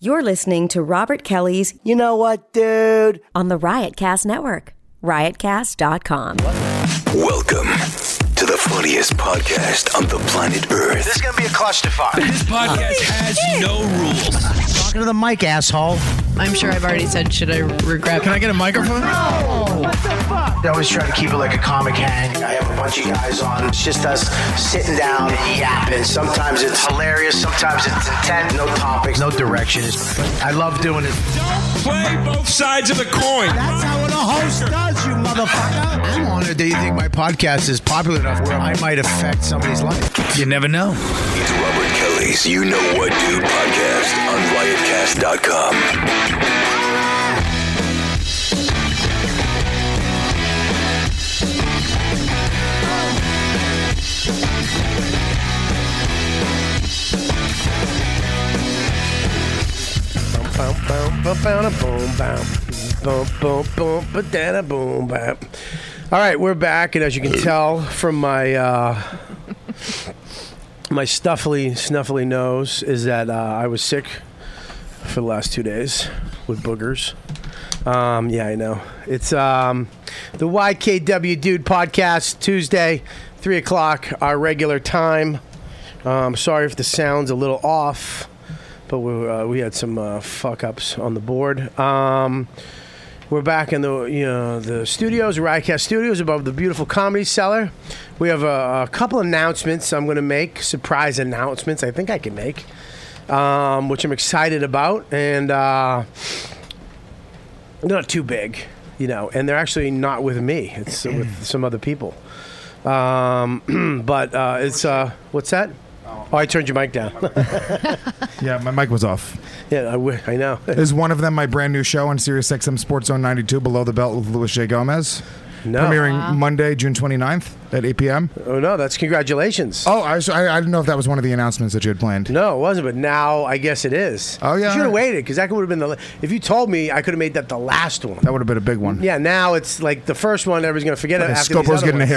You're listening to Robert Kelly's You know what, dude? on the Riotcast Network, riotcast.com. Welcome to the funniest podcast on the planet Earth. This is gonna be a clusterfuck. This podcast has no rules. Talking to the mic, asshole. I'm sure I've already said, should I regret? Can I get a microphone? I always try to keep it like a comic hang. I have a bunch of guys on. It's just us sitting down and yapping. Sometimes it's hilarious. Sometimes it's intent. No topics. No directions. I love doing it. Play both sides of the coin. That's how a host does, you motherfucker. I'm honored that you think my podcast is popular enough where I might affect somebody's life. You never know. It's Robert Kelly's You Know What Dude podcast on riotcast.com. Boom, boom, boom, boom, boom, boom, boom, boom, boom, ba-da-da, boom, bam. All right, we're back, and as you can tell from my uh, my stuffly, snuffly nose, is that uh, I was sick for the last two days with boogers. Um, yeah, I know. It's um, the YKW Dude podcast Tuesday, three o'clock, our regular time. Um, sorry if the sound's a little off but we, uh, we had some uh, fuck ups on the board. Um, we're back in the you know the studios, Riotcast Studios, above the beautiful comedy cellar. We have a, a couple announcements I'm going to make, surprise announcements. I think I can make, um, which I'm excited about, and uh, they're not too big, you know, and they're actually not with me. It's with some other people. Um, but uh, it's uh, what's that? Oh, I turned your mic down. Yeah, my mic was off. yeah, I, w- I know. Is one of them my brand new show on Sirius XM Sports Zone 92 Below the Belt with Luis J. Gomez? No. Premiering Monday, June 29th at 8 p.m. Oh no, that's congratulations. Oh, I, was- I, I didn't know if that was one of the announcements that you had planned. No, it wasn't, but now I guess it is. Oh, yeah. you should have waited because that would have been the. la- If you told me, I could have made that the last one. That would have been a big one. Yeah, now it's like the first one. Everybody's gonna forget it. Okay, After these Scopo's other getting a ones.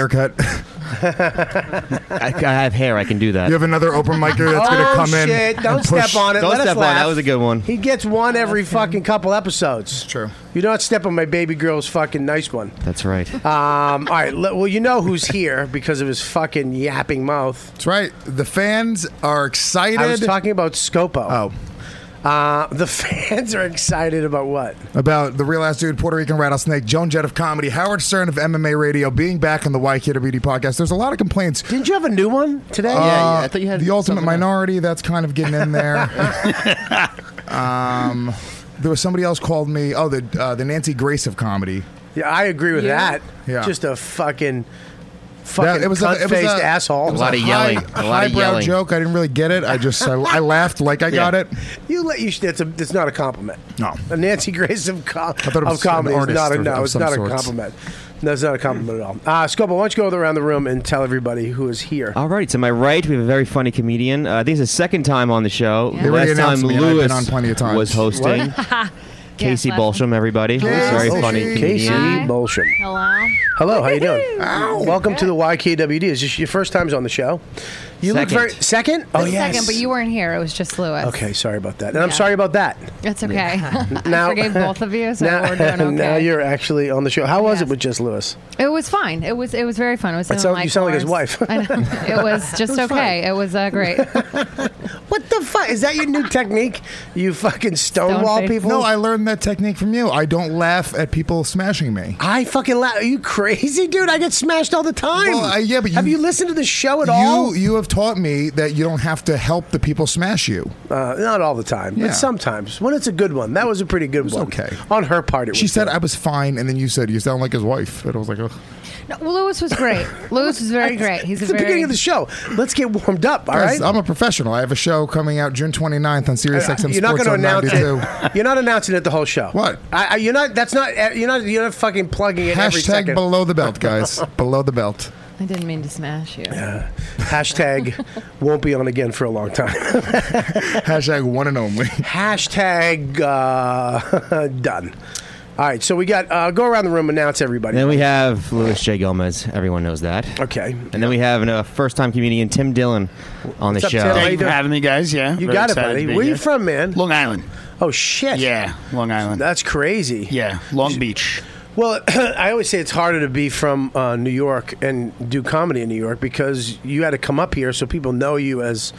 haircut. I, I have hair. I can do that. you have another open micer that's going to oh come in. shit! and Don't push- step on it. Don't Let us step on it. laugh. That was a good one. He gets one every fucking couple episodes. true. You don't step on my baby girl's fucking nice one. That's right. Um, all right. le- Well, you know who's here because of his fucking yapping mouth. That's right. The fans are excited I was talking about Scopo. Oh. Uh, the fans are excited about what? about the real ass dude, Puerto Rican rattlesnake, Joan Jett of comedy, Howard Stern of MMA radio, being back on the YKWD podcast. There's a lot of complaints. Didn't you have a new one today? Uh, I thought you had the ultimate something else. minority. That's kind of getting in there. um, there was somebody else called me. Oh, the uh, the Nancy Grace of comedy. Yeah, I agree with Yeah. that. Yeah. Just a fucking, That- fucking cunt-faced asshole. it was A lot of yelling. high- A lot of highbrow yelling. joke. I didn't really get it. I just I, I laughed like I got it. you let you. That's a. It's not a compliment. No. A Nancy Grace of, com- thought it of was an comedy is artist not a or- no. of It's some not a sorts. compliment. No, it's not a compliment at all. Uh, Scopo, why don't you go around the room and tell everybody who is here? All right, to my right, we have a very funny comedian. Uh, I think it's the second time on the show. Yeah. They already Last time announced me, and I've been Lewis on plenty of times. was hosting. Casey Yeah, last Balsham, everybody. Casey. Very funny Casey. Casey comedian. Hi. Bolsham. Hello. Hello, how you doing? Welcome to the YKWd. Is this your first times on the show? You Second. look very second. Oh The yes. Second, but you weren't here. It was just Lewis. Okay, sorry about that, and I'm Yeah. sorry about that. That's okay. Now- I forgave both of you, so we're doing okay. now you're actually on the show. How was Yes. it with just Lewis? It was fine. It was it was very fun. It was. That some of sound- my you sound like his cores. wife. I know. It was just okay. It was uh, great. What the fuck? Is that your new technique? You fucking stonewall face. people? No, I learned that technique from you. I don't laugh at people smashing me. I fucking laugh. Are you crazy, dude? I get smashed all the time. Well, I- yeah, but have you- you listened to the show at You all? you have taught me that you don't have to help the people smash you. uh, not all the time, Yeah. but sometimes when it's a good one. That was a pretty good one. okay. on her part. It She was said good. I was fine, and then you said you sound like his wife, and I was like, oh. No, well, Lewis was great. Lewis was very great. He's a It's the very beginning of the show. Let's get warmed up. All Guys, right. Uh, I'm a professional. I have a show coming out June 29th on Sirius XM you're not Sports going to on announce 92. it. You're not announcing it the whole show. What? I, I, you're not. That's not. uh, You're not. You're not fucking plugging it every Hashtag second. below the belt, guys. below the belt. I didn't mean to smash you. Hashtag won't be on again for a long time. Hashtag one and only. Hashtag uh, done. All right, so we got uh, go around the room announce everybody. Then we have Luis J. Gomez. Everyone knows that. okay, And then we have a first-time comedian, Tim Dillon, on the What's up, show. Tim? How Thank you you for doing? having me, guys. Yeah, you very got it, excited buddy. to be Where you here. from, man? Long Island. Oh shit! Yeah, Long Island. that's crazy. yeah, Long Beach. Well, I always say it's harder to be from uh, New York and do comedy in New York because you had to come up here so people know you as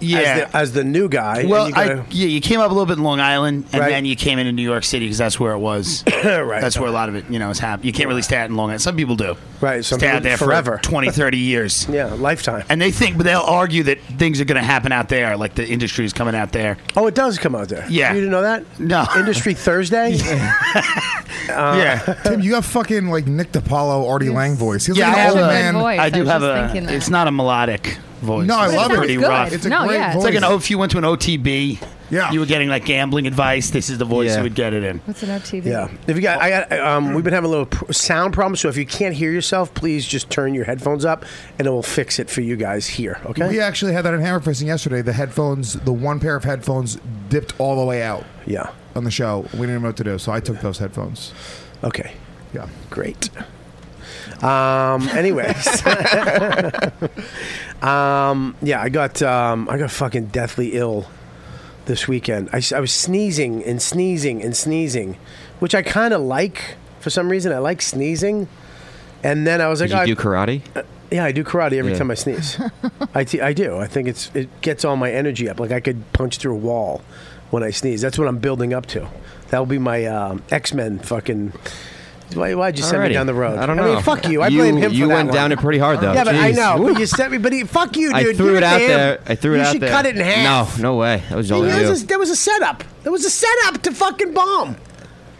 Yeah. as, the, as the new guy. and Well, you gotta- I, yeah, you came up a little bit in Long Island, and Right. then you came into New York City because that's where it was. Right. That's where a lot of it, you know, is happening. You can't really stay out in Long Island. Some people do. Right, some stay people out there forever. for 20, 30 years. yeah, lifetime. And they think, but they'll argue that things are going to happen out there, like the industry is coming out there. oh, it does come out there. Yeah. you didn't know that? No. Industry Thursday. Uh, yeah. Tim, you have fucking like Nick DiPaolo, Artie Lang voice. He's Yeah, like I an have old a good man. voice. I do was have just a. thinking that. It's not a melodic voice. No, I It's love it. Pretty It's good. rough. It's a No, great yeah, it's voice. It's like an O. If you went to an OTB, Yeah. you were getting like gambling advice. This is the voice Yeah. you would get it in. What's an FTV? yeah. If you got, I got. Um, we've been having a little pr- sound problem, so if you can't hear yourself, please just turn your headphones up, and it will fix it for you guys here. Okay. We actually had that in Hammer Fisting yesterday. The headphones, the one pair of headphones dipped all the way out Yeah. on the show. We didn't know what to do, so I took those headphones. Okay. Yeah. Great. Um. Anyways. um. Yeah. I got. Um. I got fucking deathly ill this weekend. I, s- I was sneezing and sneezing and sneezing, which I kind of like for some reason. I like sneezing. And then I was like, Did you do "Oh, karate? Yeah, I do karate every Yeah. time I sneeze. I, t- I do. I think it's it gets all my energy up. Like I could punch through a wall when I sneeze. That's what I'm building up to. That will be my um, X Men fucking. Why, why'd you send Alrighty. me down the road? I don't know. mean, fuck you. I blame him for You that went one. down it pretty hard, though. Yeah, but I Jeez. know. Woo. But you sent me. But he, fuck you, dude. I threw You're it out damn- there. I threw it you out should there. cut it in half. No, no way. That was all There you. was, a, there was a setup. There was a setup to fucking bomb.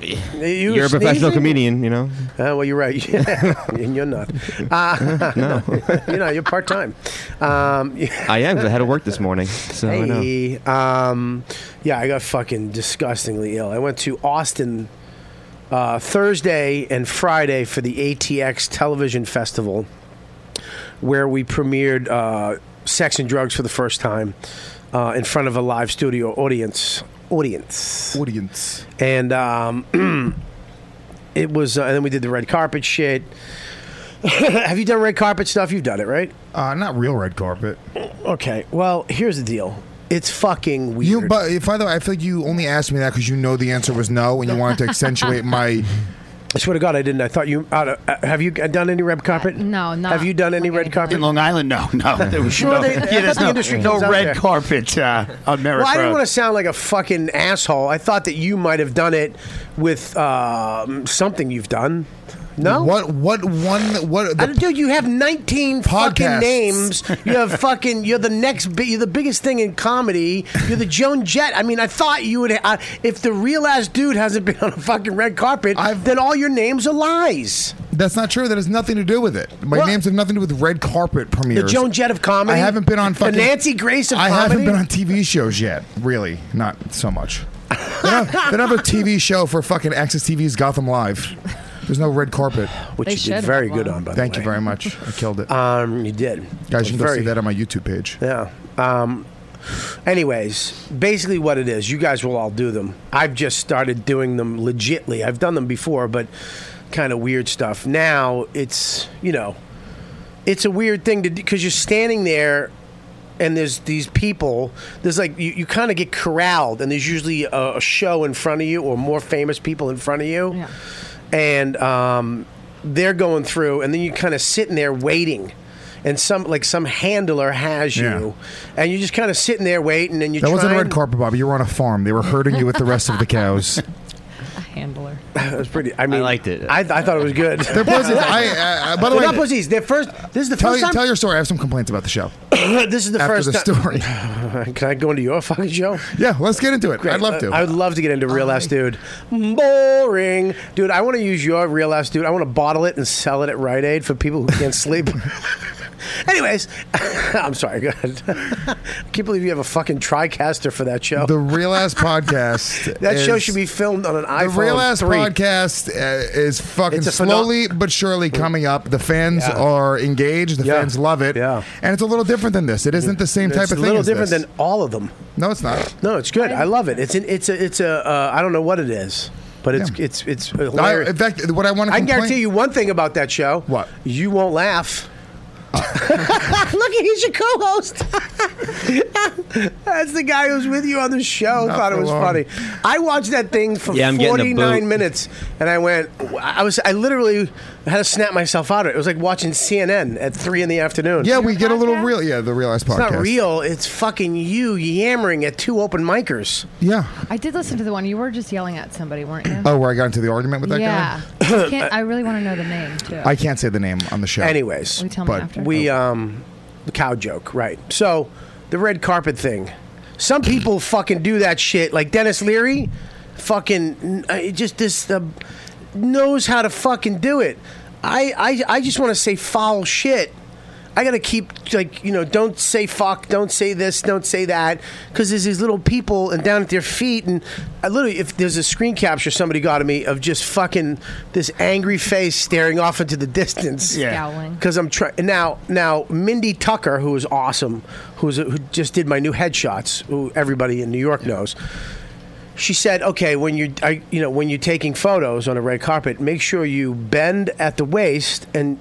You You're were a professional sneezing? comedian, you know. Uh, well, you're right. and you're not. Uh, no. you know, you're part time. Um, I am. 'cause I had to work this morning, so I know. Hey, um, yeah, I got fucking disgustingly ill. I went to Austin uh, Thursday and Friday for the ATX Television Festival, where we premiered uh, Sex and Drugs for the first time uh, in front of a live studio audience. Audience Audience. and um, it was. Uh, and then we did the red carpet shit. Have you done red carpet stuff? You've done it, right? Uh, not real red carpet. Okay. Well, here's the deal. It's fucking weird. You, but if, by the way, I feel like you only asked me that because you know the answer was no, and you wanted to accentuate my. I swear to God, I didn't. I thought you. Out of, uh, have you done any red carpet? no, not Have you done any like red anything carpet? In Long Island, no, no. There was Sure, no, they- I thought there's the no, industry no comes out there. red carpet uh, on Merritt Well, I didn't Road. want to sound like a fucking asshole. I thought that you might have done it with um, something you've done. No. What? What one? What? I The, don't- dude, you have 19 fucking Podcasts. names. You have fucking. You're the next. Bi- you're the biggest thing in comedy. You're the Joan Jett. I mean, I thought you would. I, if the real ass dude hasn't been on a fucking red carpet, I've- then all your names are lies. that's not true. That has nothing to do with it. My Well- names have nothing to do with red carpet The premieres. Joan Jett of comedy. I haven't been on fucking the Nancy Grace of I comedy. haven't been on TV shows yet. Really, not so much. They don't, they don't have a TV show for fucking Access TV's Gotham Live. There's no red carpet. which They you should did have very one. good on. By the way, Thank you very much. I killed it. Um, you did. Guys, you can go Very- see that on my YouTube page. Yeah. Um, anyways, basically what it is, you guys will all do them. I've just started doing them legitly. I've done them before, but kind of weird stuff. Now it's you know, it's a weird thing to because you're standing there. And there's these people. There's like you, you kind of get corralled, and there's usually a, a show in front of you or more famous people in front of you Yeah. and um, they're going through, and then you kind of sitting there waiting. And some like some handler has you, and you're just kind of sitting there waiting, and you're That trying. wasn't a red carpet, Bobby. You were on a farm. They were herding you with the rest of the cows. A handler. That was pretty. I mean, liked it. I, I thought it was good. They're pussies. I, uh, by the They're way, not pussies. They're first. This is the tell, first you, time. tell your story. I have some complaints about the show this is the after first the time. story. Can I go into your fucking show? yeah, let's get into it. I'd love to. I would love to get into Real Ass Dude. Boring. Dude, I want to use your Real Ass Dude. I want to bottle it and sell it at Rite Aid for people who can't sleep. Anyways, I'm sorry. Go ahead. I can't believe you have a fucking TriCaster for that show. the Real Ass Podcast. that show is- should be filmed on an The iPhone. Real Ass 3. Podcast uh, is fucking It's a phenom- slowly but surely coming up. The fans are engaged. The Yeah. fans love it. Yeah. And it's a little different than this. It isn't the same It's type of a thing. little as different this. than all of them. No, it's not. No, it's good. I love it. It's an, it's a, it's a, uh, I don't know what it is. But it's it's it's I, in fact, what I want to I can guarantee you one thing about that show. What? You won't laugh. Look, he's your co-host. That's the guy who was with you on the show. Not thought it for was long. funny. I watched that thing for Yeah, I'm getting a 49 boot. minutes, and I went. I was. I literally had to snap myself out of it. It was like watching CNN at three in the afternoon. Yeah, we get a little real. Yeah, the real ass It's podcast. not real. It's fucking you yammering at two open micers. Yeah. I did listen to the one you were just yelling at somebody, weren't you? Oh, where I got into the argument with that yeah. guy. I, can't, I really want to know the name too. I can't say the name on the show. Oh. Anyways, We tell 'em but- after. we um, the cow joke, right? So the red carpet thing. Some people fucking do that shit, like Dennis Leary. Fucking, uh, it just this uh, knows how to fucking do it. I I, I just want to say foul shit. I gotta keep like you know, don't say fuck, don't say this, don't say that, because there's these little people and down at their feet, and I literally, if there's a screen capture somebody got of me of just fucking this angry face staring off into the distance, Yeah. Scowling. because I'm trying now. Now Mindy Tucker, who is awesome, who's who just did my new headshots, who everybody in New York knows. She said, "Okay, when you're, I, you know, when you're taking photos on a red carpet, make sure you bend at the waist and,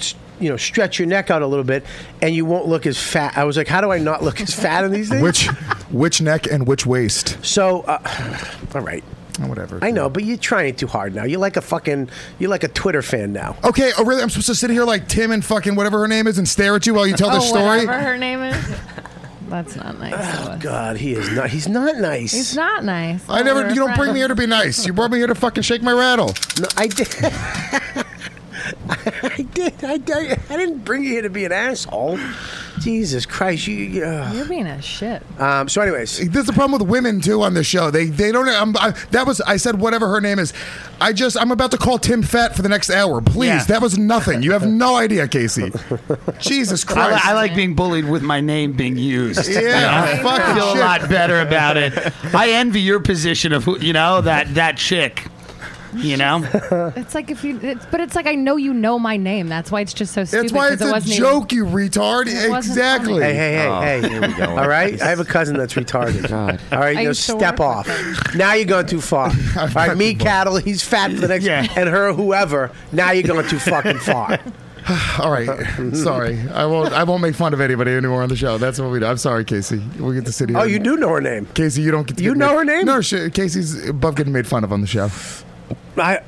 s- you know, stretch your neck out a little bit, and you won't look as fat." I was like, "How do I not look as fat in these things?" Which which neck and which waist? Oh, So, uh, all right, whatever. I know, but you're trying too hard now. You're like a fucking, you're like a Twitter fan now. Okay, oh really? I'm supposed to sit here like Tim and fucking whatever her name is and stare at you while you tell oh, this story? Whatever her name is. That's not nice. of us. God, he is not. He's not nice. It's not nice. I never. You don't bring me here to be nice. You brought me here to fucking shake my rattle. No, I did. I did. I, did. I didn't bring you here to be an asshole. Jesus Christ, you. you uh. You're being a shit. Um, so, anyways, There's a problem with women too on this show. They they don't. I'm, I, that was I said whatever her name is. I just I'm about to call Tim fat for the next hour. Please, Yeah. that was nothing. You have no idea, Casey. Jesus I, li- Christ. I like being bullied with my name being used. Yeah, I fucking feel shit. a lot better about it. I envy your position of who you know that that chick. You know, It's like if you, it's, but it's like I know you know my name. That's why it's just so stupid. That's why 'cause it's it a wasn't even- joke, you retard. It wasn't Exactly. hey, hey, hey, hey. Oh, here we go. All right, I have a cousin that's retarded. All right, I now used to step work off. Now you're going too far. All right, me cattle, he's fat for the next, Yeah. and her whoever. Now you're going too fucking far. All right, sorry. I won't. I won't make fun of anybody anymore on the show. That's what we do. I'm sorry, Casey. We get to sit here. Oh, and- you do know her name. Casey, you don't get. To You get know made- her name? No, she, Casey's above getting made fun of on the show. I,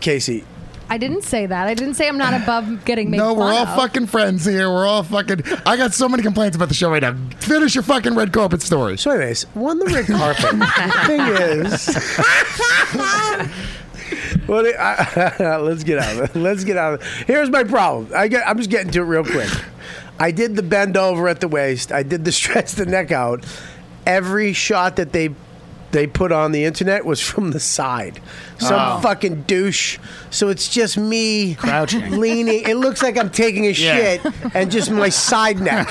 Casey. I didn't say that. I didn't say I'm not above getting made. no, we're fun all of. fucking friends here. We're all fucking. I got so many complaints about the show right now. Finish your fucking red carpet story. So, anyways, won the red carpet. the thing is, what it- I- let's get out of it. Let's get out of it. Here's my problem. I get, I'm just getting to it real quick. I did the bend over at the waist. I did the stretch the neck out. Every shot that they they put on the internet was from the side. Some Oh. fucking douche. So it's just me Crouching. leaning. It looks like I'm taking a Yeah. shit and just my side neck.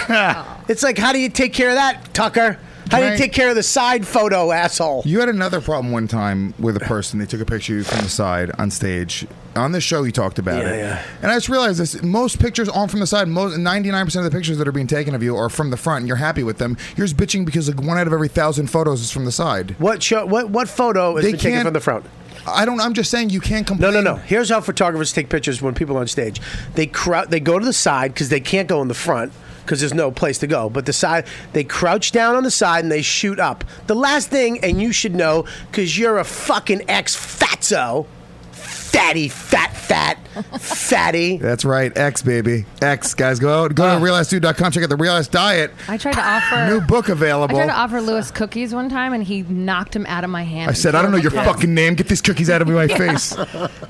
It's like, how do you take care of that, Tucker? How do you Right. take care of the side photo, asshole? You had another problem one time with a person. They took a picture of you from the side on stage. On this show, you talked about Yeah, it. yeah. And I just realized this. Most pictures aren't from the side. Most, 99% of the pictures that are being taken of you are from the front, and you're happy with them. You're just bitching because like one out of every thousand photos is from the side. What show? What what photo is They been taken can't- from the front? I don't. I'm just saying you can't No, complain. no, no. Here's how photographers take pictures when people are on stage. They crowd. They go to the side because they can't go in the front because there's no place to go. But the side, they crouch down on the side and they shoot up. The last thing, and you should know because you're a fucking ex fatso, fatty, fat, fat, fatty. That's right. X baby. X guys. Go out. Go Ah. to realize2.com. Check out the Realize Diet. I tried to offer New book I available. tried to offer Lewis cookies one time, and he knocked him out of my hand. I said, I don't know your fucking name. Get these cookies out of my face.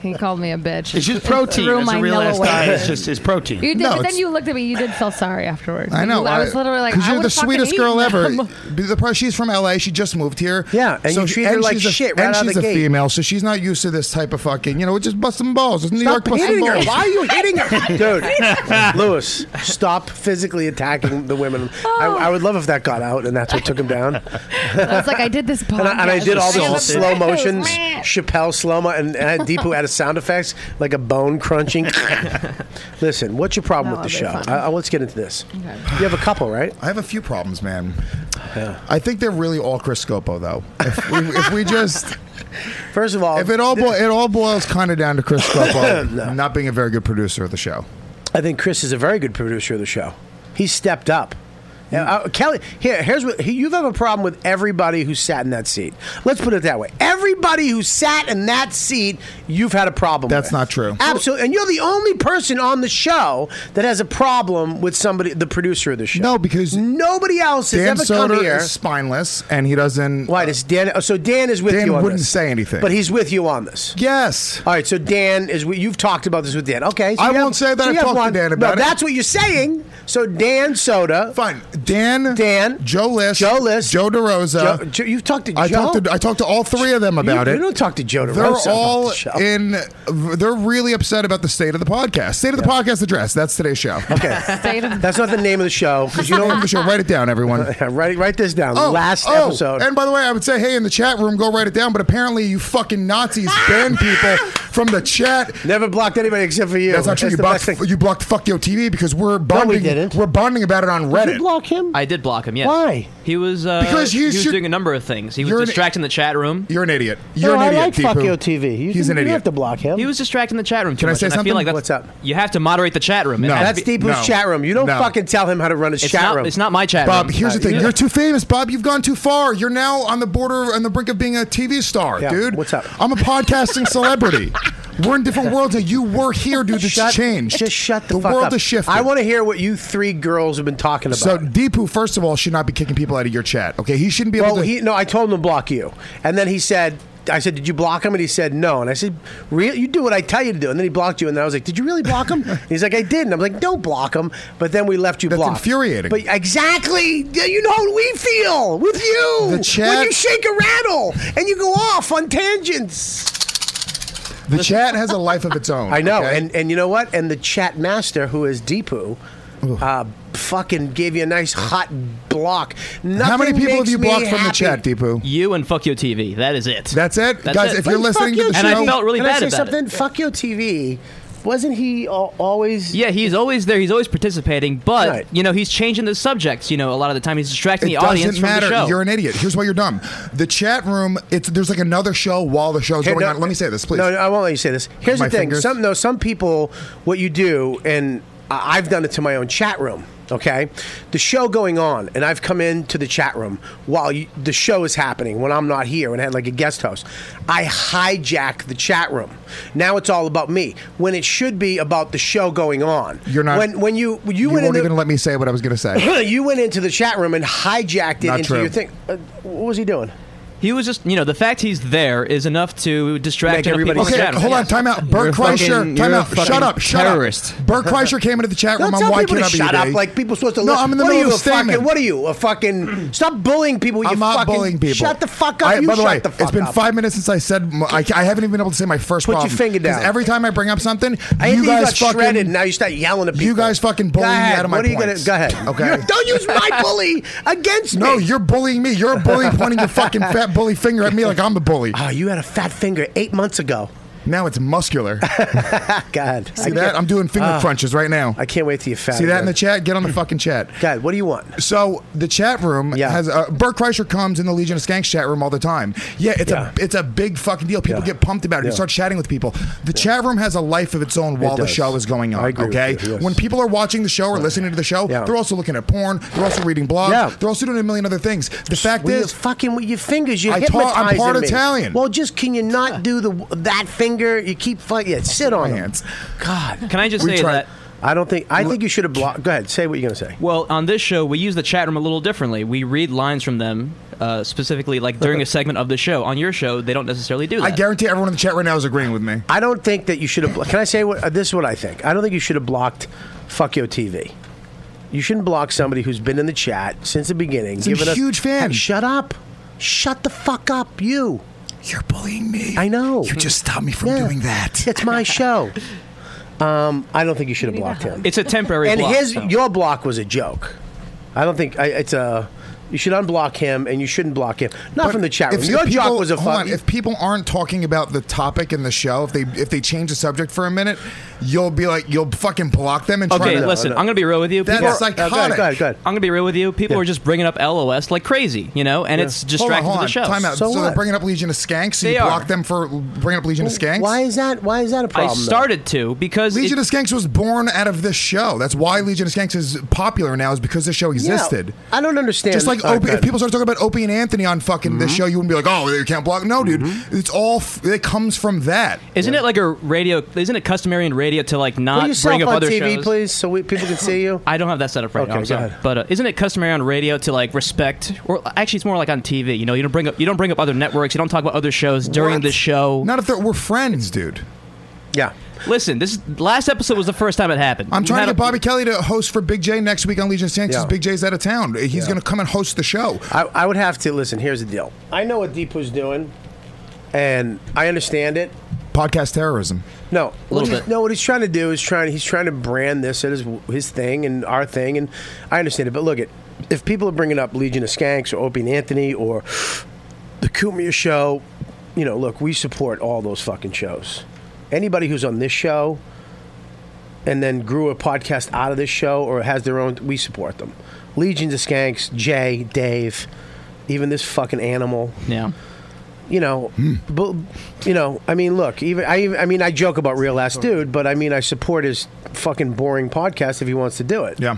He called me a bitch. it's just and protein. threw It's my a real Nilla ass away. diet. It's just it's protein. You did, No, but then it's- you looked at me. You did feel sorry afterwards. I know. You- I was literally like, because I you're the would fucking sweetest eat girl ever. them. Be The price she's from LA. She just moved here. Yeah, and you she- treat her like she's a- shit right and out of she's the a gate. female, so she's not used to this type of fucking. You know, just busting balls. It's New Stop York busting hitting her. balls. Why are you hitting her? Dude, Lewis, stop physically attacking the women. I, I would love if that got out and that's what took him down. I was like, I did this podcast. And I, and I did all the I have a slow bruise. motions, Meh. Chappelle slow mo, and, and Deepu added sound effects like a bone crunching. Listen, what's your problem That with the would be show? fun. I, I- let's get into this. You have a couple, right? I have a few problems, man. I think they're really all Chris Scopo, though. If we, if we just First of all, if it all bo- it all boils kind of down to Chris Scopo No. not being a very good producer of the show. I think Chris is a very good producer of the show. He stepped up. And, uh, Kelly, here, here's what he, you have a problem with everybody who sat in that seat. Let's put it that way. Everybody who sat in that seat, you've had a problem. That's with. not true. Absolutely, and you're the only person on the show that has a problem with somebody, the producer of the show. No, because nobody else has Dan ever come Soder here. is spineless and he doesn't. Why does Dan? oh, So Dan is with Dan you on wouldn't this. say anything. but he's with you on this. Yes. All right, so Dan is. You've talked about this with Dan. Okay, so I you have- won't say that so I you have talked to one- Dan about it. No, that's what you're saying. So Dan Soda, Fine. Dan. Dan, Joe List. Joe List, Joe DeRosa. Joe- Joe- you've talked to Uh, I Joe. talked to I talked to all three of them about you, it. You don't talk to Joe DeRosa. They're about all the show. in. They're really upset about the state of the podcast. State of the podcast address. That's today's show. Okay, State of- that's not the name of the show because you You know, don't. we should write it down, everyone. write write this down. Last oh, episode. And by the way, I would say, hey, in the chat room, go write it down. But apparently, you fucking Nazis banned people from the chat. Never blocked anybody except for you. That's not true. You the blocked, best thing. you blocked Fuck Yo TV because we're bonding. didn't. are bonding about it on Did you Reddit. block him. I did block him. Yes. Why? He was uh, Because you he was should- doing a number of things. He was You're an- distracting the chat room. You're an idiot. You're no, an idiot. Oh, I like Fuck Deepu. Yo TV. You He's didn't- an You don't have idiot. to block him. He was distracting the chat room. Too Can I much, say and I something? feel like that's, What's up? You have to moderate the chat room. No. And That's Deepu's No. chat room. You don't No. fucking tell him how to run his It's chat not. room. It's not my chat room. Bob, here's the Uh, thing. yeah. You're too famous, Bob. You've gone too far. You're now on the border, on the brink of being a TV star, Yeah, dude. what's up? I'm a podcasting celebrity. We're in different worlds now. You were here, dude. It's Shut- changed. Just shut the, fuck world up. has shifted. I want to hear what you three girls have been talking about. So Deepu, first of all, should not be kicking people out of your chat. Okay, he shouldn't be able well, to. he no, I told him to block you, and then he said. I said, "Did you block him?" And he said, "No." And I said, "Real? You do what I tell you to do." And then he blocked you. And then I was like, "Did you really block him?" And he's like, "I did." And I'm like, "Don't block him." But then we left you That's blocked. infuriating. But exactly, Yeah, you know how we feel with you The when chat- you shake a rattle and you go off on tangents. the chat has a life of its own. I know, okay? and and you know what? And the chat master, who is Deepu, uh, fucking gave you a nice hot block. how many Nothing people have makes you me blocked from the happy. chat, Deepu? You and fuck your TV. That is it. That's it, guys. If But you're fuck listening you, to the And I show, felt really Can bad I say about it. something? Fuck your TV. Wasn't he al- always? Yeah, he's always there. He's always participating, but Right. you know he's changing the subjects. You know, a lot of the time he's distracting it the audience doesn't from the matter. show. You're an idiot. Here's why you're dumb. The chat room. It's there's like another show while the show's Hey, going no- on. Let me say this, please. No, no, I won't let you say this. Here's My the thing. fingers? Some no, some people, what you do, and I- I've done it to my own chat room. Okay, the show going on, and I've come into the chat room while you, the show is happening when I'm not here and had like a guest host. I hijack the chat room. Now it's all about me when it should be about the show going on. You're not- when when you you, You went won't into, even let me say what I was going to say. you went into the chat room and hijacked it Not into true. your thing. Uh, what was he doing? He was just, you know, the fact he's there is enough to distract Make enough everybody people from the Okay, chat room. hold on. Time out. You're Bert a Kreischer. fucking- Time you're a out. fucking Shut up. Shut terrorist. up. Bert Kreischer came into the chat room Don't on tell why people can't I to be shut your up. day? Like people supposed to. No, listen. I'm in the what middle are of you a a statement. fucking? What are you a fucking? Stop bullying people. You I'm not fucking, bullying people. Shut the fuck up. I- you by the shut way, the fuck it's been up. five minutes since I said. m- I, I haven't even been able to say my first Put your problem, finger 'cause down. every time I bring up something, I you think guys got fucking shredded. Now you start yelling at people. You guys fucking bullying Go me ahead. out of my What are you points. gonna? Go ahead. Okay. You're- don't use my bully against No, me. you're bullying me. You're a bully pointing your fucking fat bully finger at me like I'm the bully. Oh, you had a fat finger eight months ago. Now it's muscular. Go ahead. See that? I'm doing finger crunches right now. Ah. I can't wait till you fat. See that in the again. chat? Get on the fucking chat. Go ahead. What do you want? So the chat room Yeah. has uh, Bert Kreischer comes in the Legion of Skanks chat room all the time. Yeah, it's Yeah. a it's a big fucking deal. People Yeah. get pumped about it. You Yeah. start chatting with people. The chat room has a life of its own while the does. show is going on. I agree with okay, you, yes. when people are watching the show or listening to the show, Yeah. they're also looking at porn. They're also reading blogs. Yeah. They're also doing a million other things. The fact Well, you're is, fucking with your fingers. You're I talk- I'm hypnotizing part me. Italian. Well, just can you not do the that finger? You keep fucking. Yeah, sit on my them. hands. God, Can I just We say tried- that? I don't think. I think you should have blocked. Go ahead. Say what you're gonna say. Well, on this show, we use the chat room a little differently. We read lines from them, uh, specifically like during a segment of the show. On your show, they don't necessarily do I that. guarantee everyone in the chat right now is agreeing with me. I don't think that you should have. blo- Can I say what? uh, This is what I think. I don't think you should have blocked. Fuck your TV. You shouldn't block somebody who's been in the chat since the beginning. a giving us- huge fan. Hey, shut up. Shut the fuck up, you. You're bullying me. I know. You just stopped me from Yeah. doing that. It's my show. Um, I don't think you should have blocked him. It's a temporary and block. his so. your block was a joke. I don't think I, it's a. You should unblock him, and you shouldn't block him. Not But from the chat room. if Your people- joke was a hold fuck. on, if people aren't talking about the topic in the show, if they if they change the subject for a minute, you'll be like you'll fucking block them and try Okay, to listen. I'm gonna be real with you. That's are- psychotic. No, go ahead, go ahead, go ahead. I'm gonna be real with you. People are just bringing up LOS like crazy, you know, and Yeah. it's Hold on, distracting hold to the on. show. Time out. So, they're bringing up Legion of Skanks. So They you are. block them for bringing up Legion of Skanks. Why is that? Why is that a I started to because it- Legion of Skanks was born out of this show. That's why Legion of Skanks is popular now, is because this show existed. I don't understand. Just like All right, Opie, go if ahead. people started talking about Opie and Anthony on fucking Mm-hmm. this show, you wouldn't be like, oh, you can't block. No, dude, it's all f- it comes from that. Isn't it like a radio? Isn't it customary in radio to like Put not yourself bring up on other TV, shows? please, so we, people can see you. I don't have that set up right Okay, now. I'm go sorry. ahead. But uh, isn't it customary on radio to like respect, or actually, it's more like on TV. You know, you don't bring up you don't bring up other networks. You don't talk about other shows during the show. Not if they're, we're friends, dude. Yeah. Listen, this last episode was the first time it happened. I'm You trying had to a- get Bobby Kelly to host for Big J next week on Legion of Skanks because Yeah. Big J's out of town. He's Yeah. going to come and host the show. I, I would have to listen. Here's the deal. I know what Deepu's doing, and I understand it. Podcast terrorism. A No, little what he's- bit. no. What he's trying to do is trying. He's trying to brand this as his thing and our thing, and I understand it. But look, it if people are bringing up Legion of Skanks or Opie and Anthony or the Kumia show, you know, look, we support all those fucking shows. Anybody who's on this show and then grew a podcast out of this show or has their own, we support them. Legions of Skanks, Jay, Dave, even this fucking animal. Yeah. You know, but, you know. I mean, look. Even I. even- I mean, I joke about real ass dude, but I mean, I support his fucking boring podcast if he wants to do it. Yeah.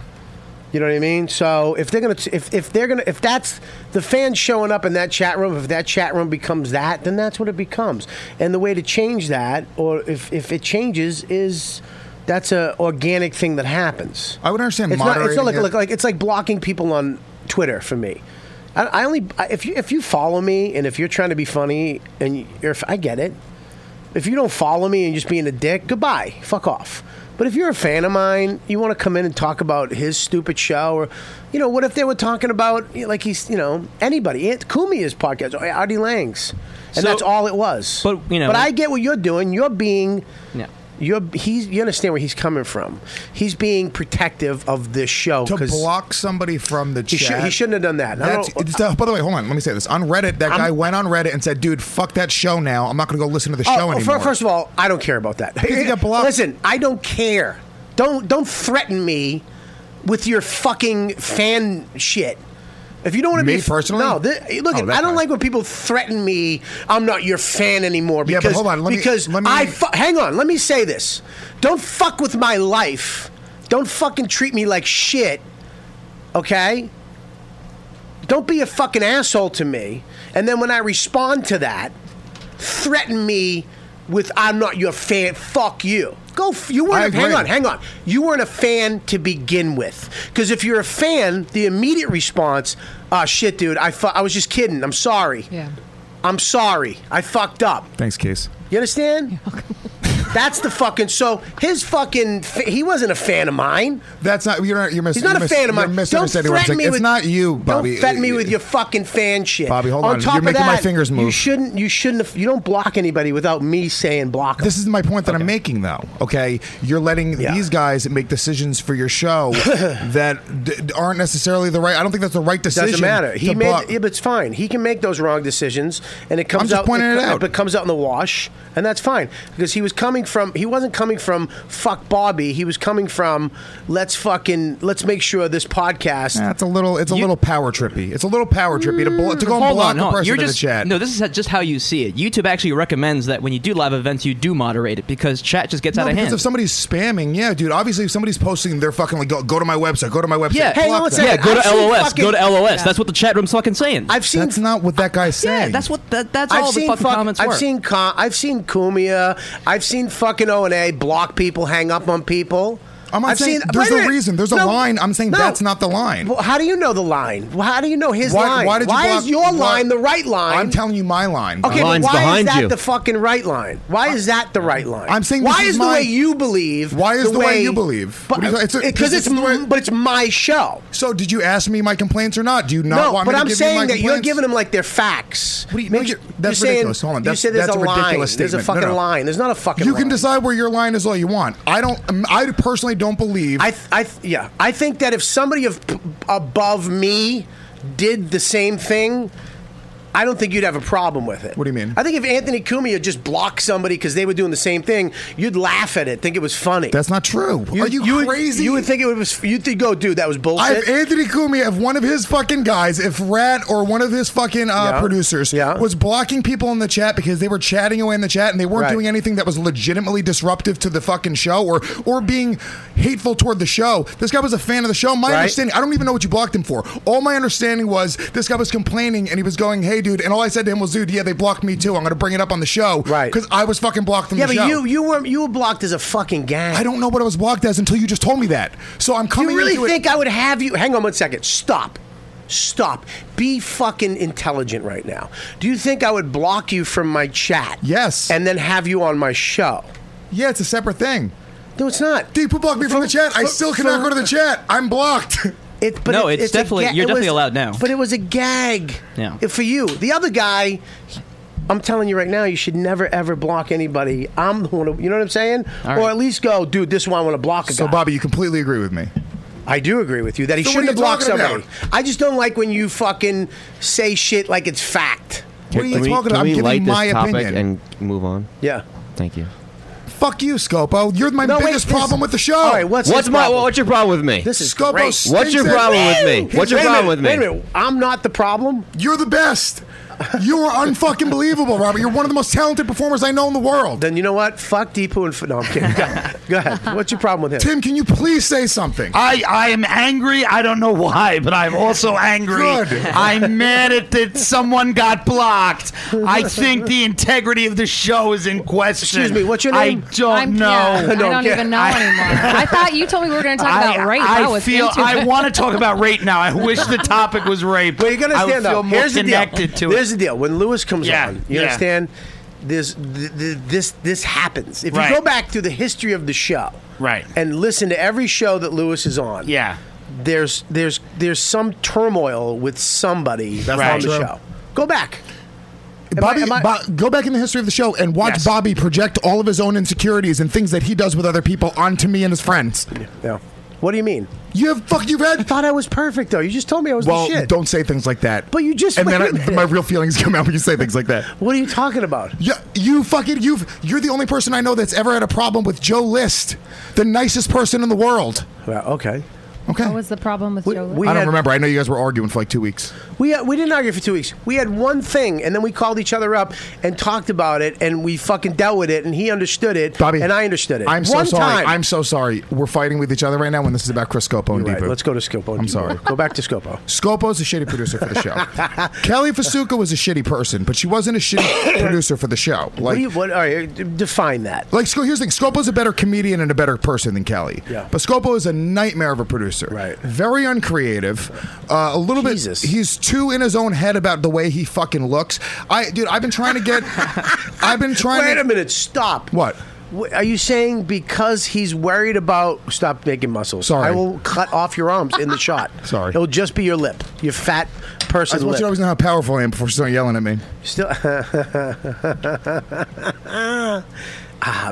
You know what I mean? So if they're gonna, if if they're gonna, if that's the fans showing up in that chat room, if that chat room becomes that, then that's what it becomes. And the way to change that, or if if it changes, is that's a organic thing that happens. I would understand It's not, it's not like, moderating it. like like it's like blocking people on Twitter for me. I, I only I- if you if you follow me and if you're trying to be funny and you're, I get it. If you don't follow me and you're just being a dick, goodbye, fuck off. But if you're a fan of mine, you want to come in and talk about his stupid show, or you know, what if they were talking about like he's you know anybody, Ant Kumi's podcast, or Artie Lang's, and So- that's all it was. But you know- but I get what you're doing. You're being Yeah. you're he's you understand where he's coming from. He's being protective of this show To 'cause block somebody from the he, chat. should, he shouldn't have done that. And I That's, don't- it's, uh, by the way, hold on. Let me say this. On Reddit, that guy went on Reddit and said, dude, fuck that show now. I'm not going to go listen to the Oh, show oh, fir- anymore. First of all, I don't care about that. Listen, I don't care. Don't don't threaten me with your fucking fan shit. If you don't want to Me be a- personally? no. Th- look, Oh, that I don't like when people threaten me. I'm not your fan anymore. Yeah, Because, but hold on, let me- because let me- I fu- hang on. Let me say this. Don't fuck with my life. Don't fucking treat me like shit. Okay. Don't be a fucking asshole to me. And then when I respond to that, threaten me with "I'm not your fan." Fuck you. Go. F- you I weren't. A, hang agree. on. Hang on. You weren't a fan to begin with. Because if you're a fan, the immediate response, "Ah, shit, dude. I fu- I was just kidding. I'm sorry. Yeah. I'm sorry. I fucked up." Thanks, Case. You understand? That's the fucking. So his fucking. Fa- he wasn't a fan of mine. That's not. You're not. You're mis- He's not you're a mis- fan you're of mine. Don't misunderstanding threaten what I'm saying. me It's with, not you, Bobby. Don't threaten me with your fucking fan shit, Bobby, hold on. top You're of making my that, fingers You move. shouldn't. You shouldn't. Have, you don't block anybody without me saying block. 'em. This is my point that I'm making, though. Okay, you're letting these guys make decisions for your show that d- d- aren't necessarily the right. I don't think that's the right decision. Doesn't matter. He to made. block- Yeah, but it's fine. He can make those wrong decisions, and it comes I'm just out. pointing it out. It comes out in the wash, and that's fine because he was coming from. He wasn't coming from fuck Bobby. He was coming from let's fucking let's make sure this podcast. Nah, it's a little. It's a little power trippy. It's a little power trippy to, blo- to go and Hold block on, the no, person you're in just the chat. no. This is just how you see it. YouTube actually recommends that when you do live events, you do moderate it because chat just gets No, out of because hand. if somebody's spamming, yeah, dude. Obviously, if somebody's posting, they're fucking like, go, go to my website, go to my website. yeah, block them. yeah. Go to LOS. go to LOS. That's what the chat room's fucking saying. I've seen. That's not what that guy's saying. yeah, that's what that, that's I've all the seen fucking fuck- comments I've were. seen com- I've seen Kumia. I've seen fucking O and A block people, hang up on people. I'm not I've saying seen, there's wait a minute. reason. There's No, a line. I'm saying no. that's not the line. Well, how do you know the line? Well, How do you know his Why- line? why did you block- is your why- line the right line? I'm telling you my line. Okay, The but line's why is behind that you. the fucking right line? Why is that the right line? I'm saying this why is is, the my- way you believe? Why is the way you believe? But What do you- it's because a- it's it's, the m- but it's my show. So, did you ask me my complaints or not? Do you not no, want but me to I'm give saying you my that you're complaints? giving them like their facts. What do you- no, you're- that's ridiculous. Hold on, that's- you said there's that's a a ridiculous line. There's a statement. No, fucking no. line. There's not a fucking. You line. can decide where your line is all you want. I don't. um, I personally don't believe. I, th- I, th- yeah, I think that if somebody of, above me did the same thing, I don't think you'd have a problem with it. What do you mean? I think if Anthony Cumia just blocked somebody because they were doing the same thing, you'd laugh at it, think it was funny. That's not true. Are you, crazy? you would think it was. You'd think, oh, dude, that was bullshit. I have Anthony Kumi, if one of his fucking guys, if Rat or one of his fucking uh, Yeah. producers was blocking people in the chat because they were chatting away in the chat and they weren't Right. doing anything that was legitimately disruptive to the fucking show or or being hateful toward the show. This guy was a fan of the show. My Right. understanding, I don't even know what you blocked him for. All my understanding was this guy was complaining and he was going, "Hey, dude," and all I said to him was, "Dude, yeah, they blocked me too. I'm going to bring it up on the show, right? Because I was fucking blocked from yeah, the but show." you you were you were blocked as a fucking gang. I don't know what I was blocked as until you just told me that. So I'm coming. You really into it- think I would have you? Hang on one second. Stop. Stop. Be fucking intelligent right now. Do you think I would block you from my chat? Yes. And then have you on my show? Yeah, it's a separate thing. No, it's not. Dude, block me from the chat. I still cannot go to the chat. I'm blocked. It, but No, it- it's a definitely- ga- you're it definitely was- allowed now. But it was a gag. Yeah. For you, the other guy, I'm telling you right now, you should never ever block anybody. I'm the one. Who, you know what I'm saying? Or at least go, dude. This is why I want to block a So, guy. Bobby, you completely agree with me. I do agree with you that he So what shouldn't are have you blocked talking somebody. I just don't like when you fucking say shit like it's fact. What are you Can we- talking Can about? I'm we giving light my this topic opinion. and move on? Yeah. Thank you. Fuck you, Scopo. You're my No, wait, biggest this- problem with the show. All right, what's What's his my- problem? what's your problem with me? This is Scopo great. stinks What's your at- problem with me? He's- What's your wait a problem minute, with me? wait a minute. I'm not the problem. You're the best. You are unfucking believable, Robert. You're one of the most talented performers I know in the world. Then you know what? Fuck Deepu and F- no, I'm kidding. Go, go ahead. What's your problem with him? Tim, can you please say something? I, I am angry. I don't know why, but I'm also angry. Good. I'm mad at that someone got blocked. I think the integrity of the show is in question. Excuse me, what's your name? I don't I'm- know. yeah, I don't even know anymore. I thought you told me we were going to talk I, about rape. I, I was feel into I it. want to talk about rape now. I wish the topic was rape. Well, you're gonna I would stand feel up. more Here's the connected to deal. it. Here's the deal. When Lewis comes Yeah, on, you yeah. understand? This, th- th- this, this happens. If Right. you go back through the history of the show, right, and listen to every show that Lewis is on, yeah, there's there's there's some turmoil with somebody That's on not the true. show. Go back. Bobby, Bo- go back in the history of the show and watch Bobby project all of his own insecurities and things that he does with other people onto me and his friends. Yeah. What do you mean? You have fuck. You've had. I thought I was perfect though. You just told me I was well, the shit. don't say things like that. But you just and then wait a I, minute. my real feelings come out when you say things like that. What are you talking about? You, you fucking you've you're the only person I know that's ever had a problem with Joe List, the nicest person in the world. Well, okay. Okay. What was the problem with Joe? we I don't had- remember. I know you guys were arguing for like two weeks. We, uh, we didn't argue for two weeks. We had one thing, and then we called each other up and talked about it, and we fucking dealt with it, and he understood it, Bobby, and I understood it. I'm so one sorry. Time. I'm so sorry. We're fighting with each other right now when this is about Chris Scopo and You're right. Deepu. Let's go to Scopo. I'm sorry. Go back to Scopo. Scopo's a shitty producer for the show. Kelly Fasuka was a shitty person, but she wasn't a shitty producer for the show. what Like do you, what, all right, d- define that. Like, Sco- here's the thing: Scopo's a better comedian and a better person than Kelly. Yeah. But Scopo is a nightmare of a producer. Right. Very uncreative. Uh, a little bit. He's too in his own head about the way he fucking looks. I, dude, I've been trying to get. I've been trying. Wait to, a minute. Stop. What? Wh- Are you saying because he's worried about? Stop making muscles. Sorry. I will cut off your arms in the shot. Sorry. It'll just be your lip, your fat I person just want you lip. to always know how powerful I am before you start yelling at me. Still. ah,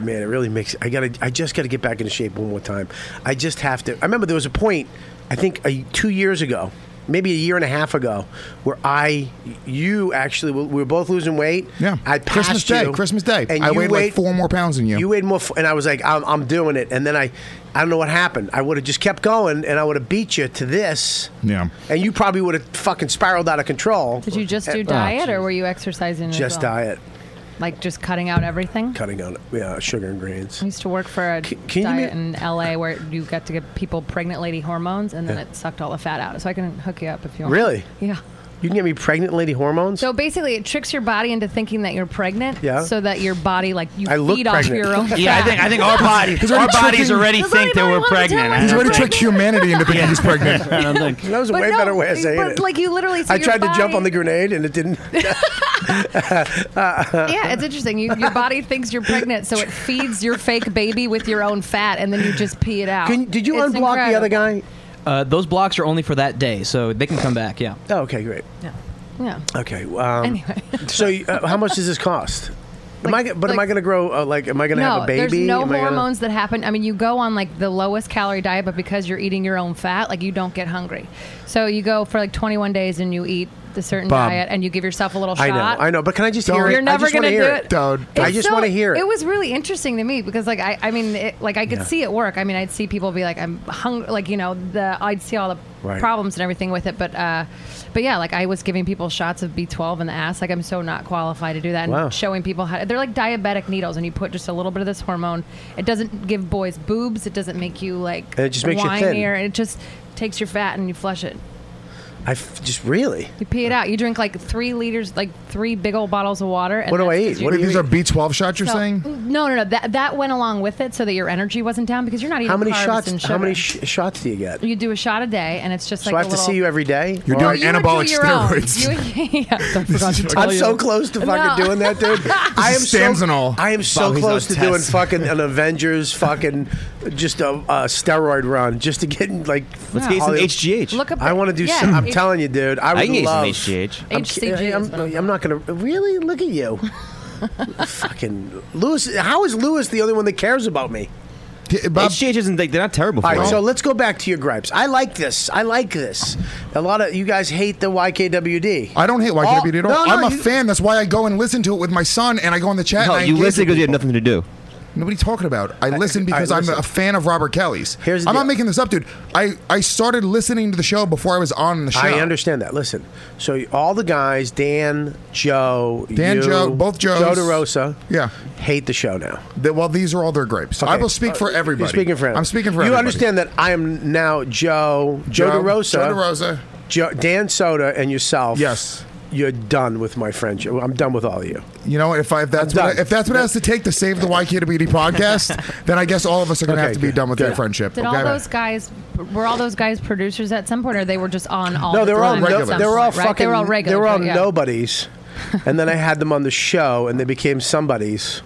man, it really makes. I gotta. I just gotta get back into shape one more time. I just have to. I remember there was a point. I think a, two years ago, maybe a year and a half ago, where I, you actually, we were both losing weight. Yeah. I passed Christmas Day, you, Christmas Day. And I you weighed like four more pounds than you. You weighed more, f- and I was like, I'm, I'm doing it. And then I, I don't know what happened. I would have just kept going, and I would have beat you to this. Yeah. And you probably would have fucking spiraled out of control. Did you just do And- diet, or were you exercising? as Eh, oh, Just well? diet. Like just cutting out everything. cutting out yeah sugar and grains. I used to work for a can you diet in LA where you got to give people pregnant lady hormones, and then Yeah. it sucked all the fat out. So I can hook you up if you want. Really? Yeah. You can get me pregnant lady hormones. So basically, it tricks your body into thinking that you're pregnant, Yeah. so that your body, like you, I look feed off pregnant. your own. Yeah, I fat. think I think our bodies He's our already bodies tricking- already Does think that we're pregnant. He's already tricked humanity into thinking he's pregnant. I don't think. that was a But way no, better way of saying but it. like you literally. So I your tried to jump body- on the grenade and it didn't. Yeah, it's interesting. You, your body thinks you're pregnant, so it feeds your fake baby with your own fat, and then you just pee it out. Can, did you It's unblock the other incredible. guy? Uh, those blocks are only for that day, so they can come back. Yeah. Oh, okay, great. Yeah. Okay. Um, anyway. so, uh, how much does this cost? am I? But am I going to grow? Uh, like, am I going to no, have a baby? there's no Am I gonna- hormones that happen. I mean, you go on like the lowest calorie diet, but because you're eating your own fat, like you don't get hungry. So you go for like 21 days and you eat a certain Bob. diet and you give yourself a little I shot. know, I know, but can I just hear it? You're I never just going wanna to do hear it. it. Don't. I It's just so- wanna hear it. It was really interesting to me because, like, I, I mean, it, like, I could Yeah. see it work. I mean, I'd see people be like, I'm hungry, like, you know, the I'd see all the Right. problems and everything with it, but, uh, but yeah, like, I was giving people shots of B12 in the ass. Like, I'm so not qualified to do that, and Wow. showing people how they're like diabetic needles, and you put just a little bit of this hormone. It doesn't give boys boobs. It doesn't make you like It just makes you thin. whinier, and it just takes your fat and you flush it. I f- just really. You pee it out. You drink like three liters, like three big old bottles of water. And What do I that's eat? What do you These eat? are B12 shots you're No. saying? No, no, no. That that went along with it, so that your energy wasn't down because you're not eating How many carbs shots? and sugar. How many sh- shots do you get? You do a shot a day, and it's just So like I a have to little- see you every day. You're Or- doing You would anabolic do your own. steroids. You- yeah, I forgot to tell I'm you. so close to fucking No. doing that, dude. I am so, Stanzanol. I am so Bob, he's close to on doing test. fucking an Avengers fucking just a, a steroid run just to get in, like. Let's get you some Hollywood. HGH. Look up I the- want to do. yeah, some, I'm H- telling you, dude. I I would can get you some love HGH. I'm, HCG is I'm, I'm not gonna really look at you. fucking Lewis. How is Lewis the only one that cares about me? HGH isn't they, they're not terrible. For All right, you. so let's go back to your gripes. I like this. I like this. A lot of you guys hate the YKWd. I don't hate YKWd at all. No, no, I'm a you- fan. That's why I go and listen to it with my son, and I go in the chat. No, and I you engage listen with because you had nothing to do. What are you talking about? I listen because alright, I'm listen. a fan of Robert Kelly's. Here's the I'm not deal. making this up, dude. I, I started listening to the show before I was on the show. I understand that. Listen, so all the guys, Dan, Joe, Dan, you, Joe, both Joes. Joe DeRosa, Yeah. hate the show now. That- well, these are all their gripes. I Okay. will speak for Uh, you're everybody. speaking for I'm speaking for you. everybody. Understand that I am now Joe, Joe, Joe, DeRosa, Joe DeRosa. Joe, Dan Soda, and yourself. Yes, you're done with my friendship. I'm done with all of you. You know, what, if I, if that's what I, if that's what it has to take to save the YKWd podcast, then I guess all of us are going to Okay, have to be good, done with good. that friendship. Did all those guys were all those guys producers at some point, or they were just on all? no, the they were all time at no, some they were all point, right? fucking They were all regular. They were all yeah. nobodies, and then I had them on the show, and they became somebodies,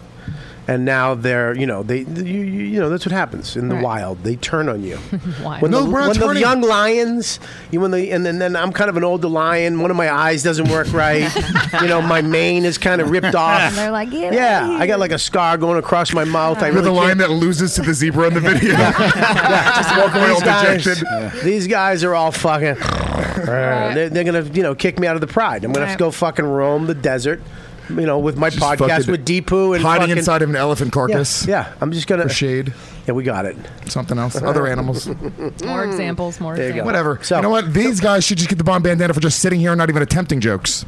and now they're you know they you you, you know that's what happens in the Right. wild. They turn on you. Why? When, the, when the young lions, you when the and then, then I'm kind of an older lion. One of my eyes doesn't work right. you know, my mane is kind of ripped off. And they're like, "Get out yeah, of here." I got like a scar going across my mouth. I You're really the lion can't- that loses to the zebra in the video. just walk away all dejected. These guys are all fucking. uh, they're, they're gonna, you know, kick me out of the pride. I'm gonna have to Right. go fucking roam the desert, you know, with my podcast fucking with Deepu and hiding fucking- inside of an elephant carcass. Yeah, yeah, I'm just gonna shade. Yeah, we got it. Something else. Other animals. More examples. More There you go. examples. Whatever. So- Mm. you know what? These guys should just get the bomb bandana for just sitting here and not even attempting jokes.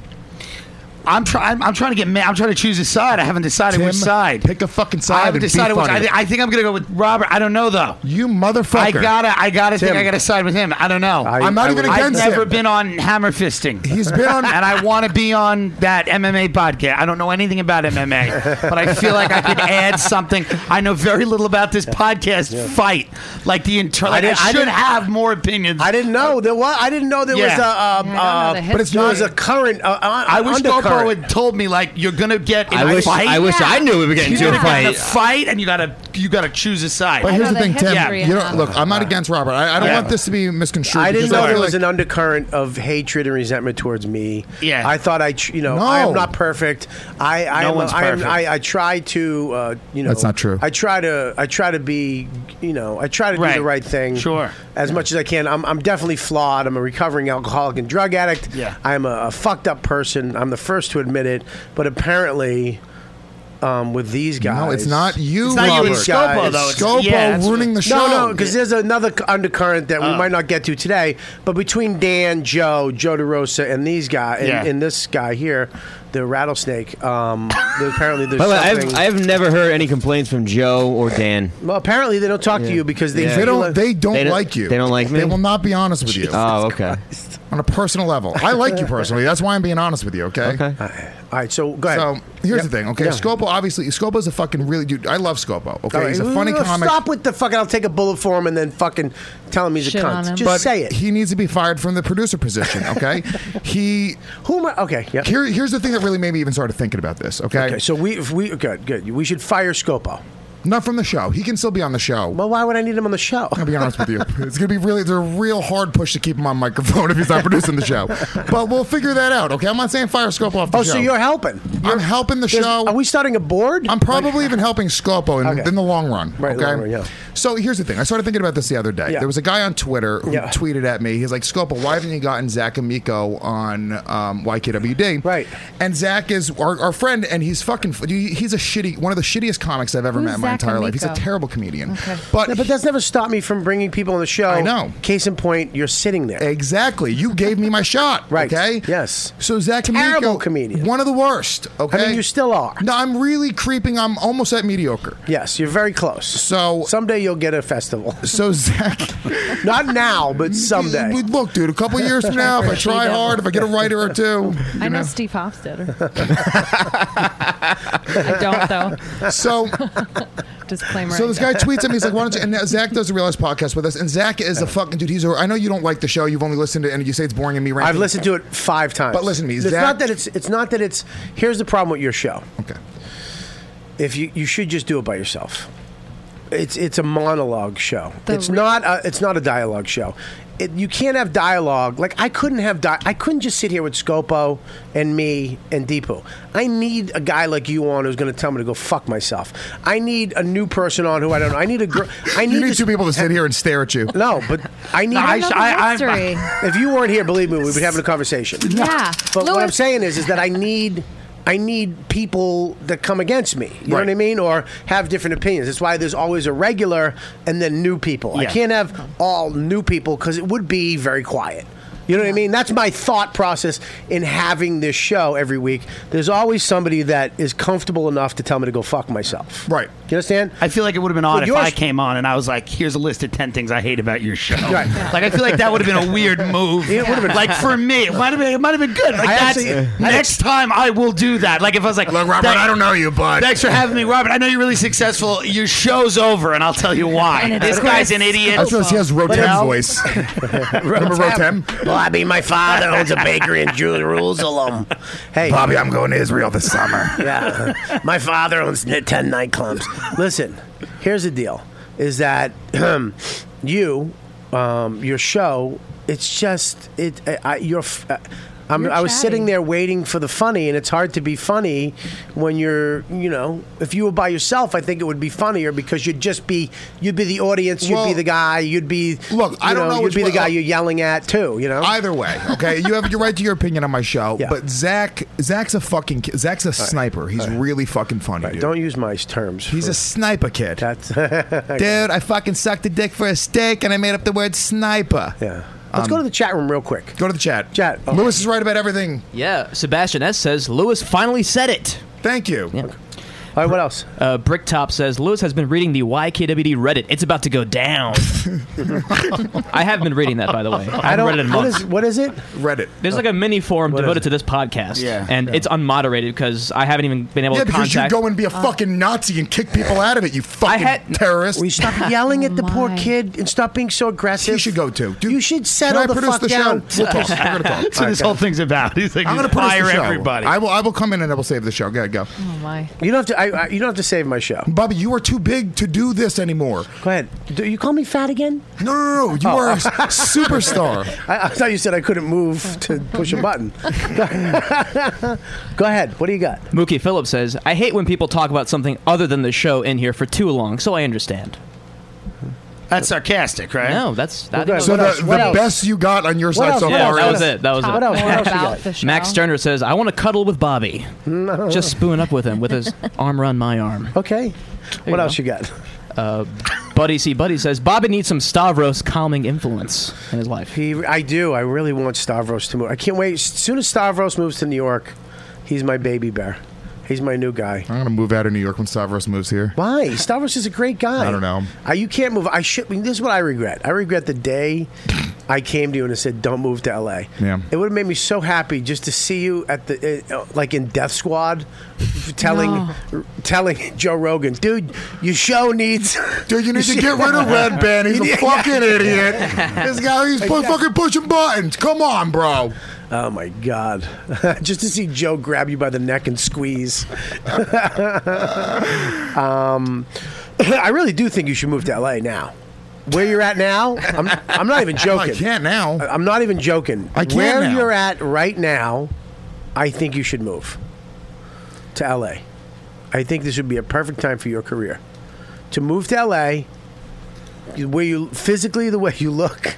I'm trying. I'm trying to get. Ma- I'm trying to choose a side. I haven't decided Tim, which side. Pick a fucking I side. haven't and be decided which. I, funny. thi- I think I'm gonna go with Robert. I don't know though. You motherfucker. I gotta. I gotta think. Tim. I gotta side with him. I don't know. I, I'm not I even would- against I've never him. been on hammer fisting. He's been on- and I want to be on that MMA podcast. I don't know anything about MMA, but I feel like I could add something. I know very little about this podcast fight. Like the internal. I Like I, didn't- I should didn't- have more opinions. I didn't know there was. I didn't know there was Yeah. a. Uh, Yeah, I don't know the uh, but it's history. there was a current. Uh, uh, I wish GoPro undercurrent. had told me like you're gonna get. In I a wish- Fight. I wish I knew we were getting You to a gotta get in fight. fight, and you gotta you gotta choose a side. But here's the thing, Tim. Yeah. You don't, look, I'm not against Robert. I, I don't Yeah. want this to be misconstrued. I didn't because know feel there was like- an undercurrent of hatred and resentment towards me. Yeah. I thought I, tr- you know, I No. am not perfect. I, I, No am, one's I, am, perfect. I, I try to, uh, you know, That's not true. I try to, I try to be, you know, I try to do Right. the right thing. Sure. As much as I can. I'm, I'm definitely flawed. I'm a recovering alcoholic and drug addict. Yeah. I'm a, a fucked up person. I'm the first to admit it. But apparently, um, with these guys, No, it's not you, It's not you Robert. and Scopo, Guys. though. It's- Scopo yeah, that's- Oh. ruining the show. No, no, because there's another c- undercurrent that we might not get to today. But between Dan, Joe, Joe DeRosa, and these guys, and, Yeah. and this guy here, the rattlesnake, um, there- apparently there's By the way, something. I've, I've never heard any complaints from Joe or Dan. well, apparently they don't talk to you because they, They feel don't. like- They don't, They don't- like you. they don't like me? They will not be honest with you Oh, okay. on a personal level. I like you personally. That's why I'm being honest with you. Okay. Okay. All right, so go ahead. So here's Yep. the thing. Okay, Yeah. Scopo obviously Scopo's a fucking really dude. I love Scopo. Okay, All right, he's a funny well, comic. Stop with the fucking. I'll take a bullet for him and then fucking tell him he's Shit a on cunt. him. Just But say it. he needs to be fired from the producer position. Okay, he Who am I? Okay. Yeah. here. Here's the thing that really made me even started thinking about this. Okay, Okay. So we if we good good. We should fire Scopo. Not from the show. He can still be on the show. Well, why would I need him on the show? I'll be honest with you. It's gonna be really it's a real hard push to keep him on microphone if he's not producing the show. But we'll figure that out. Okay, I'm not saying fire Scopo off the Oh, show. so you're helping? I'm helping the show. Are we starting a board? I'm probably even helping Scopo in, in the long run. Right, okay. long run, yeah. So here's the thing. I started thinking about this the other day. Yeah. There was a guy on Twitter who Yeah. tweeted at me. He's like, Scopo, why haven't you gotten Zach and Miko on um, YKWd? Right. And Zach is our, our friend, and he's fucking. He's a shitty, one of the shittiest comics I've ever Who's met in my Zach entire life. He's a Amico? terrible comedian. But but that's never stopped me from bringing people on the show. I know. Case in point, you're sitting there. Exactly. You gave me my shot. right. Okay. Yes. So Zach Amico, Terrible comedian. One of the worst. Okay. I mean, you still are. No, I'm really creeping. I'm almost at mediocre. Yes, you're very close. So someday you'll get a festival. So Zach, not now, but someday. Look, dude, a couple years from now, if I try hard, if I get a writer or two, you I know know. Steve Hofstetter. I don't though. So Disclaimer. So I this guy don't. tweets at me. He's like, "Why don't you?" And now Zach does the Realize podcast with us, and Zach is a fucking dude. He's. A, I know you don't like the show. You've only listened to, it, and you say it's boring and me. Ranting. I've listened to it five times. But listen to me, It's Zach- not that it's. It's not that it's. Here's the problem with your show. Okay. If you you should just do it by yourself. It's it's a monologue show. The it's not a it's not a dialogue show. It, you can't have dialogue. Like I couldn't have di- I couldn't just sit here with Scopo and me and Deepu. I need a guy like you on who's going to tell me to go fuck myself. I need a new person on who I don't know. I need a girl. I need, need this- two people to sit here and stare at you. No, but I need. No, I- I know the I- I- history. if you weren't here, believe me, we would be having a conversation. Yeah. But what I'm Louis- saying is, is that I need. I need people that come against me. You know what I mean? Or have different opinions. That's why there's always a regular and then new people. I Yeah. can't have all new people because it would be very quiet. You know what I mean? That's my thought process in having this show every week. There's always somebody that is comfortable enough to tell me to go fuck myself. Right. You understand? I feel like it would have been odd if Well, I yours- came on and I was like, "Here's a list of ten things I hate about your show." Right. Yeah. Like I feel like that would have been a weird move. It would've been- like for me, it might have been it might have been good. Like I that's, actually- next time I will do that. Like if I was like, "Look, Robert, I don't know you, but thanks for having me, Robert. I know you're really successful. Your show's over, and I'll tell you And why. it This is guy's Chris an idiot." I suppose he has But Rotem's now- voice. Remember Rotem? Well, I mean, my father owns a bakery in Jerusalem. Hey, Bobby, I'm going to Israel this summer. yeah, my father owns n- ten nightclubs. Listen, here's the deal: is that you, um, your show, it's just it. I, I, you're. F- uh, I'm, You're I was chatty. sitting there waiting for the funny, and it's hard to be funny when you're, you know, if you were by yourself, I think it would be funnier because you'd just be, you'd be the audience, you'd Well, be the guy, you'd be, look, I you don't know you'd which be the way- guy you're yelling at too, you know. Either way, okay, you have your right to your opinion on my show, but Zach, Zach's a fucking, ki- Zach's a sniper. He's really fucking funny. Dude. Don't use my terms. He's a sniper kid. That's dude. I fucking sucked a dick for a steak, and I made up the word sniper. Um, Yeah. Let's go to the chat room real quick. Go to the chat. Chat. Oh. Lewis is right about everything. Yeah, Sebastian S says Lewis finally said it. Thank you. Yeah. All right, what else? Uh, Bricktop says Lewis has been reading the YKWd Reddit. It's about to go down. I have been reading that, by the way. I, I haven't don't. read it in what months. is what is it? Reddit. There's like a mini forum devoted to this podcast, Yeah. and it's unmoderated because I haven't even been able Yeah, to because contact. you go and be a fucking Nazi and kick people out of it. You fucking terrorist. We stop yelling at the poor kid and stop being so aggressive. You should go too. you should settle Can I the produce fuck the show? down. We'll talk. We're gonna talk. That's what this whole thing's about. He's like, I'm going to just produce fire the show. everybody. I will. I will come in and I will save the show. Go ahead, go. Oh my. You don't have to. I, I, you don't have to save my show. Bobby, you are too big to do this anymore. Go ahead. Do you call me fat again? No, no, no. You Oh. are a superstar. I, I thought you said I couldn't move to push a button. Go ahead. What do you got? Mookie Phillips says, "I hate when people talk about something other than the show in here for too long, so I understand." That's sarcastic, right? No, that's Well, that good. is- So What the, else? What the else? best you got on your What side else? so What Yeah, far. that is- was it. That was What it. else? What else you got? The show? Max Sterner says, "I want to cuddle with Bobby. Just spoon up with him with his arm around my arm." Okay. What else you got? Uh, Buddy C. Buddy says Bobby needs some Stavros calming influence in his life. He, I do. I really want Stavros to move. I can't wait. As soon as Stavros moves to New York, he's my baby bear. He's my new guy. I'm gonna move out of New York when Stavros moves here. Why? Stavros is a great guy. I don't know. Uh, you can't move. I should. I mean, this is what I regret. I regret the day I came to you and I said, "Don't move to LA." Yeah. It would have made me so happy just to see you at the uh, like in Death Squad, telling telling Joe Rogan, "Dude, your show needs. Dude, you need to get rid of Red Band. He's a fucking idiot. This guy, he's pu- fucking pushing buttons. Come on, bro. Oh my God! Just to see Joe grab you by the neck and squeeze. um, I really do think you should move to LA now. Where you're at now, I'm, I'm not even joking. I can't now. I'm not even joking. I can Where now. you're at right now, I think you should move to LA. I think this would be a perfect time for your career to move to LA. you- Where you physically the way you look,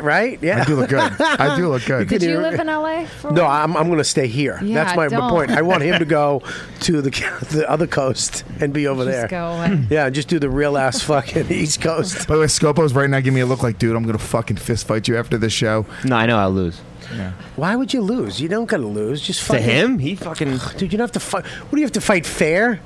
right? Yeah, I do look good. I do look good. Did could you ir- live in LA? For no, I'm, I'm going to stay here. Yeah, That's my, my don't. point. I want him to go to the the other coast and be over Just there. go away. Yeah, just do the real ass fucking East Coast. By the way, Scopo's right now giving me a look like, dude, I'm gonna fucking fist fight you after this show. No, I know I'll lose. Why would you lose? You don't gotta lose. Just To fucking, him, he fucking dude. You don't have to fight. What do you have to fight fair?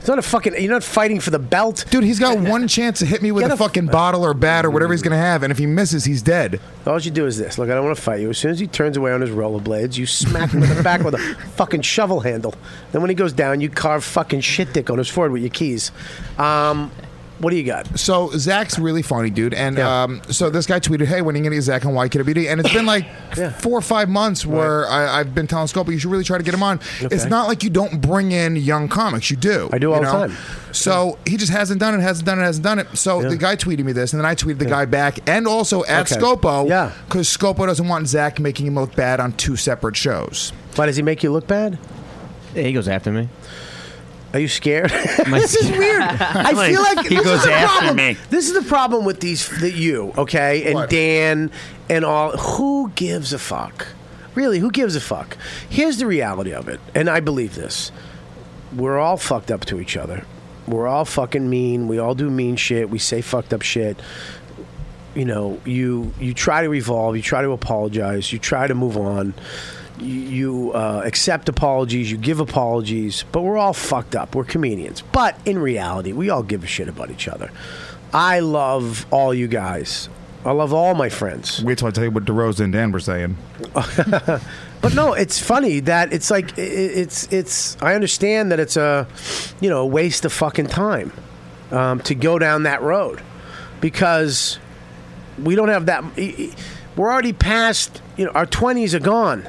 It's not a fucking. You're not fighting for the belt, dude. He's got one chance to hit me with a fucking bottle or bat or whatever he's gonna have, and if he misses, he's dead. All you do is this. Look, I don't want to fight you. As soon as he turns away on his rollerblades, you smack him in the back with a fucking shovel handle. Then when he goes down, you carve fucking shit dick on his forehead with your keys. Um, what do you got? So Zach's really funny, dude. And um, so this guy tweeted, "Hey, when are you gonna get Zach on YKWd?" And it's been like four or five months where I, I've been telling Scopo, "You should really try to get him on." It's Okay. not like you don't bring in young comics; you do. I do all the time. So he just hasn't done it, hasn't done it, hasn't done it. So the guy tweeted me this, and then I tweeted the guy back, and also at Okay. Scopo, yeah, because Scopo doesn't want Zach making him look bad on two separate shows. Why does he make you look bad? Yeah, he goes after me. Are you scared? this is weird. I feel like he this goes is the after problem. me. This is the problem with these that you, okay, and Dan and all. Who gives a fuck? Really, who gives a fuck? Here's the reality of it, and I believe this. We're all fucked up to each other. We're all fucking mean. We all do mean shit. We say fucked up shit. You know, you you try to evolve. You try to apologize. You try to move on. You, you uh, accept apologies. You give apologies. But we're all fucked up. We're comedians. But in reality, we all give a shit about each other. I love all you guys. I love all my friends. Wait till I tell you what DeRosa and Dan were saying. But no, it's funny that it's like i- i- it's it's. I understand that it's a, you know, waste of fucking time, um, to go down that road, because we don't have that. e- e- We're already past. You know, our twenties are gone.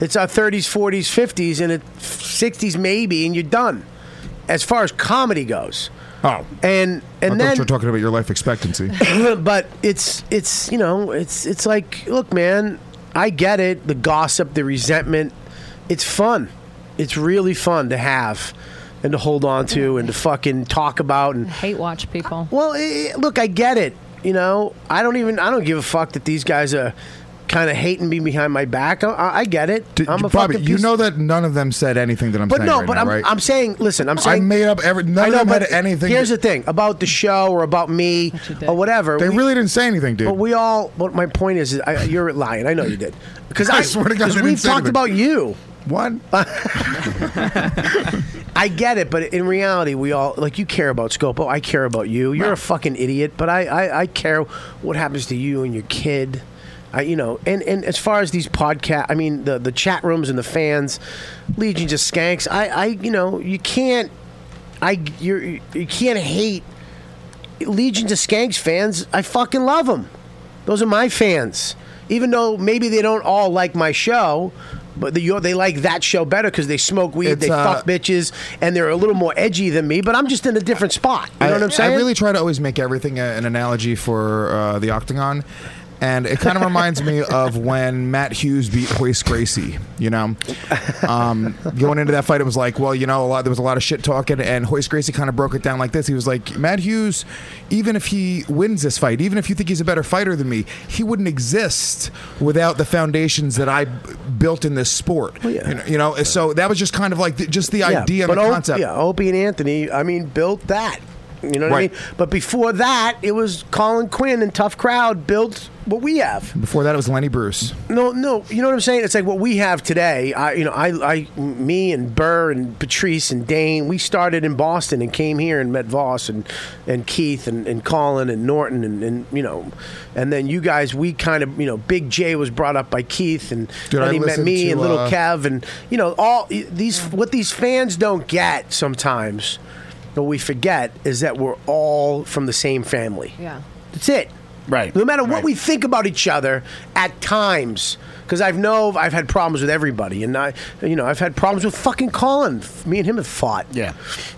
It's our thirties, forties, fifties, and sixties maybe, and you're done. As far as comedy goes. Oh. And and I then thought you were talking about your life expectancy. but it's it's you know it's it's like look man i get it the gossip the resentment it's fun it's really fun to have and to hold on to and to fucking talk about and Hate watch people. well, eh, eh, look, I get it. You know, I don't even I don't give a fuck that these guys are kind of hating me behind my back. I- I, I get it. I'm Bobby, a fucking you piece- know that none of them said anything that I'm but saying no, right but now, I'm, right? I'm saying, listen, I'm I saying made up every- none I of know, them had but anything Here's to- the thing about the show or about me or whatever. They we- really didn't say anything, dude. But we all. But my point is, is I, you're lying. I know you did because I swear to God, 'cause they didn't we've say talked anything. about you. What? I get it, but in reality, we all like you care about Scopo. I care about you. You're a fucking idiot, but I, I I care what happens to you and your kid. I, you know, and, and as far as these podcast, I mean the the chat rooms and the fans, Legion just skanks. I I you know you can't I you're, you you can't hate Legion to Skanks fans, I fucking love them. Those are my fans. Even though maybe they don't all like my show, but the, you they like that show better because they smoke weed, It's, they uh, fuck bitches, and they're a little more edgy than me. But I'm just in a different spot. You know what I'm saying? I really try to always make everything a, an analogy for uh, the octagon. And it kind of reminds me of when Matt Hughes beat Hoist Gracie. You know, um, going into that fight, it was like, well, you know, a lot there was a lot of shit talking, and Hoist Gracie kind of broke it down like this. He was like, Matt Hughes, even if he wins this fight, even if you think he's a better fighter than me, he wouldn't exist without the foundations that I b- built in this sport. You know, you know, so that was just kind of like the, just the idea and but the Op- concept. yeah, Opie and Anthony, I mean, built that. You know what Right. I mean? But before that, it was Colin Quinn and Tough Crowd built what we have. Before that, it was Lenny Bruce. No, no, you know what I'm saying. It's like what we have today. I, you know, I, I, me and Burr and Patrice and Dane. We started in Boston and came here and met Voss and and Keith and, and Colin and Norton and, and you know, and then you guys. We kind of you know, Big J was brought up by Keith and Dude, then I he met listened me to, and Little uh, Kev and you know all these. What these fans don't get sometimes, what we forget is that we're all from the same family. Yeah. That's it. Right. No matter what we think about each other at times, because I've know I've had problems with everybody, and I, you know, I've had problems with fucking Colin. Me and him have fought. Yeah.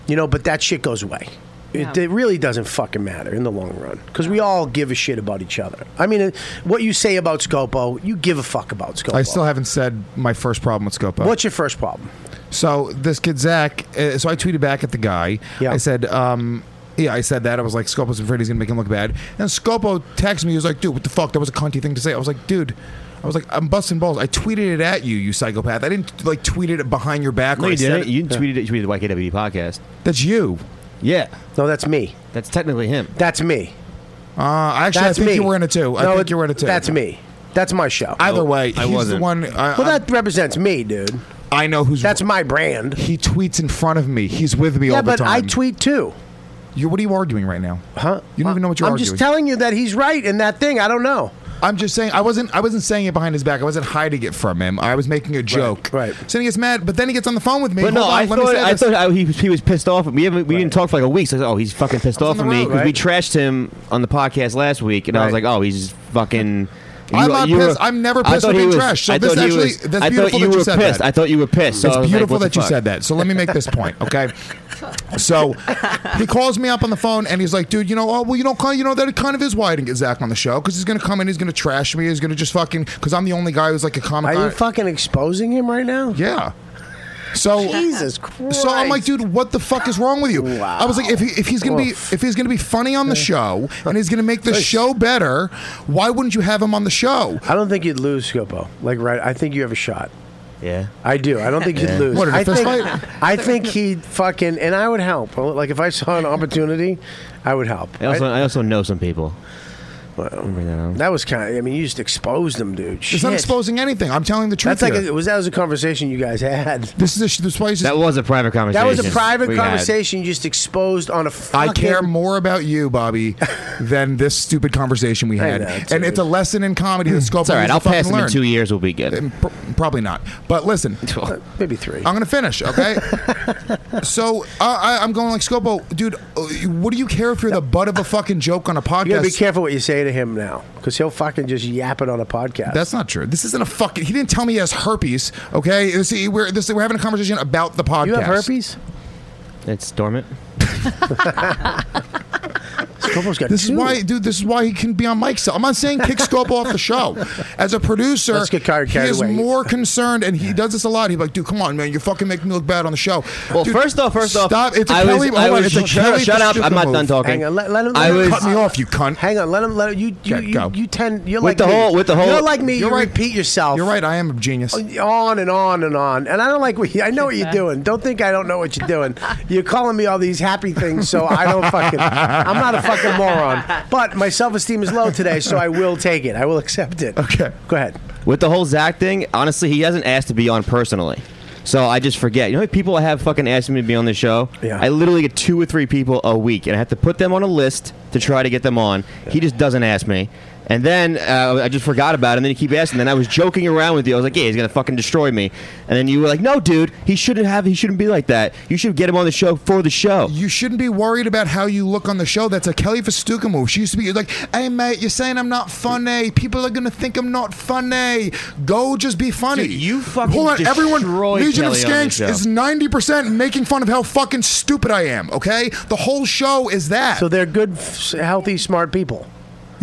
You know, but that shit goes away. It, it really doesn't fucking matter in the long run because we all give a shit about each other. I mean, uh, what you say about Scopo, you give a fuck about Scopo. I still haven't said my first problem with Scopo. What's your first problem? So this kid Zach. Uh, so I tweeted back at the guy. Yeah. I said, um, yeah, I said that. I was like, Scopo's afraid he's gonna make him look bad. And Scopo texted me. He was like, dude, what the fuck? That was a cunty thing to say. I was like, dude. I was like, I'm busting balls. I tweeted it at you, you psychopath. I didn't like tweet it behind your back. No, or I you said didn't. You tweeted it. You tweeted YKWd podcast. That's you. Yeah. No, that's me. That's technically him. That's me. Uh, actually, That's I think me. you were in it too. I No, think you were in it too. That's me. That's my show. Either way, he's the one. I, well, that represents me, dude. I know who's. That's my brand. He tweets in front of me. He's with me yeah, all the but time. I tweet too. You, what are you arguing right now? Huh? You don't even know what you're I'm arguing. just telling you that he's right in that thing. I don't know. I'm just saying I wasn't I wasn't saying it behind his back. I wasn't hiding it from him. I was making a joke. Right. So then he gets mad, but then he gets on the phone with me. But no, Hold on, I let me thought, say I this. thought I- he, was- he was pissed off. We haven't we didn't talk for like a week. So I was like, oh, he's fucking pissed off on at the me road, because we right? trashed him on the podcast last week, and I was like, oh, he's fucking. I'm you- not you pissed. were- I'm never I pissed thought with he being was- trashed. So I this thought he actually- was- that's I thought beautiful you that you were said pissed. that. I thought you were pissed. So I it's was like, beautiful what that the you fuck? said that. So let me make this point, okay? So he calls me up on the phone and he's like, "Dude, you know, oh well, you don't call, you know, that it kind of is why I didn't get Zach on the show because he's gonna come in, he's gonna trash me, he's gonna just fucking because I'm the only guy who's like a comic." Are you fucking exposing him right now? Yeah. So Jesus So I'm like, dude, what the fuck is wrong with you? I was like, if, he, if he's gonna Oof. be if he's gonna be funny on the show and he's gonna make the show better, why wouldn't you have him on the show? I don't think you'd lose, Scopo. Like, right? I think you have a shot. Yeah. I do. I don't think you'd Yeah. lose. What, in a I fist think, fight? I think he'd fucking, and I would help. Like, if I saw an opportunity, I would help. I also, I- I also know some people. that was kind of, I mean, you just exposed him, dude. It's not Shit. exposing anything. I'm telling the truth. That's like here. a, was that was a conversation you guys had. This is a, this why is That was a private conversation. That was a private we had. conversation you just exposed on a I fucking care more about you, Bobby, than this stupid conversation we I had. know, and it's a lesson in comedy that Scopo It's all right. needs to I'll pass fucking him in learn. two years. We'll be good. Pro- probably not. But listen, maybe three. I'm going to finish, okay? so uh, I, I'm going like Scopo, dude. uh, What do you care if you're the butt of a fucking joke on a podcast? You gotta be careful what you say to him now, because he'll fucking just yap it on a podcast. That's not true. This isn't a fucking. He didn't tell me he has herpes. Okay, This- we're this, we're having a conversation about the podcast. You have herpes? It's dormant. Scopo's got This two. is why, dude. This is why he can be on Mike's. I'm not saying kick Scopo off the show. As a producer, Let's get carried- he carried is away. more concerned, and he does this a lot. He's like, dude, come on, man, you're fucking making me look bad on the show. Well, first off, first off, stop. It's a I was- Kelly. I hold on, was- it's a shut- Kelly shut up. I'm not Distribu- done talking. Hang on, let, let him. I let him- was- Cut me off, you cunt. Hang on, let him. Let him. You. You. Okay, go. You, you tend. You're With like the me. whole- with the You're whole- like me. You're you right. Repeat yourself. You're right. I am a genius. On and on and on, and I don't like what you, I know what you're doing. Don't think I don't know what you're doing. You're calling me all these happy things, so I don't fucking. I'm not a fucking moron. But my self esteem is low today, so I will take it. I will accept it. Okay. Go ahead. With the whole Zach thing, honestly, he hasn't asked to be on personally. So I just forget. You know, how many people I have fucking asked me to be on the show. Yeah. I literally get two or three people a week, and I have to put them on a list to try to get them on. He just doesn't ask me, and then uh, I just forgot about it. And then you keep asking. Then I was joking around with you. I was like, "Yeah, he's gonna fucking destroy me." And then you were like, "No, dude, he shouldn't have. He shouldn't be like that. You should get him on the show for the show." You shouldn't be worried about how you look on the show. That's a Kelly Festuca move. She used to be like, "Hey mate, you're saying I'm not funny. People are gonna think I'm not funny. Go just be funny." Dude, you fucking hold on, everyone. destroyed Legion of Kelly on this Skanks show. is ninety percent making fun of how fucking stupid I am. Okay, the whole show is that. So they're good, f- healthy, smart people.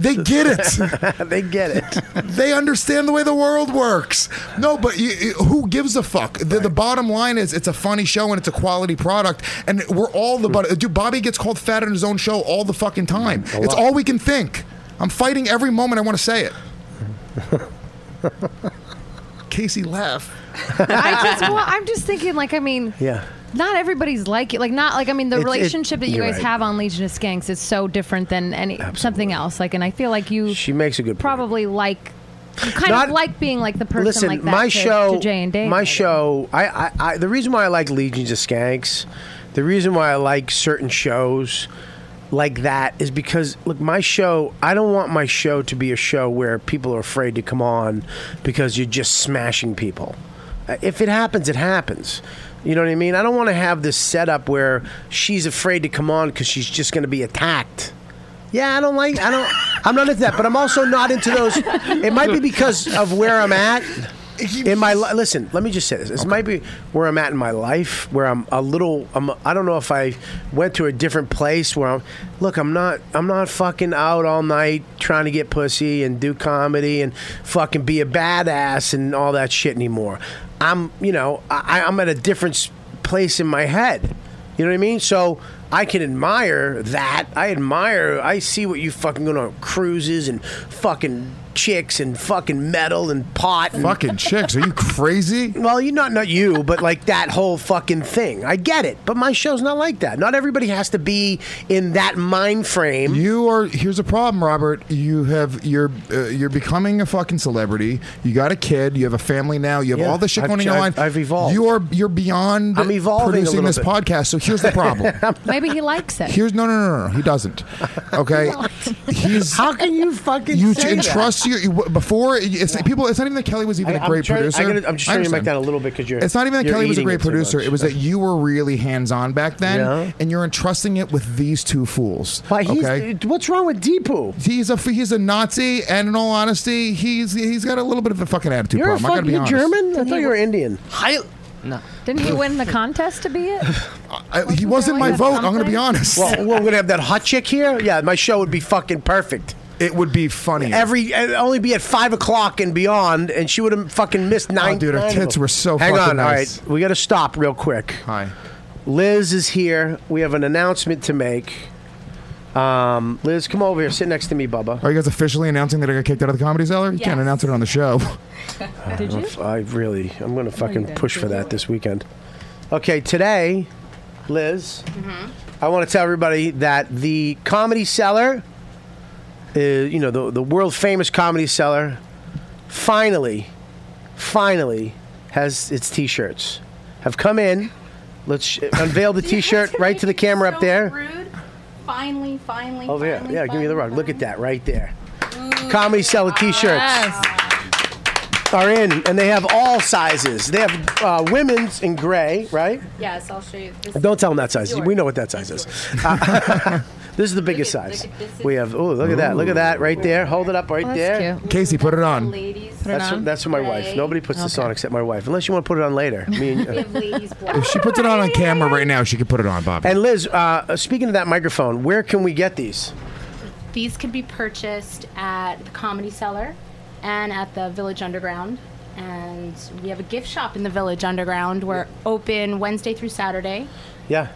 they get it. they get it. they understand the way the world works. No, but you, you- who gives a fuck? The, the bottom line is it's a funny show and it's a quality product, and we're all the but. Dude, Bobby gets called fat in his own show all the fucking time. It's all we can think. I'm fighting every moment I want to say it. Casey laugh. I just, well, I'm just thinking, like, I mean, Yeah. not everybody's like it. Like, not like I mean, the It's- it- relationship that you you're guys right. have on Legion of Skanks is so different than any something else. Like, and I feel like you She makes a good point. probably like you kind Not- of like being like the person Listen, like that my to, show, to Jay and Dave. my maybe. show. I, I, I, the reason why I like Legions of Skanks, the reason why I like certain shows like that is because look, my show. I don't want my show to be a show where people are afraid to come on because you're just smashing people. Uh, If it happens, it happens. You know what I mean? I don't want to have this setup where she's afraid to come on because she's just going to be attacked. Yeah, I don't like. I don't. I'm not into that, but I'm also not into those. It might be because of where I'm at. in my li- listen, let me just say this. This might be where I'm at in my life, where I'm a little. I'm. I don't know if I went to a different place where I'm. Look, I'm not. I'm not fucking out all night trying to get pussy and do comedy and fucking be a badass and all that shit anymore. I'm. You know. I, I'm at a different s- place in my head. You know what I mean? So I can admire that. I admire. I see what you fucking going on cruises and fucking chicks and fucking metal and pot. And Fucking chicks? Are you crazy? Well, you not not you, but like that whole fucking thing. I get it, but my show's not like that. Not everybody has to be in that mind frame. You are here's a problem, Robert. You have you're uh, you're becoming a fucking celebrity. You got a kid. You have a family now. You have Yeah, all this shit I've going in your ch- life. I've evolved. You are you're beyond I'm evolving a producing little this bit. podcast. So here's the problem. Maybe he likes it. Here's no, no, no, no. He doesn't. Okay, he's. How can you fucking You say that? entrust you you- before it's people. It's not even that Kelly was even a I- I'm great trying- I producer. gotta- I'm just I trying to make understand. that a little bit 'cause you're- It's not even that you're Kelly was a eating it great too producer. much. It was that you were really hands on back then, Yeah. and you're entrusting it with these two fools. Why, he's- okay? What's wrong with Deepu? He's a he's a Nazi, and in all honesty, he's he's got a little bit of a fucking attitude You're a problem. I gotta fucking be you're honest. German. I thought you were Indian. I no. Didn't he win the contest to be it? I, he wasn't my like vote. I'm gonna be something? honest. Well, we're gonna have that hot chick here. Yeah, my show would be fucking perfect. It would be funny. Every it'd only be at five o'clock and beyond, and she would have fucking missed nine. Oh, dude, her nine of them. tits were so Hang fucking on, nice. all right, we got to stop real quick. Hi, Liz is here. We have an announcement to make. Um, Liz, come over here. Sit next to me, Bubba. Are you guys officially announcing that I got kicked out of the comedy cellar? You can't Yes. announce it on the show. Oh, Did you? I really, I'm gonna fucking didn't. push for that this weekend. Okay, today, Liz, Mm-hmm. I want to tell everybody that the Comedy Cellar, uh, you know, the the world famous Comedy Cellar, finally, finally has its T-shirts. Have come in. Let's sh- unveil the T-shirt right to the camera up there. Finally, finally. Over here. Yeah, give me the rug. Look at that right there. Comedy Cellar t-shirts are in, and they have all sizes. They have uh, women's in gray, right? Yes, I'll show you. This Don't tell them that size. We know what that size is. Uh, this is the biggest size. we have. Oh, look at that. Look at that right there. Hold it up right there. Casey, put it on. Ladies. That's, for, that's for my wife. Nobody puts this on except my wife, unless you want to put it on later. Me and, We have ladies. If she puts it on on camera right now, she could put it on, Bobby. and Liz, uh, speaking of that microphone, where can we get these? These could be purchased at the Comedy Cellar and at the Village Underground. And we have a gift shop in the Village Underground. We're open Wednesday through Saturday. Yeah,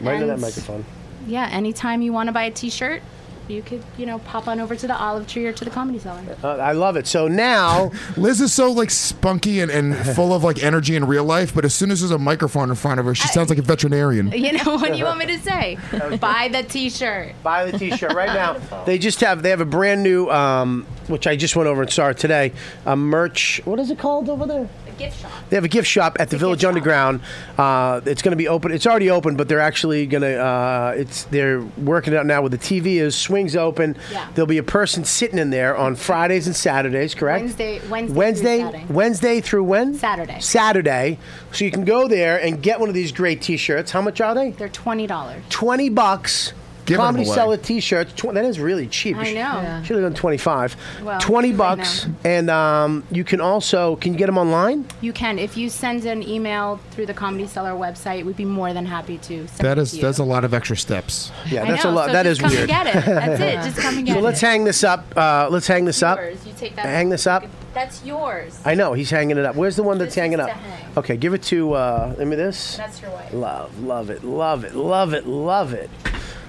right to that And- microphone. Yeah, anytime you want to buy a T-shirt, you could, you know, pop on over to the Olive Tree or to the Comedy Cellar. Uh, I love it. So now Liz is so like spunky and, and full of like energy in real life, but as soon as there's a microphone in front of her, she sounds like a veterinarian. You know, what do you want me to say? buy the T-shirt. Buy the T-shirt right now. They just have they have a brand new, um, which I just went over and saw today, a merch. What is it called over there? A gift shop. They have a gift shop at the Village Underground. Uh, it's going to be open. It's already open, but they're actually going to. Uh, it's they're working it out now with the TV is swings open. Yeah. There'll be a person sitting in there on Fridays and Saturdays, correct? Wednesday, Wednesday, Wednesday, through Saturday. Wednesday through when? Saturday. Saturday. So you can go there and get one of these great T-shirts. How much are they? They're twenty dollars. Twenty bucks. Give 'em Comedy away. Cellar T-shirts. Tw- that is really cheap. I know. Yeah. Should have done twenty-five. Well, Twenty too late bucks, now. and um, you can also can you get them online? You can, if you send an email through the Comedy Cellar website, we'd be more than happy to. Send That it is to you. that's a lot of extra steps. Yeah, I that's know, a lot. so that just is come weird. And get it. That's it. Just come and get so it. let's hang this up. Uh, let's hang this up. Yours. You take that. Hang this up. That's yours. I know he's hanging it up. Where's the one that's This is hanging to up? hang. Okay, give it to. Uh, give me this. That's your wife. Love, love it, love it, love it, love it.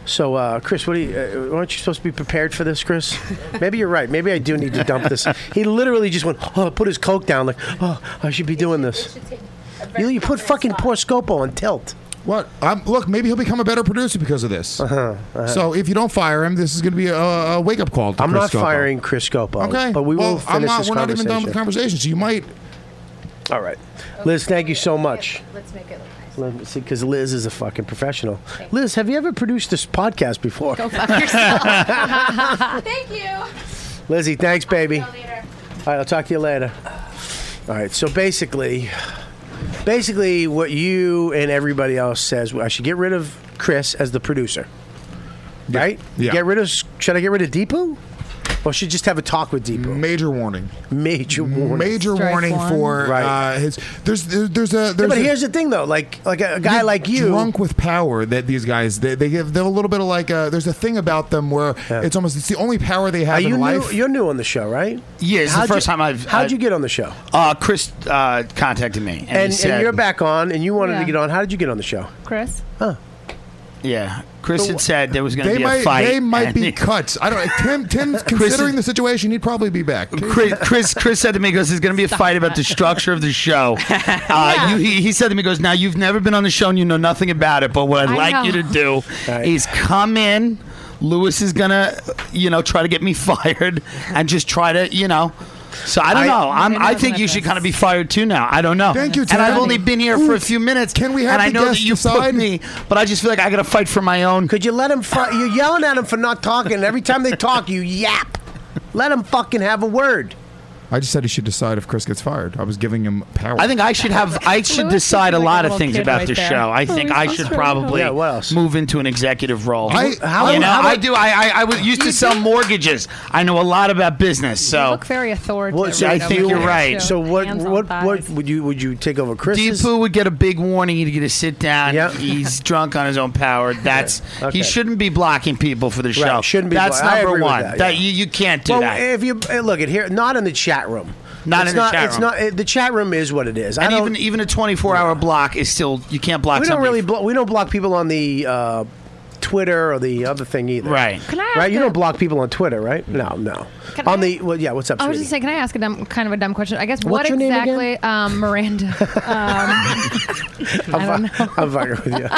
So, uh, Chris, what do you, uh, aren't you supposed to be prepared for this, Chris? Maybe you're right. Maybe I do need to dump this. He literally just went, oh, put his coke down, like, oh, I should be doing this. You, you put fucking poor Scopo on tilt. What? Um, look, maybe he'll become a better producer because of this. Uh-huh, So if you don't fire him, this is going to be a, a wake up call. To I'm Chris not Scopo. firing Chris Scopo. Okay, but we well, will finish I'm not, this We're not even done with the conversation. So you might. All right, Liz, thank you so much. Let's make it. look Let me see, because Liz is a fucking professional. Liz, have you ever produced this podcast before? Go fuck yourself. Thank you. Lizzie, thanks, baby. I'll see you later. All right, I'll talk to you later. All right, so basically, basically, what you and everybody else says, I should get rid of Chris as the producer, right? Yeah. Get rid of. Should I get rid of Deepu? Or should just have a talk with Depot. Major warning. Major warning. Major Strike warning one. for Right. uh, his. There's there's there's a. There's but a, here's the thing, though. Like like a, a guy They're like you, drunk with power that these guys they, they give they're a little bit of like uh there's a thing about them where it's almost it's the only power they have Are you in new, life You're new on the show, right? Yeah, it's the How'd first you- time I've- How'd I've- you get on the show? Uh, Chris uh, contacted me, and, And, he and said- you're back on, and you wanted Yeah. to get on. How did you get on the show? Chris? Yeah, Chris had said there was going to they be might a fight. they might and- be cuts I don't Tim Tim considering the situation he'd probably be back Chris, Chris, Chris said to me, he "Goes, there's going to be a fight about the structure of the show." Uh, you, he, he said to me, he "Goes, now you've never been on the show and you know nothing about it, but what I'd I like know. you to do is come in. Lewis is going to, you know, try to get me fired and just try to, you know." So I don't I- know. I'm, Maybe I not think you should kind of be fired too now. I don't know. Thank you, And I've Ted. only been here for a few minutes. Can we have And I the know that guests you put decide? me, but I just feel like I got to fight for my own. Could you let him? Fu- you're yelling at him for not talking. and Every time they talk, you yap. Let him fucking have a word. I just said he should decide if Chris gets fired I was giving him power I think I should have. I should Louis decide a seems like a lot of little things kid about right this there. show. I think Louis I seems should really probably cool. Yeah, move into an executive role. I- how, how- you know, how I would- do. I, I, I was used to sell mortgages. I know a lot about business. So Look very authoritative. I think you're right. So what? Hands on What? thighs. What would you? Would you take over Chris's? Deepu would get a big warning. He'd get a sit down. He's drunk on his own power. That's Okay. he shouldn't be blocking people for the show. Right, shouldn't be. That's blo- I number agree with one. That, yeah. you, you can't do well, that. If you eh, look at here, not in the chat room. Not it's in the not, chat It's room. not. eh, The chat room is what it is. I and don't. even even a 24 hour block is still you can't block. we don't somebody. really. Blo- we don't block people on the uh, Twitter or the other thing either. Right. Can I ask right. You a- don't block people. on Twitter, right? No, no. Can I- on the well, yeah. What's up? I was sweetie? just saying, can I ask a dumb, kind of a dumb question? I guess what What's your name again? exactly, um, Miranda? Um, I don't I'm, fu- I'm fucking with you.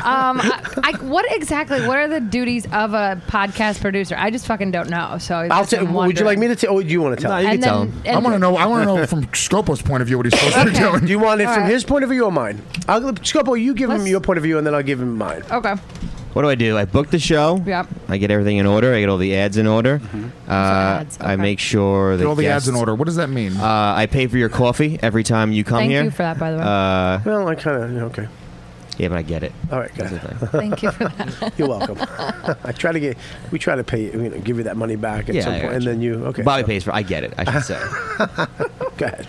um, I, I- what exactly? What are the duties of a podcast producer? I just fucking don't know. So I'll say. Would you like me to tell? Oh, you want to tell? No, you And can tell then- him. and- I want to know I want to know from Scopo's point of view what he's supposed to be doing Do you want it All from right. his point of view or mine? I'll, Scopo, you give him Let's- your point of view, and then I'll give him mine. Okay. What do I do? I book the show. Yep. I get everything in order. I get all the ads in order. Uh, I make sure Mm-hmm. Get all the ads in order. What does that mean? Uh, I pay for your coffee every time you come Thank here. you for that, by the way. Uh, well, I kind of okay. Yeah, but I get it. All right, guys. Thank you for that. You're welcome. I try to get. We try to pay you, you know, give you that money back at Yeah, some I point, got and you. then you okay. Bobby pays for. I get it. I should say. Go ahead.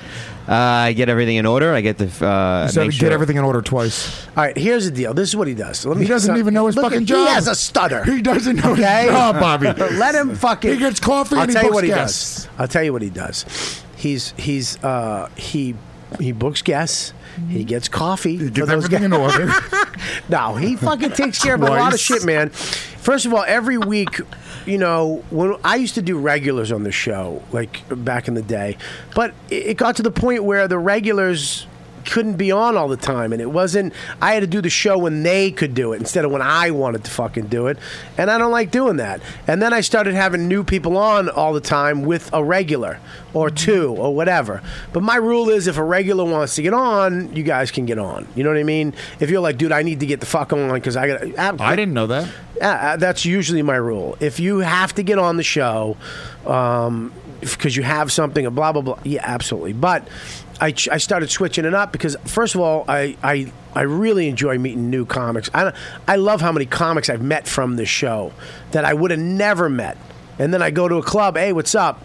Uh, I get everything in order. I get the. f- Uh, You said make get sure- everything in order twice All right, here's the deal. This is what he does. Let me He doesn't so- even know his look fucking at- job. He has a stutter. He doesn't know his okay? job, Bobby. Let him fucking. He gets coffee I'll and he tell you books what he guests. does. I'll tell you what he does. He's he's uh, he he books guests. He gets coffee. He gets everything in order. no, he fucking takes care of a lot Twice. of shit, man. First of all, every week, you know, when I used to do regulars on the show, like back in the day, but it, it got to the point where the regulars couldn't be on all the time and it wasn't I had to do the show when they could do it instead of when I wanted to fucking do it and I don't like doing that and then I started having new people on all the time with a regular or two or whatever but my rule is if a regular wants to get on you guys can get on you know what I mean if you're like dude I need to get the fuck on because I got I didn't know that yeah, uh, that's usually my rule. If you have to get on the show because you have something, and blah blah blah. Yeah, absolutely. But I, ch- I started switching it up because first of all, I I, I really enjoy meeting new comics. I I love how many comics I've met from this show that I would have never met. And then I go to a club. Hey, what's up?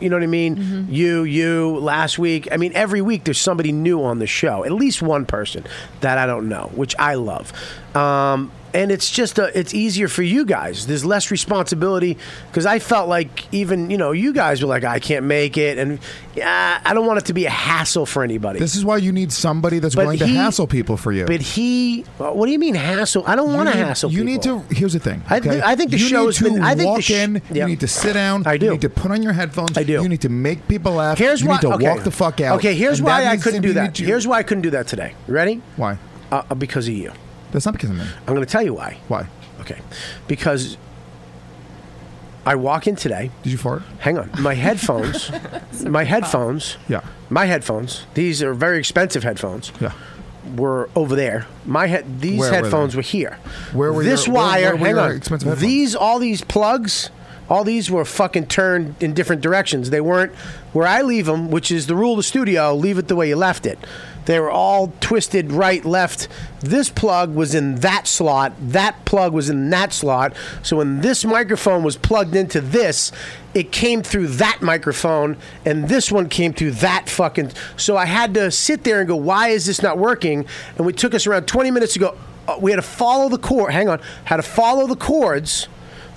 You know what I mean? You, you, last week. I mean, every week there's somebody new on the show, at least one person that I don't know, which I love. Um, and it's just a, it's easier for you guys. There's less responsibility because I felt like even you know you guys were like I can't make it, and yeah, I don't want it to be a hassle for anybody. this is why you need somebody that's But willing to he- hassle people for you but he, what do you mean hassle? I don't You want to need- hassle. You people. need to. Here's the thing. I thi- I think the you show need has to been- I think the walk sh- in. yeah. You need to sit down. I do. You need to put on your headphones. I do. You need to make people laugh. Here's you why. need to okay. walk the fuck out. Okay, here's And why I means couldn't you do that. need to- here's why I couldn't do that today. You ready? Why? Uh, uh, because of you. That's not because of me. I'm going to tell you why. Why? Okay. Because I walk in today. Did you fart? Hang on. My headphones. my headphones. Yeah. My headphones. These are very expensive headphones. Yeah. Were over there. My head. These Where were they? headphones were, here. Where were this your- where- wire? where were hang your on. expensive headphones? These all these plugs. All these were fucking turned in different directions. They weren't where I leave them, which is the rule of the studio. Leave it the way you left it. They were all twisted right, left. This plug was in that slot. That plug was in that slot. So when this microphone was plugged into this, it came through that microphone, and this one came through that fucking. So I had to sit there and go, why is this not working? And we took us around 20 minutes to go. uh, We had to follow the cord. Hang on. Had to follow the cords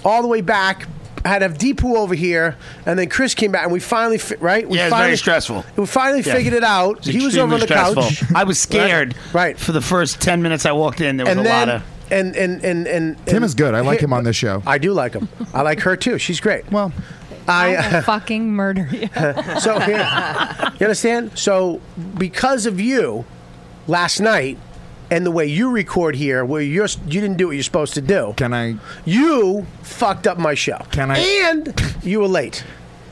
all the way back. Had to have Deepu over here, and then Chris came back, and we finally, fi- right? We Yeah, it's finally, very stressful. We finally Yeah. figured it out. It's he was over on the extremely couch. stressful. I was scared. Right. For the first ten minutes I walked in, there was and a then, lot of. and, and and and Tim is good. I like him on this show. I do like him. I like her too. She's great. Well, I will I fucking murder you. so here, you understand? So because of you, last night, and the way you record here, where you're you didn't do what you're supposed to do. Can I? You fucked up my show. Can I- And you were late.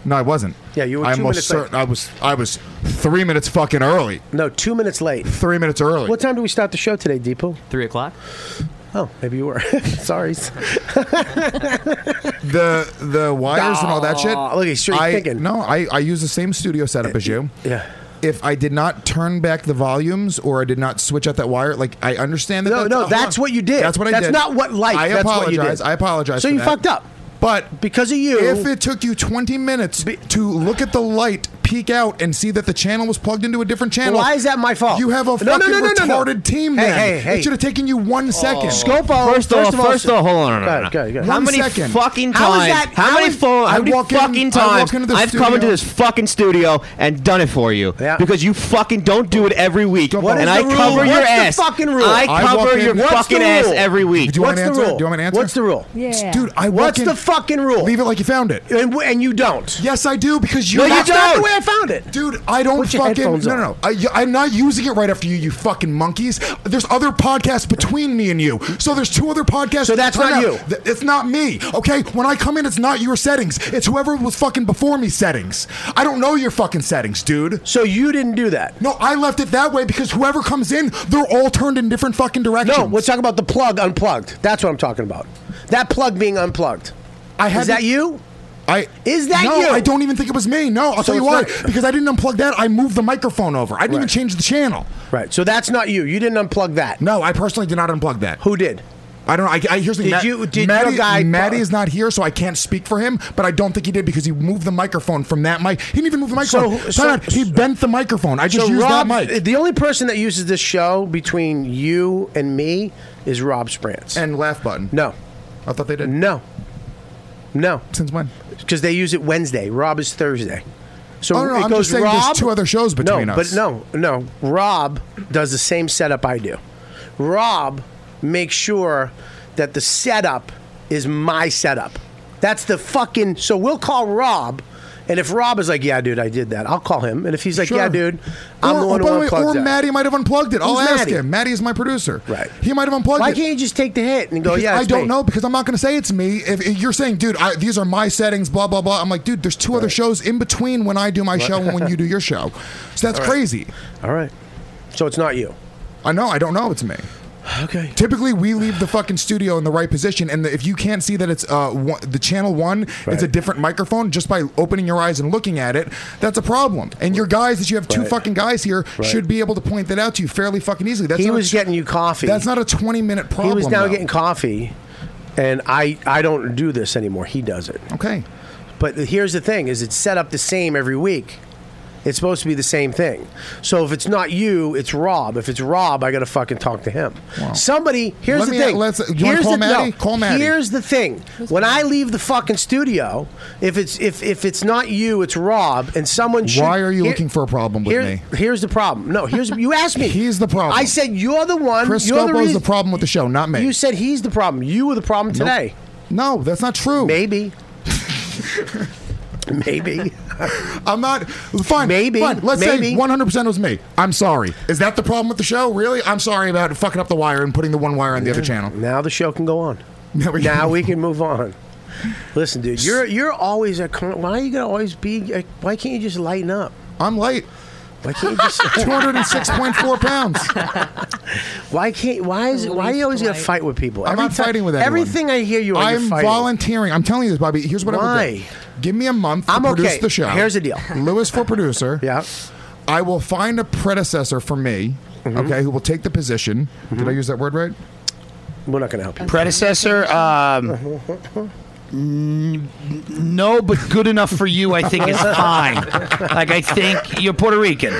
No, I wasn't. Yeah, you were I'm two almost minutes certain late. I was. I was three minutes fucking early. No, two minutes late. Three minutes early. What time do we start the show today, Depot? Three o'clock. Oh, maybe you were. Sorry. the the wires and all that shit. Aw, look, he's straight I, thinking. No, I, I use the same studio setup as you. Yeah. If I did not turn back the volumes or I did not switch out that wire, like I understand that. No, no, hold that's on. what you did. That's what I That's did. not what life- I that's what apologize. you did. I apologize. So for you that. fucked up. But because of you, if it took you 20 minutes to look at the light, peek out, and see that the channel was plugged into a different channel, Why is that my fault? You have a No, fucking no, no, no, no, no. retarded team. Hey, then. hey, hey. Oh. It should have taken you one second. Scopo. Oh. First, of all, first of all, hold on, hold on, hold on. How One many second. fucking times? How is that- how, how many is- fo- I How many walk in- fucking I times? walk into the I've come into studio- this fucking studio and done it for you because you fucking don't do it every week, What and is I the rule? cover your What's the ass. fucking rule? I I cover walk in- your What's the fucking rule? ass every week. Do you want an answer? Do you want an answer? What's the rule? Yeah. Dude, I walk What's in- the fucking rule? Leave it like you found it. And, w- and you don't. Yes, I do because you. No, you That's not don't. the way I found it, dude. I don't Put your fucking. headphones no, no, on. no. I, I'm not using it right after you, you fucking monkeys. There's other podcasts between me and you, so there's two other podcasts. So that's not you. It's not me. Okay, when I come in, it's not your settings. It's whoever was fucking before me settings. I don't know your fucking settings, dude. So you didn't do that. No, I left it that way because whoever comes in, they're all turned in different fucking directions. No, let's talk about the plug unplugged. That's what I'm talking about. That plug being unplugged. I had Is that to- you? I Is that no, you? I don't even think it was me. No, I'll So tell you why. it's not- Because I didn't unplug that. I moved the microphone over. I didn't even change the channel. Right. So that's not you. You didn't unplug that. No, I personally did not unplug that. Who did? I don't know. I, I here's the Did Ma- you- did Matty, your guy- Matty is not here, so I can't speak for him. But I don't think he did because he moved the microphone from that mic. He didn't even move the So- microphone. so- Todd, he bent the microphone. I just so used Rob, that mic. The only person that uses this show between you and me is Rob Sprance. And Laugh Button. No. I thought they did. No. No. Since when? Because they use it Wednesday. Rob is Thursday. So Oh, no, it I'm goes just saying Rob, there's two other shows between no, us. But no, no. Rob does the same setup I do. Rob makes sure that the setup is my setup. That's the fucking. So we'll call Rob. And if Rob is like, yeah, dude, I did that, I'll call him. And if he's like, Sure. yeah, dude, I'm or, the one oh, who by the way, unplugs Or that. Matty might have unplugged it. I'll Who's ask Matty? him. Matty is my producer. Right. He might have unplugged Why it. can't you just take the hit and go, Because yeah, I it's don't me. know because I'm not going to say it's me. If, if you're saying, dude, I, these are my settings, blah blah blah. I'm like, dude, there's two other shows in between when I do my show and when you do your show. So that's All right. crazy. All right. So it's not you. I know. I don't know. It's me. Okay. Typically, we leave the fucking studio in the right position, and the, if you can't see that it's uh one, the channel one, it's a different microphone just by opening your eyes and looking at it. That's a problem. And your guys that you have two Right. fucking guys here Right. should be able to point that out to you fairly fucking easily. That's he not a was tr- getting you coffee. That's not a 20 minute problem. He was now though. getting coffee, and I I don't do this anymore. He does it. Okay. But here's the thing: is it's set up the same every week. It's supposed to be the same thing. So if it's not you, it's Rob. If it's Rob, I got to fucking talk to him. Somebody. Here's Let the me- thing. let's- you wanna Here's call the- Maddie? Call Maddie. Here's the thing: when I leave the fucking studio, if it's if if it's not you, it's Rob, and someone. Should, Why are you here- looking for a problem with here- me? Here's the problem. No, here's you asked me. He's the problem. I said you're the one. Chris you're Scopo is reason- the problem with the show, not me. you said he's the problem. You were the problem Nope. today. No, that's not true. Maybe. Maybe. I'm not. Fine. Maybe. Fine. Let's say Maybe. 100% was me. I'm sorry. Is that the problem with the show? Really? I'm sorry about fucking up the wire and putting the one wire on the other channel. Now the show can go on. Now we, can move on. Listen, dude, you're you're always a. con- Why are you gonna always be? uh, Why can't you just lighten up? I'm light. Why can't you just 206.4 pounds. Why can't? Why is? Why are you always gonna fight with people? I'm Every not ti- fighting with anyone. Everything I hear you, on, you're I'm fighting. volunteering. I'm telling you this, Bobby. Here's what I would do. Why? Give me a month. To I'm produce okay. the show. Here's the deal. Lewis for producer. yeah. I will find a predecessor for me, Mm-hmm. okay, who will take the position. Did I use that word right? We're not going to help you. Predecessor, um, n- no, but good enough for you, I think, is fine. Like, I think you're Puerto Rican.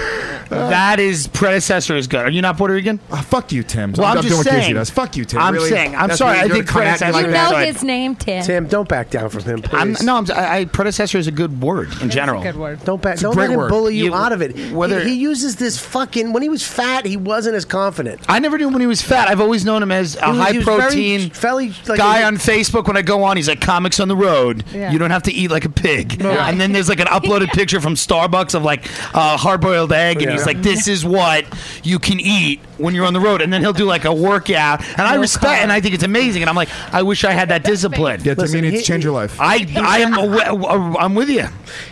That is predecessor is good. Are you not Puerto Rican? fuck you, Tim. Well, I'm I'm, not just doing what saying. Casey does. Fuck you, Tim, I'm really. saying. I'm That's sorry. what I you do think to come at me predecessor. like You know his name, Tim. Tim, don't back down from him, please. I'm, no, I'm, I, I- predecessor is a good word in general. good word. Don't back. It's a Don't great let him word. bully you, You- out of it. whether- he, he uses this fucking. When he was fat, he wasn't as confident. I never knew him when he was fat. I've always known him as a He was- high he was very protein fairly, like, guy he- on Facebook. When I go on, he's like comics on the road. Yeah. You don't have to eat like a pig. Yeah. And then there's like an uploaded picture from Starbucks of like a hard boiled egg, and he's Yeah. like, "This is what you can eat when you're on the road." And then he'll do like a workout, and I No respect, and I think it's amazing. And I'm like, I wish I had that discipline. Yeah, to me, it needs to change your life. I I am aw- I'm with you.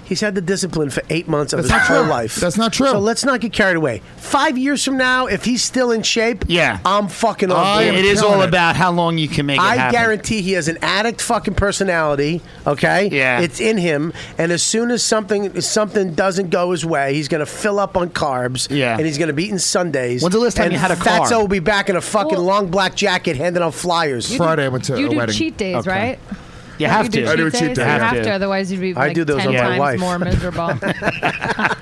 He's had the discipline for eight months of That's his not whole true. life. That's not true. So let's not get carried away. Five years from now, if he's still in shape, yeah, Uh, I'm fucking on. board. it is all about how long you can make it I happen. guarantee he has an addict fucking personality. Okay, Yeah. it's in him. And as soon as something something doesn't go his way, he's gonna fill up on carbs. Yeah. and he's gonna be eating Sundays. When's the last time and you had a Fatso carb? will be back in a fucking long black jacket handing out flyers. You do- You do cheat days, right? You Like, have to. do I do cheat days. You I have have to, to. otherwise you'd be I like do those ten on my times wife. more miserable. I,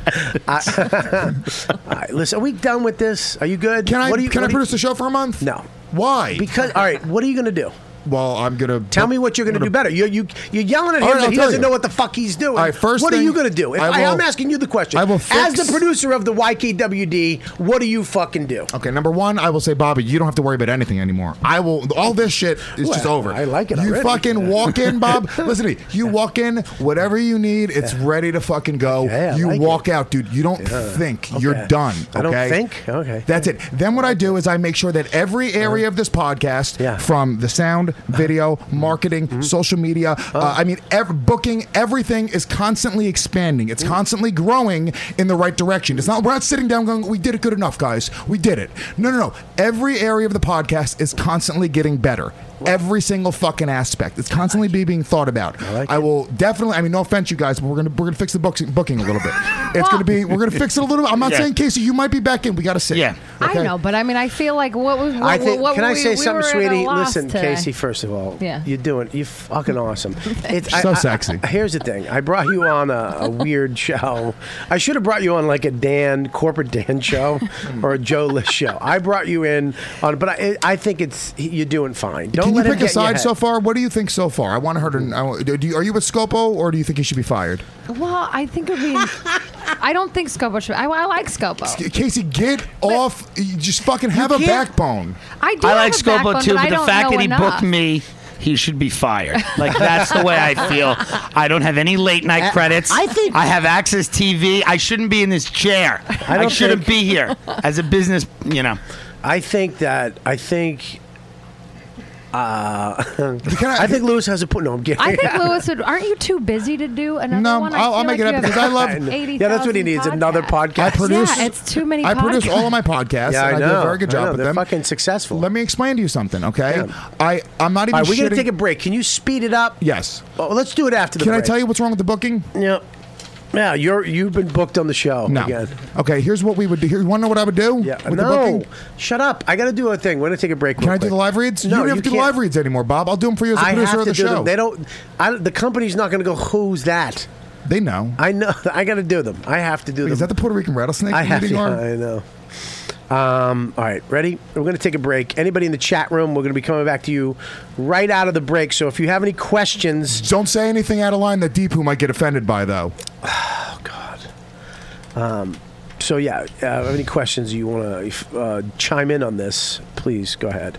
all right, listen, are we done with this? Are you good? Can I- What do you, can I what do you- produce the show for a month? No. Why? Because all right, what are you going to do? Well, I'm gonna tell me what you're going to do better. You you you're yelling at him All right, that I'll he tell doesn't you. know what the fuck he's doing. All right, first what are thing, you going to do? If, I I am will- asking you the question. I will as fix- the producer of the YKWd, what do you fucking do? Okay, number one, I will say, Bobby, you don't have to worry about anything anymore. I will. All this shit is just Well, over. I like it You already. fucking Yeah. walk in, Bob. Listen to me. You walk in, whatever you need, it's ready to fucking go. Yeah, I you like walk out, dude. You don't think. You're Okay. done. I don't okay? think? Okay. That's it. Then what I do is I make sure that every area of this podcast, from the sound, video, marketing, social media, uh, I mean, ev- booking, everything is constantly expanding. It's constantly growing in the right direction. It's not we're not sitting down going, "We did it good enough, guys. We did it." No, no, no. Every area of the podcast is constantly getting better. Every single fucking aspect. It's constantly be being thought about. I, will definitely. I mean, no offense, you guys, but we're gonna we're gonna fix the booking, booking a little bit. it's gonna be we're gonna fix it a little bit. I'm not Yeah. saying Casey, you might be back in. We gotta see. Yeah, I know, but I mean, I feel like what was. What, I think. what can I we- say we something, were at a sweetie? loss Listen, today. Casey. First of all, Yeah. you're doing. You're fucking awesome. It's So sexy. here's the thing. I brought you on a, a weird show. I should have brought you on like a Dan corporate Dan show or a Joe List show. I brought you in on, but I, I think it's you're doing fine. Don't Can you let him pick a get in your side head. so far? What do you think so far? I want to hear. I want- do you, are you with Scopo or do you think he should be fired? Well, I think it'd be. I don't think Scopo should. I, I like Scopo. Casey, get off. You just fucking have a can't- backbone. I do. I have like a Scopo backbone, too, but, I but the don't fact know that he enough. booked me, he should be fired. Like that's the way I feel. I don't have any late night credits. I think I have access TV. I shouldn't be in this chair. I I, don't shouldn't think- be here as a business. You know, I think that I think. Uh, I, think Lewis has a point. No, I'm kidding. I think Lewis would. Aren't you too busy to do another No, one? I'll- I'll feel make it like up you because have I love- 80,000 yeah, that's what he needs. Another podcast. I produce. Yeah, it's too many. I produce all of my podcasts. podcasts. Yeah, I and I do know. a very good I job know. with They're them. fucking successful. Let me explain to you something, okay? I I'm not even. All right, we're gonna shitting- take a break. Can you speed it up? Yes. Oh, let's do it after the Can I break. tell you what's wrong with the booking? Yeah. Yeah, you're you've been booked on the show No. again. Okay, here's what we would do. Here, you want to know what I would do? Yeah. With the no, booking? shut up! I got to do a thing. We're gonna take a break. Can I do the live reads? No, you don't you have to do can't. live reads anymore, Bob. I'll do them for you as a I producer have of to the do show. them. They don't. I, don't- the company's not gonna go. Who's that? They know. I know. I got to do them. I have to do them. Is that the Puerto Rican rattlesnake? I have. meeting Yeah, or- I know. Um, all right, ready? We're going to take a break. Anybody in the chat room, we're going to be coming back to you right out of the break. So if you have any questions, Don't say anything out of line that Deepu might get offended by, though. um, so yeah, uh, if you have any questions you want to uh, chime in on this, please go ahead.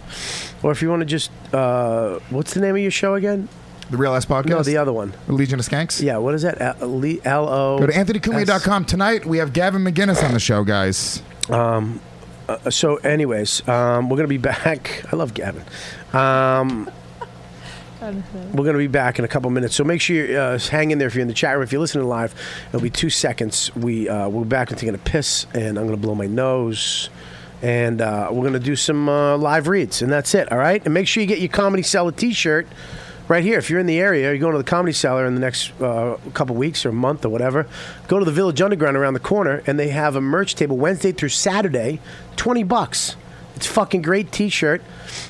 Or if you want to just, uh, what's the name of your show again? The Real Ass Podcast? No, the other one. Legion of Skanks? Yeah, what is that? L L O. Go to anthonycumia.com. Tonight, we have Gavin McGinnis on the show, guys. Um, uh, so, anyways, um, we're gonna be back. I love Gavin. Um, we're gonna be back in a couple minutes, so make sure you uh, hang in there if you're in the chat room. If you're listening live, it'll be two seconds. We uh, we're back. I'm taking a piss, and I'm gonna blow my nose. And uh, we're gonna do some uh, live reads, and that's it. All right, and make sure you get your comedy seller T-shirt. right here. If you're in the area, you're going to the Comedy Cellar in the next uh, couple weeks or month or whatever, go to the Village Underground around the corner, and they have a merch table Wednesday through Saturday, 20 bucks. It's a fucking great T-shirt.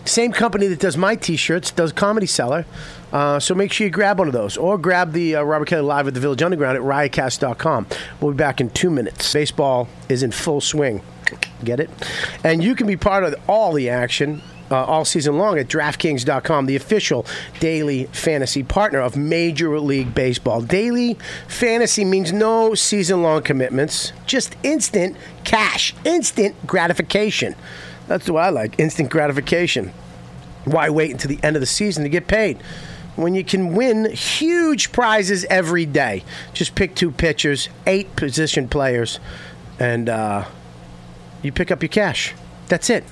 Same company that does my T-shirts does Comedy Cellar. Uh, so make sure you grab one of those, or grab the uh, Robert Kelly Live at the Village Underground at riotcast.com. We'll be back in two minutes. Baseball is in full swing. Get it? And you can be part of all the action uh, all season long at DraftKings.com, the official daily fantasy partner of Major League Baseball. Daily fantasy means no season long commitments, just instant cash, instant gratification. That's what I like instant gratification. Why wait until the end of the season to get paid? When you can win huge prizes every day. Just pick two pitchers, eight position players, and uh, you pick up your cash. That's it.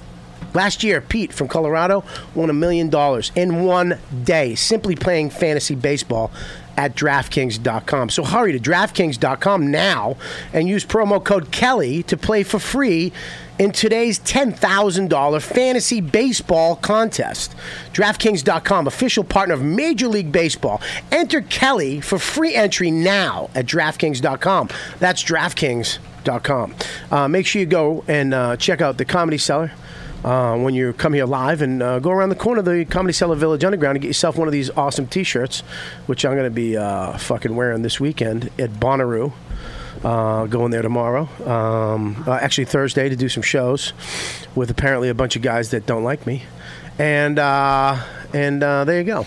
Last year, Pete from Colorado won a million dollars in one day simply playing fantasy baseball at DraftKings.com. So hurry to DraftKings.com now and use promo code Kelly to play for free in today's $10,000 fantasy baseball contest. DraftKings.com, official partner of Major League Baseball. Enter Kelly for free entry now at DraftKings.com. That's DraftKings.com. Uh, make sure you go and uh, check out the Comedy Cellar uh, when you come here live and uh, go around the corner of the Comedy Cellar Village Underground and get yourself one of these awesome T-shirts, which I'm going to be uh, fucking wearing this weekend at Bonnaroo. Uh, going there tomorrow, um, uh, actually Thursday to do some shows with apparently a bunch of guys that don't like me, and uh, and uh, there you go.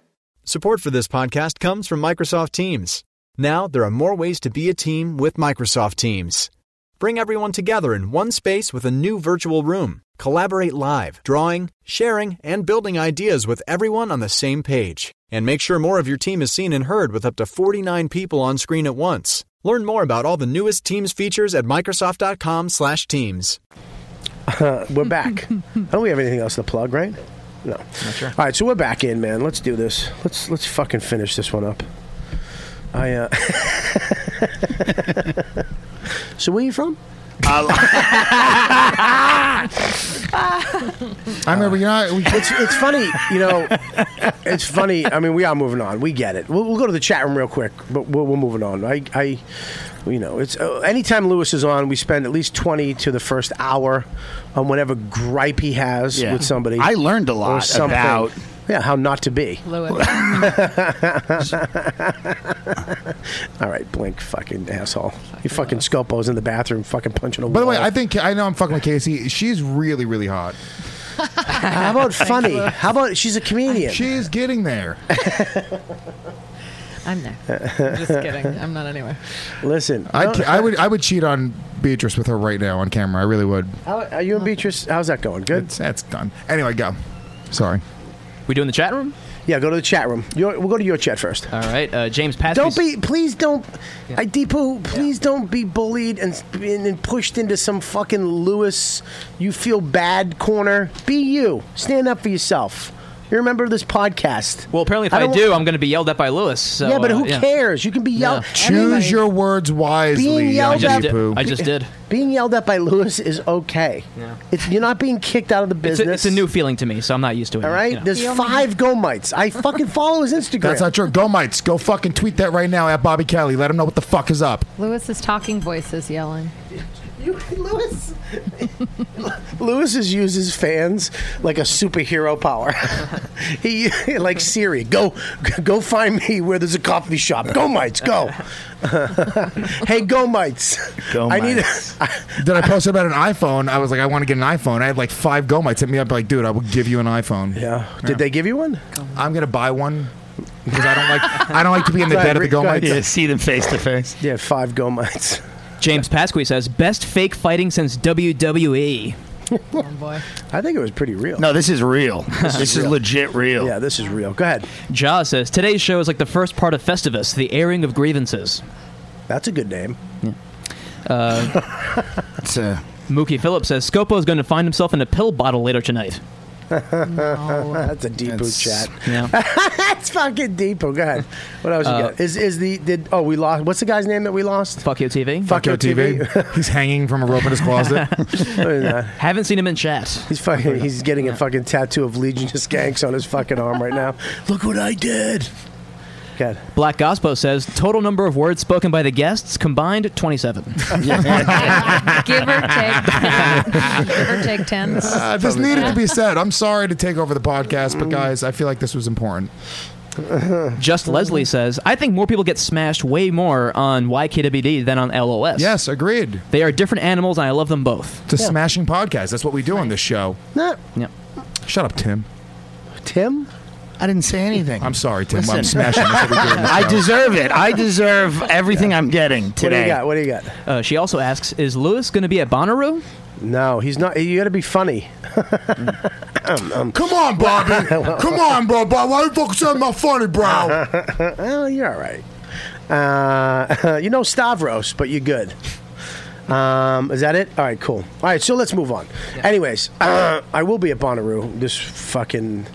Support for this podcast comes from Microsoft Teams. Now, there are more ways to be a team with Microsoft Teams. Bring everyone together in one space with a new virtual room. Collaborate live, drawing, sharing, and building ideas with everyone on the same page. And make sure more of your team is seen and heard with up to 49 people on screen at once. Learn more about all the newest Teams features at Microsoft.com/Teams. we're back. I don't think we have anything else to plug, right? No. All right, so we're back in, man. Let's do this. Let's let's fucking finish this one up. I uh So where you from? I remember you're not. it's, it's funny, you know. It's funny. I mean, we are moving on. We get it. We'll, we'll go to the chat room real quick, but we're, we're moving on. I, I, you know, it's uh, anytime Lewis is on, we spend at least twenty to the first hour on whatever gripe he has Yeah. with somebody. I learned a or lot something. about- yeah how not to be. Lewis. All right, blink, fucking asshole. You fucking scopo's in the bathroom, fucking punching a By the way, wall. I think I know I'm fucking with Casey. She's really, really hot. How about funny? How about she's a comedian? She's getting there. I'm there. Just kidding. I'm not anywhere. Listen, I, no- ca- I would I would cheat on Beatrice with her right now on camera. I really would. How, uh, are you and Beatrice? How's that going? Good. It's, that's done. Anyway, go. Sorry. We doing the chat room? Yeah, go to the chat room. Your, we'll go to your chat first. All right, uh, James Patrick. Don't be, please don't, I Deepu, please don't be bullied and, and and pushed into some fucking Lewis, you feel bad corner. Be you. Stand up for yourself. You remember this podcast. Well, apparently, if I, don't- do, I'm going to be yelled at by Lewis. So, yeah, but uh, who cares? You can be yelled. Choose your words wisely. Being young yelled at, people. I just did. Being yelled at by Lewis is okay. It's, you're not being kicked out of the It's business. a, it's a new feeling to me, so I'm not used to it. All right, there's five go mites. I fucking follow his Instagram. That's not true. Go mites. Go fucking tweet that right now at Bobby Kelly. Let him know what the fuck is up. Lewis's talking voice is yelling. You, Lewis. Lewis has used his fans like a superhero power. he like Siri, go go find me where there's a coffee shop. Go mites, go. hey, go mites. Go I need. mites. Then I posted about an iPhone. I was like, I want to get an iPhone. I had like five go mites hit me up like, dude, I will give you an iPhone. Yeah. Did they give you one? I'm gonna buy one because I don't like I don't like to be in the bed of the go mites. see them face to face. Yeah, five go mites. James Pasqui says best fake fighting since WWE. I think it was pretty real. No, this is real. This is legit real. Yeah, this is real. Go ahead. Ja says today's show is like the first part of Festivus, the airing of grievances. That's a good name. Uh, Mookie Phillips says Scopo is going to find himself in a pill bottle later tonight. That's a deep boot chat. Yeah. That's fucking deep. Go ahead. What else you Uh, got? Is is the did oh we lost? What's the guy's name that we lost? Fuck you TV. Fuck you TV. He's hanging from a rope in his closet. Haven't seen him in chat. He's fucking. He's getting a fucking tattoo of Legion of Skanks on his fucking arm right now. Look what I did. God. Black Gospo says total number of words spoken by the guests combined 27. Give or take. Give or take 10. Uh, this needed to be said. I'm sorry to take over the podcast, Mm-hmm. but guys, I feel like this was important. Just Leslie says, I think more people get smashed way more on YKWD than on LOS. Yes, agreed. They are different animals, and I love them both. It's a smashing podcast. That's what we do on this show. No. Yeah. Shut up, Tim. Tim? I didn't say anything. I'm sorry, Tim. Listen. I'm smashing. That's what we do on this I show. deserve it. I deserve everything I'm getting do you today. got? What do you got? Uh, she also asks, is Lewis going to be at Bonnaroo? No, he's not. You got to be funny. Mm. Um, Come on, Bobby. Come on, bro. bro. Why you fucking saying my funny, bro? well, you're all right. Uh, you know Stavros, but you're good. Um, is that it? All right, cool. All right, so let's move on. Anyways, uh, I will be at Bonnaroo, this fucking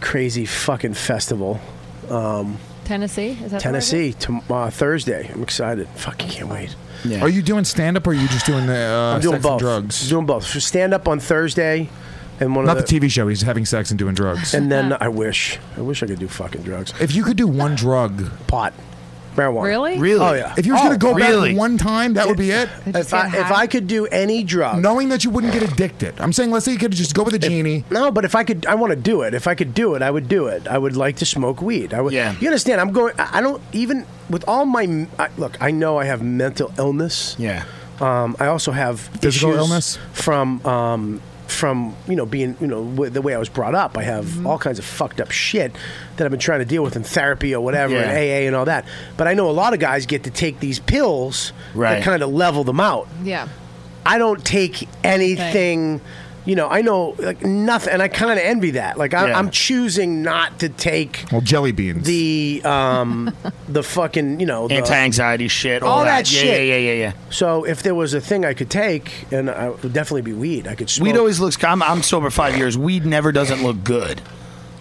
crazy fucking festival. Um, Tennessee? Is that Tennessee, tom uh, Thursday. I'm excited. Fucking can't wait. Are you doing stand up or are you just doing the uh, I'm doing sex both. and drugs? Doing both. Stand up on Thursday, and one Not of the TV show. He's having sex and doing drugs. And then I wish, I wish I could do fucking drugs. If you could do one drug, pot, marijuana. Really? Really? Oh yeah. If you was gonna go back Really? one time, that would be it. Did you If get I, if high? I could do any drug, knowing that you wouldn't get addicted. I'm saying, let's say you could just go with a genie. no, but if I could, I want to do it. If I could do it, I would do it. I would like to smoke weed. I would. Yeah. You understand? I'm going. I I don't even with all my I, look. I know I have mental illness. Yeah. Um, I also have Physical issues illness? from um, from you know being you know w- the way I was brought up. I have Mm-hmm. all kinds of fucked up shit that I've been trying to deal with in therapy or whatever, Yeah. and AA and all that. But I know a lot of guys get to take these pills Right. that kind of level them out. Yeah. I don't take anything. You know, I know like nothing, and I kind of envy that. Like I, Yeah. I'm choosing not to take Well, jelly beans. the um the fucking you know the- Anti-anxiety shit, all that. Yeah, shit. yeah, yeah, yeah, yeah. So if there was a thing I could take, and I it would definitely be weed. I could smoke. Weed always looks. I'm, I'm sober five years. Weed never doesn't look good.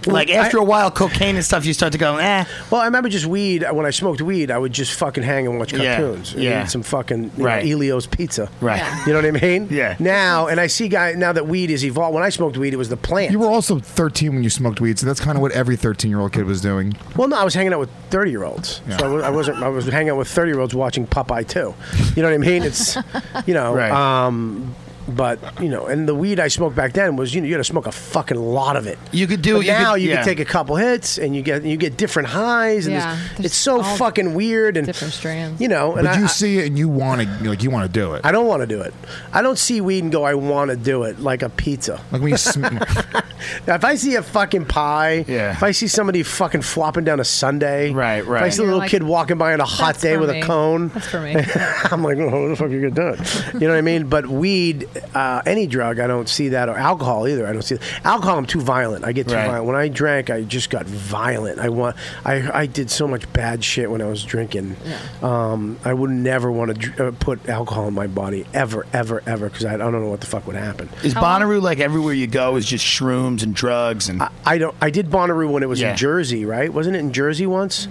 Like Well, I- after a while, cocaine and stuff, you start to go, eh. Well, I remember just weed. When I smoked weed, I would just fucking hang and watch Yeah, cartoons. and yeah. Eat some fucking you Right. know, Elio's pizza. Right. Yeah. You know what I mean? Yeah. Now, and I see guy now that weed is evolved. When I smoked weed, it was the plant. You were also 13 when you smoked weed, so that's kind of what every 13 year old kid was doing. Well, no, I was hanging out with thirty-year-olds, so I wa- I wasn't. I was hanging out with thirty-year-olds watching Popeye too. You know what I mean? It's, you know, um, but you know, and the weed I smoked back then was you know you had to smoke a fucking lot of it. You could do- But you could- now you yeah. could take a couple hits and you get you get different highs and Yeah, this- there's it's so all fucking weird and different strands. You know, and but I, you I- see it and you want to, like, you want to do it. I don't want to do it. I don't see weed and go, I want to do it like a pizza. Like when you sm- Now, if I see a fucking pie, yeah. if I see somebody fucking flopping down a Sunday, right, right. If I see a You're little like, kid walking by on a hot "That's day for with me. a cone, That's for me. I'm like, oh, what the fuck you get done? You know what I mean? But weed, uh, any drug, I don't see that, or alcohol either. I don't see that. alcohol. I'm too violent. I get too Right. violent. When I drank, I just got violent. I want. I I did so much bad shit when I was drinking. Um, I would never want to dr- uh, put alcohol in my body ever, ever, ever, because I, I don't know what the fuck would happen. Is Bonnaroo like everywhere you go is just shrooms and drugs and I don't. I did Bonnaroo when it was Yeah. in Jersey, right? Wasn't it in Jersey once?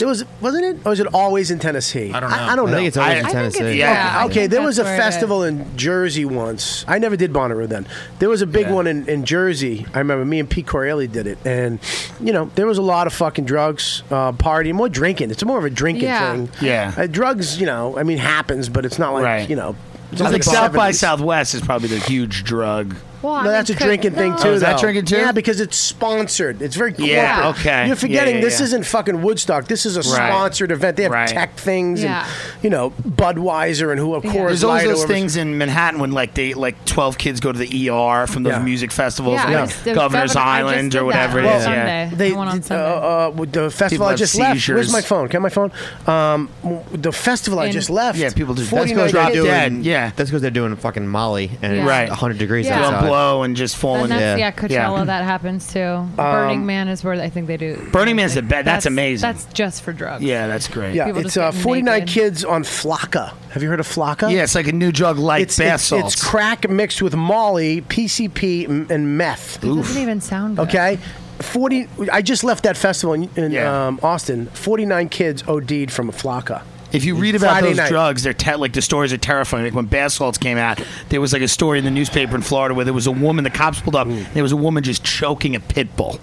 It was, wasn't it? Or was it always in Tennessee? I don't I, know. don't I know. think it's always in I think it's- Tennessee. yeah, Okay, I okay, think there was a that's where it festival in Jersey once. I never did Bonnaroo then. There was a big one in, in Jersey. I remember me and Pete Corelli did it, and you know there was a lot of fucking drugs, uh, party, more drinking. It's more of a drinking Yeah. thing. Yeah. uh, drugs. You know, I mean, happens, but it's not like you know. I think South by Southwest is probably the huge drug Well, I no, that's mean, a could- drinking thing no. too. Oh, is that though. drinking, too? Yeah, because it's sponsored. It's very corporate. Yeah, okay. You're forgetting Yeah, yeah, this yeah. isn't fucking Woodstock. This is a Right. sponsored event. They have Right. tech things Yeah. and you know Budweiser and who of course. There's always those things in Manhattan when like they like twelve kids go to the ER from those music festivals, Yeah, on, I like, was- there was Governor's Governor- I just Island did or that whatever it on is. Yeah. They, Uh, uh, with the festival I have just left. seizures. Where's my phone? Can I have my phone? Um, w- the festival I In- just left. Yeah, people just- That's 49 because they're kids. doing. Yeah, that's because they're doing fucking Molly and it's Right. 100 degrees Yeah. outside. Don't blow and just And falling. that's, yeah. Coachella, that happens too. Burning Man is where I think they do. Burning Man's the best. That's, amazing. That's just for drugs. yeah, that's great. Yeah, People it's just uh, getting 49 naked. kids on Flocka. Have you heard of Flocka? Yeah, it's like a new drug like it's, bath it's, it's salts. crack mixed with Molly, PCP, m- and meth. It doesn't even sound good. Okay. 40 I just left that festival in, in um, Austin. 49 kids OD'd from a Flocka. If you read about Friday those night. drugs, they're te- like the stories are terrifying. Like when bath salts came out, there was like a story in the newspaper in Florida where there was a woman. The cops pulled up. and There was a woman just choking a pit bull,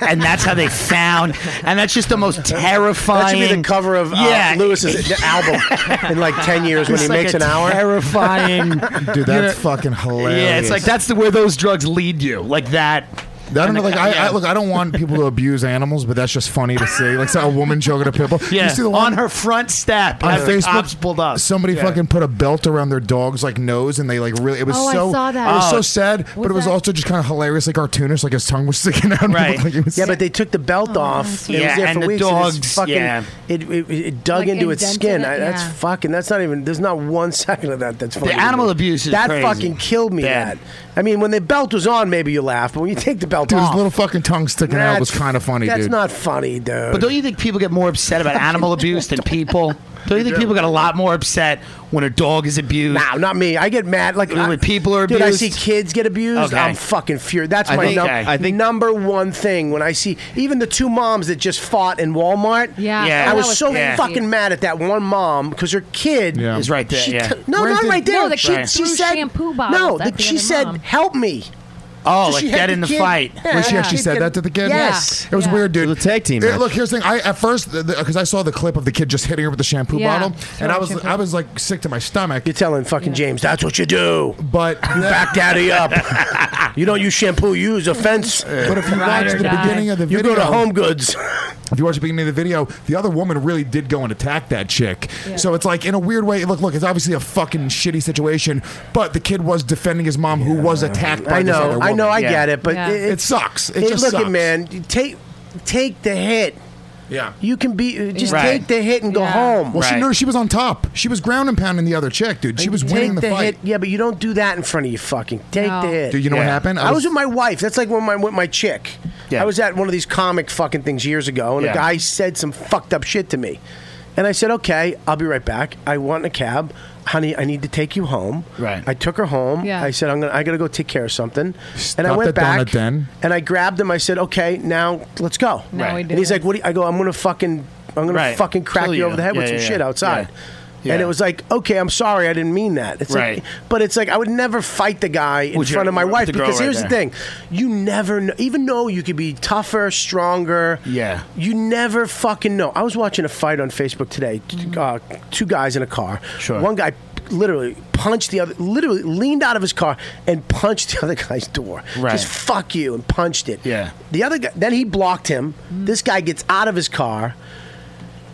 and that's how they found. And that's just the most terrifying. That should be the cover of uh, Lewis's album in like 10 years when It's he like makes a an hour. terrifying- You Dude, that's know- fucking hilarious. Yeah, it's like that's the where those drugs lead you, like that. I don't And know, the- like I, yeah. I look. I don't want people to abuse animals, but that's just funny to see. Like so a woman choking a pit bull. Yeah, you see the on her front step. on as the Facebook, cops pulled up. Somebody Yeah. fucking put a belt around their dog's like nose, and they like really. It was Oh, I so saw that. it was Oh. so sad, but it was also just kind of hilariously cartoonish. Like his tongue was sticking out. Right. Like, it was- Yeah, but they took the Oh, belt off. It Yeah, was there and for the weeks. and dogs, it's fucking, yeah. it, it, it dug Like into its indented skin. it, I, that's yeah. fucking. That's not even. There's not one second of that. That's funny. to me. animal abuse is that crazy. fucking killed me. That. I mean, when the belt was on, maybe you laugh, but when you take the belt Dude, his off, little fucking tongue sticking out was That's- kind of funny, that's dude. not funny, dude. But don't you think people get more upset about animal abuse than people? Don't you think people get a lot more upset when a dog is abused? No, not me. I get mad like when I- people are Dude, abused. I see kids get abused. Okay. I'm fucking furious. That's I my think- num- okay. I number one thing when I see even the two moms that just fought in Walmart. Yeah. Yeah. I That was was so crazy. fucking mad at that one mom because her kid Yeah. Is right there, She yeah. no, Where's not the- right there. No, the she, kid she threw said shampoo No, bottles at that the she other said, mom. "Help me." Oh, So like she had dead in the kid- fight. Yeah, When she yeah. actually said that to the kid? Yes. It was weird, dude. The tag team. match. look, here's the thing. I at first because I saw the clip of the kid just hitting her with the shampoo Yeah. bottle, and I was Shampoo. I was like sick to my stomach. You're telling fucking James that's what you do. But you back daddy up. you don't use shampoo. You use offense. But if you watch the beginning of the video, you go to Home Goods. If you watch the beginning of the video, the other woman really did go and attack that chick. So it's like in a weird way. Look, look, it's obviously a fucking shitty situation, but the kid was defending his mom, who was attacked by I this know, other I know, woman. I get it, but it, it sucks. It hey, just look sucks. at man, you take take the hit. Yeah. You can be uh, just Yeah. take the hit and go home. Well, she no, she was on top. She was ground and pounding the other chick, dude. She was take winning the, fight. hit. Yeah, but you don't do that in front of you. Fucking take the hit. Dude, you know what Yeah. happened? I, I was, was- with my wife. That's like when my with my chick. I was at one of these comic fucking things years ago, and a Yeah. guy said some fucked up shit to me, and I said, "Okay, I'll be right back. I want a cab, honey. I need to take you home." Right. I took her home. Yeah. I said, "I'm gonna. I gotta go take care of something," and I Stop went that donut back. then. And I grabbed him. I said, "Okay, now let's go." Now Right. we do And he's it. like, "What?" Do you, I go, "I'm gonna fucking, I'm gonna Right. fucking crack Kill you, you. over the head with Yeah, some yeah, shit yeah. outside." Yeah. And Yeah. it was like, "Okay, I'm sorry, I didn't mean that." It's Right. like, but it's like I would never fight the guy in Would you- front of my with wife the girl because right here's the there. thing: you never, know, even though you could be tougher, stronger, Yeah. you never fucking know. I was watching a fight on Facebook today. t- Uh, Mm-hmm. two guys in a car. Sure. One guy literally punched the other, literally leaned out of his car and punched the other guy's door. Right. Just fuck you and punched it. Yeah. The other guy, then he blocked him. Mm. This guy gets out of his car.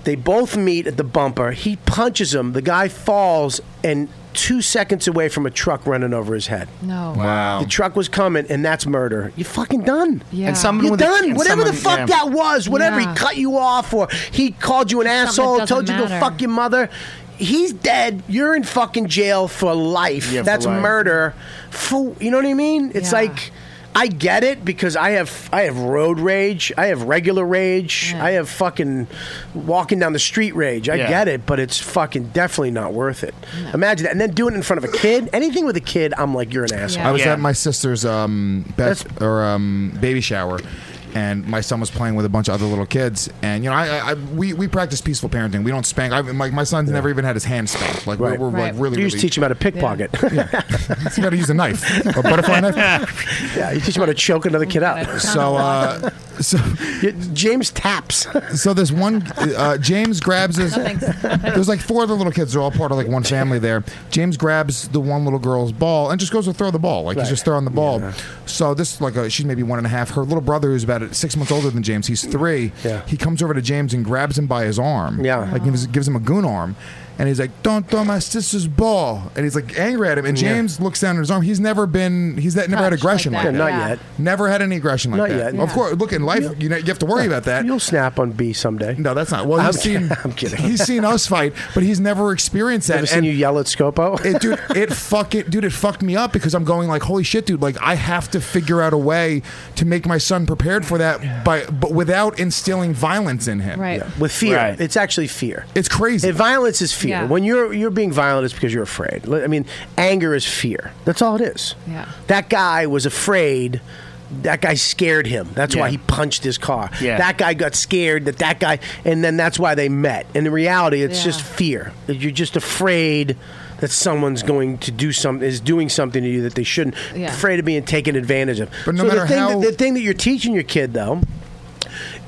They both meet at the bumper. He punches him. The guy falls and two seconds away from a truck running over his head. No. The truck was coming, and that's murder. You're fucking done. Yeah. And someone You're with a- done. and whatever the someone- fuck yeah. that was, whatever Yeah. he cut you off or he called you an asshole, that told doesn't you to matter. go fuck your mother. He's dead. You're in fucking jail for life. Yeah, for that's life. murder. For you know what I mean? It's like. I get it because I have I have road rage, I have regular rage, I have fucking walking down the street rage. I Yeah. get it, but it's fucking definitely not worth it. Imagine that, and then doing it in front of a kid. Anything with a kid, I'm like, you're an asshole. I was at my sister's um, best or um, baby shower, and my son was playing with a bunch of other little kids, and you know, I, I, I we, we practice peaceful parenting. We don't spank. I, my my son's never even had his hand spanked. Like Right. we're, we're Right. like really. You just really, teach him how to pickpocket. Yeah, you got to use a knife, a butterfly knife. Yeah, you teach him how to choke another kid out. So, uh, so James taps. So this one, uh, James grabs his. there's like four other little kids. They're all part of like one family there. James grabs the one little girl's ball and just goes to throw the ball. Like Right. he's just throwing the ball. So this like a, she's maybe one and a half. Her little brother is about six months older than James. He's three. Yeah. He comes over to James and grabs him by his arm. Yeah. Like gives, gives him a goon arm. And he's like, "Don't throw my sister's ball." And he's like angry at him. And Yeah. James looks down at his arm. He's never been. He's that, never had Touched aggression like like, that. that. Yeah, not yet. Never had any aggression like Not that. yet. Of Yeah. course, look in life, you know, you have to worry about that. You'll snap on B someday. No, that's not. Well, I'm he's kidding. seen. I'm kidding. He's seen us fight, but he's never experienced that. Ever seen you yell at Scopo? It, dude, it fuck it, dude. It fucked me up because I'm going like, holy shit, dude. Like, I have to figure out a way to make my son prepared for that, by but without instilling violence in him. Right. With fear. It's actually fear. It's crazy. violence is fear. Yeah. When you're you're being violent, it's because you're afraid. Li- I mean, anger is fear. That's all it is. Yeah. That guy was afraid. That guy scared him. That's why Yeah. he punched his car. Yeah. That guy got scared that that guy, and then that's why they met. And in reality, it's Yeah. just fear. You're just afraid that someone's going to do something, is doing something to you that they shouldn't. Yeah. Afraid of being taken advantage of. But no so matter the thing how- that, the thing that you're teaching your kid though,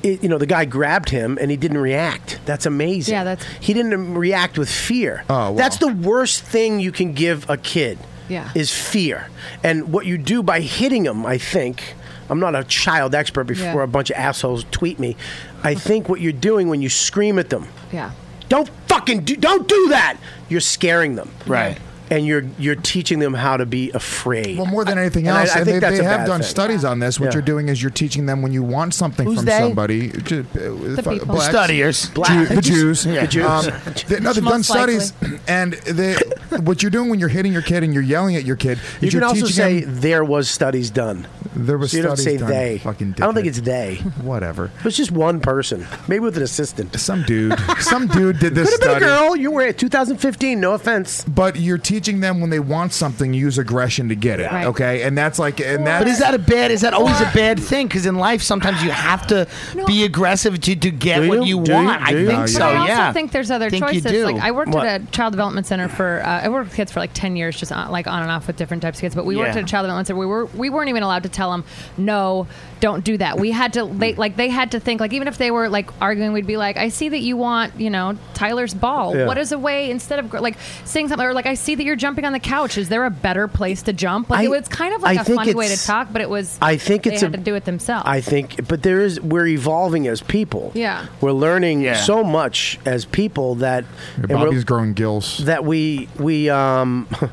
it, you know, the guy grabbed him and he didn't react. That's amazing. Yeah, that's he didn't react with fear. Oh, that's the worst thing you can give a kid. Yeah. is fear, and what you do by hitting him, I think. I'm not a child expert before Yeah. a bunch of assholes tweet me. I think what you're doing when you scream at them, Yeah. don't fucking do, don't do that. You're scaring them, right? And you're you're teaching them how to be afraid. Well, more than anything And I- else, I and think they, that's they a have bad done thing. studies on this. What Yeah. you're doing is you're teaching them when you want something Who's from they? somebody. ju- uh, The fu- people. blacks. Studiers. Ju- Blacks. the Jews. Um, Yeah. The Jews. they- no, they've done Most likely. studies, and they, what you're doing when you're hitting your kid and you're yelling at your kid, You is you're can also teaching say them, there was studies done. There was so you don't studies say done. they. Fucking I don't think it's they. Whatever. It was just one person, maybe with an assistant. Some dude. Some dude did this Could have been study. a girl. You were at 2015. No offense. But you're teaching them when they want something, you use aggression to get it. Right. Okay, and that's like, and that's But is that a bad? Is that always a bad thing? Because in life, sometimes you have to be aggressive to, to get Do what you? you Do you? want. I Do you? think No, so. you But I also yeah. think there's other Think you choices. do. Like I worked What? at a child development center for uh, I worked with kids for like ten years, just on, like on and off with different types of kids. But we worked Yeah. at a child development center. We were we weren't even allowed to tell them no, don't do that. We had to they like they had to think like even if they were like arguing, we'd be like, I see that you want you know Tyler's ball. Yeah. What is a way instead of gr- like saying something or like I see that you're jumping on the couch. Is there a better place to jump? Like I- it was kind of like I a think funny way to it's- talk, but it was I think they it's had a- to do it themselves. I think, but there is we're evolving as people. Yeah. we're learning Yeah. so much as people that and we're- Bobby's growing gills. That we we um.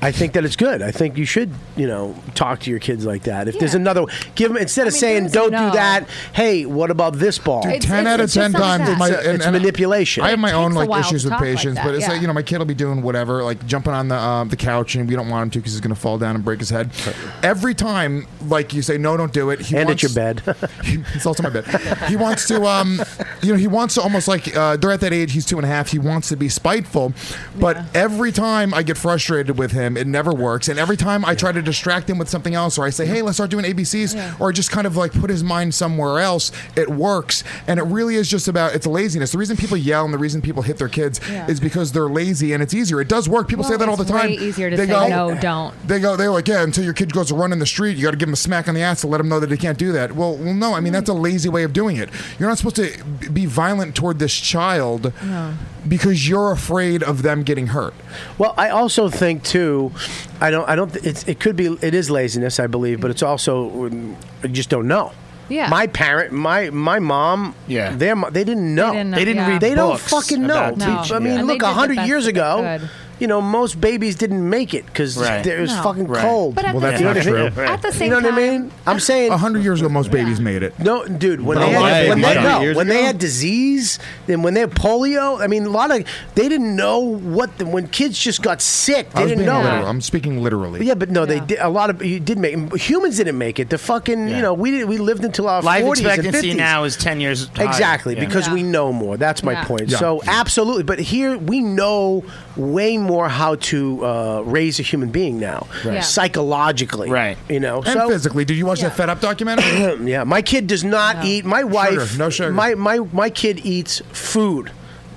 I think that it's good. I think you should, you know, talk to your kids like that. If there's another, give them instead of saying "don't do that." Hey, what about this ball? Dude, ten out of ten times. It's, my- a- and- it's and manipulation. I have my own like issues with patience, patience, but it's like you know my kid will be doing whatever, like jumping on the um, the couch, and we don't want him to because he's gonna fall down and break his head. Every time, like you say, no, don't do it. He And at wants, your bed. it's also my bed. He wants to, um, you know, he wants to almost like uh, they're at that age. He's two and a half. He wants to be spiteful, but every time I get frustrated with him, it never works. And every time I try to distract him with something else, or I say, "Hey, let's start doing ABCs," or just kind of like put his mind somewhere else, it works. And it really is just about it's laziness. The reason people yell and the reason people hit their kids Yeah. is because they're lazy, and it's easier. It does work. People say Well, that all the it's time. way easier to They say, go, "No, don't." they go, they're like, yeah, until your kid goes to run in the street, you got to give him a smack on the ass to let him know that he can't do that. Well, well, no, I mean, Mm. that's a lazy way of doing it. You're not supposed to b- be violent toward this child because you're afraid of them getting hurt. Well, I also think too. I don't. I don't. It's, it could be. It is laziness, I believe, but it's also mm, I just don't know. Yeah. My parent, my my mom. Yeah. Their mo- they didn't know. They didn't know, They didn't yeah. read They don't books fucking know. about No. teaching, I mean, yeah. And they look, did the a hundred best years that they ago. could. You know, most babies didn't make it because Right. it was No. fucking Right. cold. But at Well, the- that's You know not what I mean? true. At the you same know what I mean? I'm saying, hundred years ago, most babies made it. No, dude, when But they a lot of had, when, babies they, did. no, Years when they ago? had disease, then when they had polio, I mean, a lot of they didn't know what the, when kids just got sick, I they was didn't being know. literal. I'm speaking literally. Yeah, but no, they did. A lot of you did make humans didn't make it. The fucking you know we did, we lived until our Life 40s expectancy and 50s. now is ten years. higher. Exactly, Yeah. because we know more. That's my Yeah. point. Yeah. So absolutely, but here we know way more how to uh, raise a human being now, Right. Yeah. psychologically, right? You know, And physically. Did you watch that Fed Up documentary? yeah, my kid does not eat. My wife, no sugar. My my my kid eats food.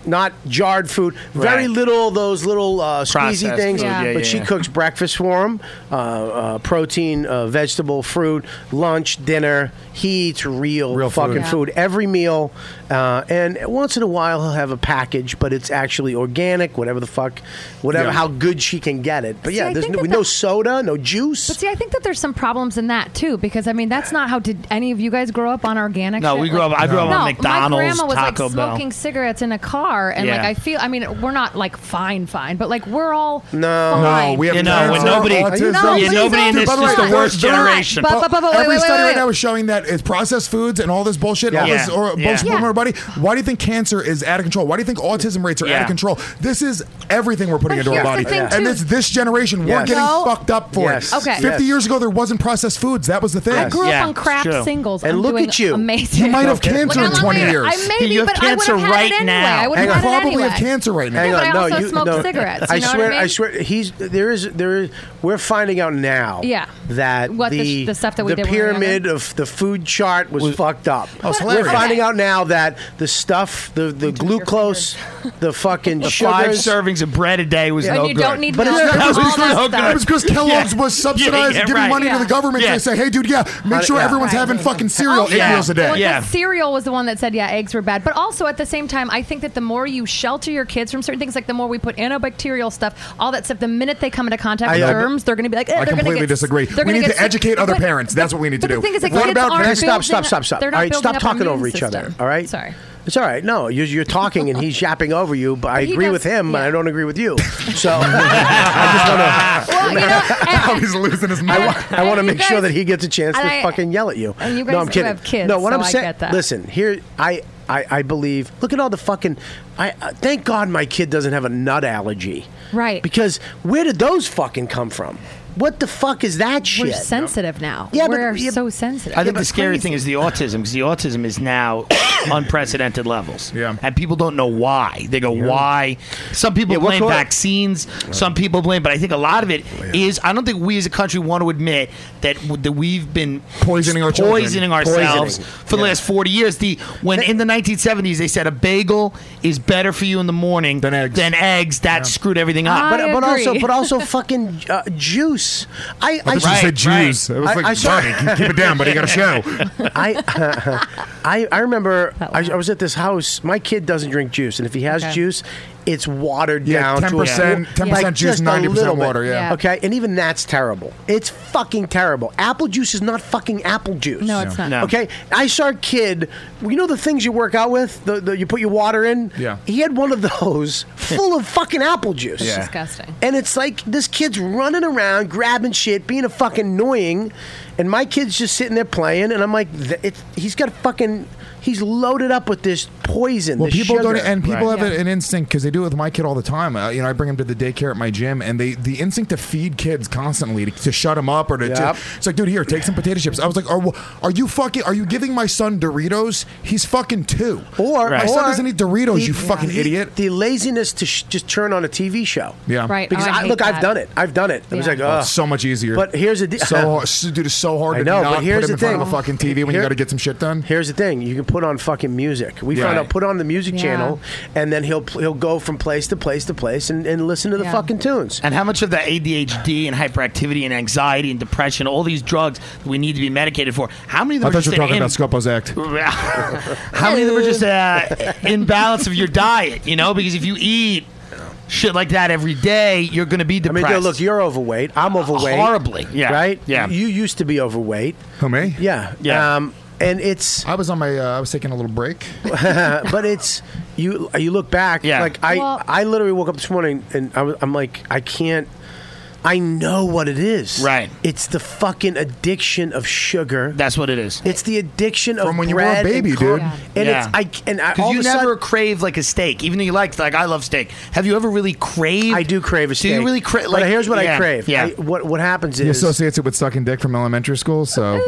Not jarred food. Very Right. little of those little uh, squeezy Processed things. food, Yeah. yeah, But yeah, she yeah. cooks breakfast for him, uh, uh, protein, uh, vegetable, fruit, lunch, dinner. He eats real, real fucking food. food every meal, uh, and once in a while he'll have a package, but it's actually organic, whatever the fuck, whatever Yeah. how good she can get it. But yeah, I there's think no, no soda, no juice. But see, I think that there's some problems in that too, because I mean, that's not how did any of you guys grow up on organic? No, shit? we grew up- I grew up on No, My McDonald's, grandma was Taco like Bell. smoking cigarettes in a car, and like Yeah. I feel, I mean, we're not like fine, fine, but like we're all No, fine. you know when nobody, you know, nobody in this is the worst generation. But- but- but- but wait, Every wait, wait, study wait. right now is showing that it's processed foods and all this bullshit, all Yeah. this or Yeah. bullshit Yeah. from our body. Why do you think cancer is out of control? Why do you think autism rates are out Yeah. of control? This is everything we're putting But into our here's body, the thing, and too. it's this generation we're Yes. getting No. fucked up for Yes. it. Okay. Yes. fifty years ago there wasn't processed foods. That was the thing. I grew up on crap singles. I'm doing Amazing. You might have Look, cancer I'm in not twenty weird. years. I maybe, but I would have had it anyway. I would have You had it probably anyway. have cancer right now. Yeah, but I also smoked cigarettes. You I know what I swear, mean? swear, he's there is there is. We're finding out now. Yeah. That What the- the the stuff that we the did when we were younger? pyramid of the food chart was, fucked up. Oh, it's we're hilarious. finding out now that the stuff, the the glucose, the fucking The five sugars, servings of bread a day was Yeah. no And you good. don't need But milk, it's That was all because- that that stuff. was because Kellogg's Yeah. was subsidized, Yeah, yeah, giving right. money to the government. Yeah. They say, "Hey, dude, yeah, make Honey- sure yeah. everyone's having fucking cereal eight meals a Oh, Well, day." 'cause cereal was the one that said, yeah, eggs were bad. But also at the same time, I think that the more you shelter your kids from certain things, like the more we put antibacterial stuff, all that stuff, the minute they come into contact I- uh, with I- germs, they're going to be like, eh, I they're gonna completely get- disagree. they're We gonna need get to educate sick. other But- parents. That's what we need to but the do. thing is, like, what kids about aren't next? stop, stop, building- stop, stop. they're All not right, building stop up our talking immune over each other. system. All right. Sorry. It's all right. No, you're, you're talking and he's yapping over you, but I But he agree does- with him, and I don't agree with you. So I just want to. he's losing his I, wa- I want to make sure that he gets a chance to and I- fucking yell at you. and you no, guys I'm do kidding. have kids, no, what so I'm I saying. get that. Listen, here, I, I, I believe. Look at all the fucking. I uh, thank God my kid doesn't have a nut allergy. Right. Because where did those fucking come from? What the fuck is that shit? We're sensitive now. Yeah, but- we're yeah, so sensitive. I think the scary thing is the autism because the autism is now unprecedented levels. Yeah. And people don't know why. They go, why? Some people Yeah, what blame cau- vaccines, some people blame, but I think a lot of it is, I don't think we as a country want to admit that, w- that we've been Poisoning our children. poisoning ourselves Poisoning. for the last 40 years. The When in the 1970s they said a bagel is better for you in the morning than eggs, than eggs that screwed everything up. But, but also, but also, fucking uh, juice. I I, I thought you said Right, Jews. right. I was like, Johnny, keep it down, buddy, you gotta show. I, I, I remember I, I was at this house. My kid doesn't drink juice, and if he has Okay. juice, it's watered Yeah, down 10% to a, 10% like, juice, just a 90% little bit. water, yeah. Yeah. Okay, and even that's terrible. It's fucking terrible. Apple juice is not fucking apple juice. No, it's No. not. No. Okay, I saw a kid. You know the things you work out with. The, the you put your water in. Yeah. He had one of those full of fucking apple juice. It's disgusting. And it's like this kid's running around, grabbing shit, being a fucking annoying, and my kid's just sitting there playing, and I'm like, th- it's, he's got a fucking, he's loaded up with this poison. Well, this people sugar. don't, and people have an instinct because they do it with my kid all the time. Uh, you know, I bring him to the daycare at my gym, and they the instinct to feed kids constantly to, to shut them up or to, Yep. to. It's like, dude, here, take some potato chips. I was like, are, are you fucking? Are you giving my son Doritos? He's fucking two. Or my or son doesn't eat Doritos. the- you fucking the- idiot. The laziness to sh- just turn on a TV show. Yeah. Right. Because Oh, I I, hate look, I've that. done it. I've done it. It was like, Oh, oh, it's so much easier. But here's the deal. So hard- so- dude, it's so hard I to know, not but here's put him the in front thing. of a fucking TV when you Here- got to get some shit done. Here's the thing: you can put on fucking music. We Yeah. found Right. out put on the music Yeah. channel, and then he'll he'll go from place to place to place and, and listen to the Yeah. fucking tunes. And how much of that ADHD and hyperactivity and anxiety and depression, all these drugs that we need to be medicated for, how many of them I are thought just you were talking an about Scopo's act. How many of them are just uh, imbalance of your diet? You know, because if you eat shit like that every day, you're going to be I mean, depressed. Uh, dude, look, you're overweight. I'm overweight. horribly. Yeah. Right? Yeah. You used to be overweight. Who me? Yeah. Yeah. Um, and it's. I was on my. Uh, I was taking a little break. but it's you. You look back. Yeah. Like I, Well- I literally woke up this morning and I was, I'm like, I can't. I know what it is. Right. It's the fucking addiction of sugar. That's what it is. It's the addiction of From when you were a bread and baby, car- dude. And Yeah. it's I and I, 'Cause all you of a sudden- never crave like a steak, even though you like like I love steak. Have you ever really craved? I do crave a Do you really crave? But Like, here's what yeah, I crave. Yeah. I- what what happens He is associates it with sucking dick from elementary school. So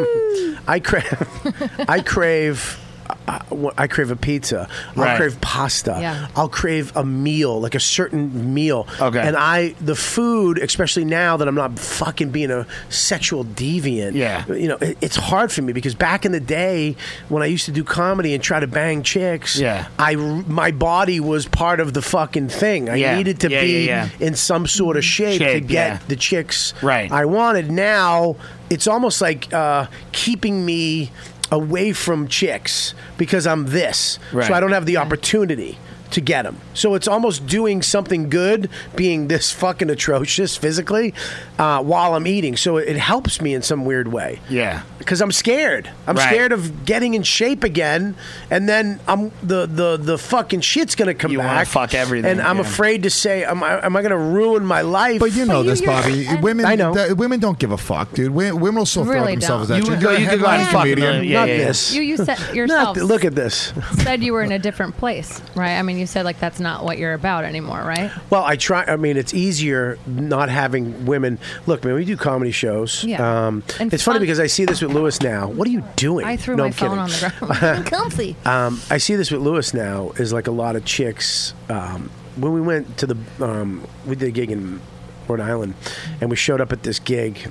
I crave. I crave. I, I crave a pizza. I'll Right. crave pasta. Yeah. I'll crave a meal, like a certain meal. Okay. And I, the food, especially now that I'm not fucking being a sexual deviant. Yeah. You know, it, it's hard for me because back in the day when I used to do comedy and try to bang chicks. Yeah. I, r- my body was part of the fucking thing. I Yeah. needed to Yeah, be yeah, in some sort of shape, to Shape, get yeah. the chicks right. I wanted. Now it's almost like uh, keeping me away from chicks because I'm this, Right. so I don't have the opportunity to get them. So it's almost doing something good, being this fucking atrocious physically, uh, while I'm eating. So it helps me in some weird way. Yeah. Because I'm scared. I'm Right. scared of getting in shape again, and then I'm the the the fucking shit's gonna come wanna back. fuck everything, And I'm yeah. afraid to say, am I am I gonna ruin my life? But you know this, Bobby. Women, I know. that- women don't give a fuck, dude. Women, women will still throw Really themselves don't. at You you. would You're go- a you could go out and headline fuck comedian. another- yeah, Not yeah, yeah. this. You you said yourself look at this. said you were in a different place, right? I mean, you said like that's not what you're about anymore, right? Well, I try. I mean, it's easier not having women. Look, man, we do comedy shows. Yeah. Um, it's And funny fun- because I see this with Lewis now. What are you doing? I threw No, my I'm phone kidding. on the ground. Comfy. Um, I see this with Lewis now is like a lot of chicks. Um, when we went to the, um, we did a gig in Rhode Island, and we showed up at this gig,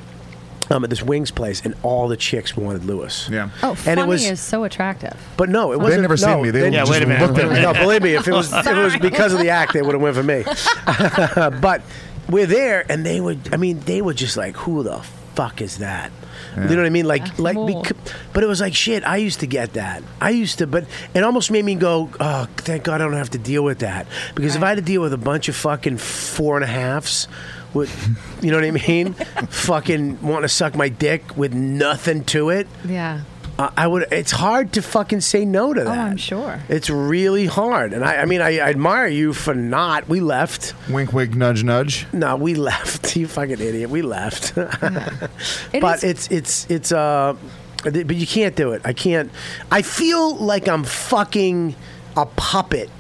um, at this wings place, and all the chicks wanted Lewis. Yeah. Oh, and funny it was, is so attractive. but no, it They'd wasn't. never no, seen me. They Yeah, just wait a minute. looked at me. No, believe me, if it was if it was Sorry. because of the act, they would have went for me. but we're there, and they would. I mean, they were just like, "Who the fuck is that?" You know what I mean? Like, like, becau- but it was like shit. I used to get that. I used to, but it almost made me go, "Oh, thank God, I don't have to deal with that." Because if I had to deal with a bunch of fucking four and a halves, with, you know what I mean? fucking want to suck my dick with nothing to it. Yeah. Oh, Uh, I would. It's hard to fucking say no to that. I'm sure. It's really hard, and I, I mean, I, I admire you for not. We left. Wink, wink, nudge, nudge. No, we left. You fucking idiot. We left. but it's it's it's uh, th- but you can't do it. I can't. I feel like I'm fucking a puppet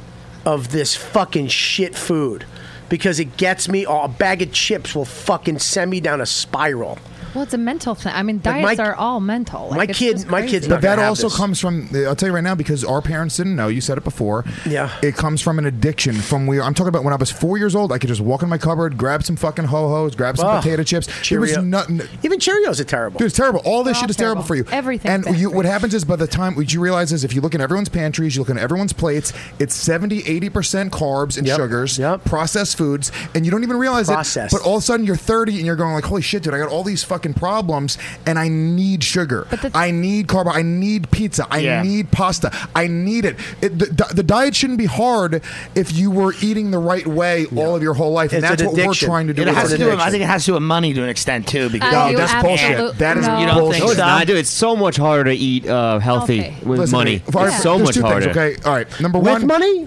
of this fucking shit food because it gets me. Or a bag of chips will fucking send me down a spiral. Well, it's a mental thing. I mean, Like, diets my- are all mental. Like, my it's kid, just my crazy. kid's But not that gonna have also this. comes from. I'll tell you right now because our parents didn't know. You said it before. Yeah. It comes from an addiction. From where I'm talking about when I was four years old, I could just walk in my cupboard, grab some fucking ho hos, grab some Ugh. potato chips. It Ah. Cheerio. was nothing. Even Cheerios are terrible. Dude, it's terrible. All this They're shit all is terrible terrible. for you. Everything's And bad you, what happens is by the time what you realize is if you look in everyone's pantries, you look in everyone's plates, it's 70, 80% carbs and sugars, processed foods, and you don't even realize Processed. it. But all of a sudden you're 30 and you're going like, holy shit, dude, I got all these fucking problems and I need sugar. I need carb. I need pizza. I Yeah. need pasta. I need it. it the, the diet shouldn't be hard if you were eating the right way all of your whole life. And It's that's an what addiction. we're trying to do. It with has our to do with- I addiction. think it has to do with money to an extent too. Because No, Oh, that's bullshit. That is you don't think no, it's so? not, dude. It's so much harder to eat uh, healthy with Listen to money. me. All right, It's so there's much two things, harder. okay, all right. Number With one, money.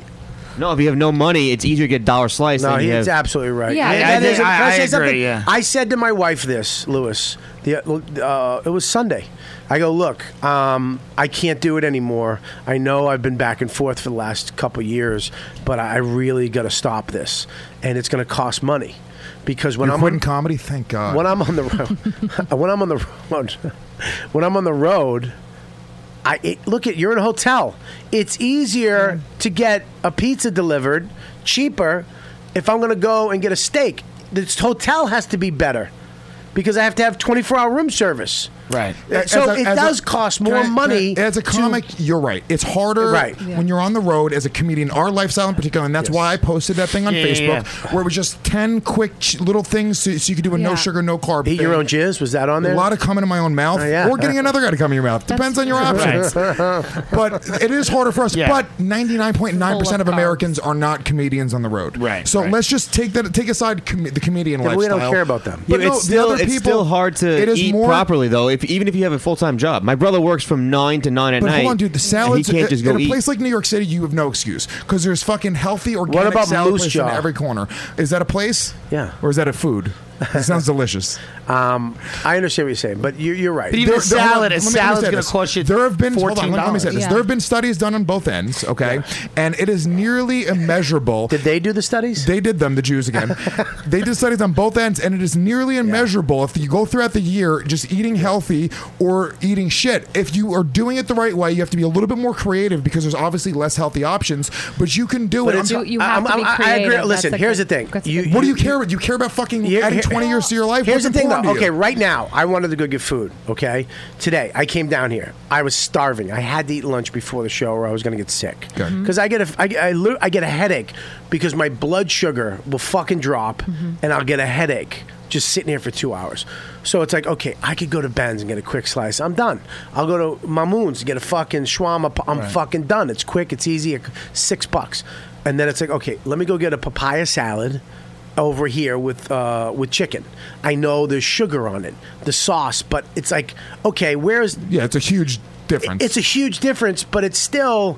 No, if you have no money, it's easier to get dollar slice. No, than you have- he's absolutely right. Yeah, And I- that I- is- can I say agree, something? yeah. I said to my wife this, Lewis. The, uh, it was Sunday. I go, look, um, I can't do it anymore. I know I've been back and forth for the last couple years, but I really got to stop this, and it's going to cost money. Because when You're I'm quitting comedy, thank God. when I'm on the road, when I'm on the road, when I'm on the road, I it, look at you're in a hotel. It's easier to get a pizza delivered cheaper if I'm going to go and get a steak. This hotel has to be better because I have to have 24 hour room service. Uh, Right. As So a- it as a- does cost can more I- can I- money. as a comic, you're right. It's harder Right. when you're on the road as a comedian. Our lifestyle in particular, and that's why I posted that thing on Yeah, yeah, Facebook, yeah. where it was just ten quick ch- little things, so, so you could do a Yeah. no sugar, no carb. Eat your thing. own jizz. Was that on there? Oh, A lot of coming in my own mouth, yeah. or getting another guy to come in your mouth. Depends on your options. but it is harder for us. Yeah. But 99.9% of Americans are not comedians on the road. Right. So right. let's just take that take aside com- the comedian Yeah, lifestyle. we don't care about them. But Yeah, no, it's the still other it's people- still hard to it is eat more, properly though. If even if you have a full time job, my brother works from nine to nine at But night. hold on, dude. The and salads he can't just in go a eat. place like New York City, you have no excuse because there's fucking healthy organic about salad Moose places Jaw? in every corner. Is that a place? Yeah. Or is that a food? It sounds delicious. Um, I understand what you're saying, but you, you're right. There- there- hold on, let me- let me say this. There have been hold on, let, me- let me say this. Yeah. There have been studies done on both ends, okay, and it is nearly immeasurable. Did they do the studies? They did them. The Jews again. they did studies on both ends, and it is nearly immeasurable if you go throughout the year just eating healthy or eating shit. If you are doing it the right way, you have to be a little bit more creative because there's obviously less healthy options, but you can do But it. it's- I'm- You- you have I'm- to be I'm- I agree. creative. That's Listen, the here's good- the thing. that's the You- good- what do you you- care about? You care about fucking Here- adding here- 20 years to your life? Here's What's the thing, important though. to you? Okay, right now, I wanted to go get food. Okay, today I came down here. I was starving. I had to eat lunch before the show, or I was going to get sick. Because I get a, I, I, lit- I get a headache because my blood sugar will fucking drop, and I'll get a headache just sitting here for two hours. So it's like, okay, I could go to Ben's and get a quick slice. I'm done. I'll go to Mamoon's and get a fucking shawarma. pa- I'm Right. fucking done. It's quick. It's easy. Six bucks. And then it's like, okay, let me go get a papaya salad over here with uh, with chicken. I know there's sugar on it, the sauce, but it's like okay, where's yeah, it's a huge difference. It's a huge difference, but it's still.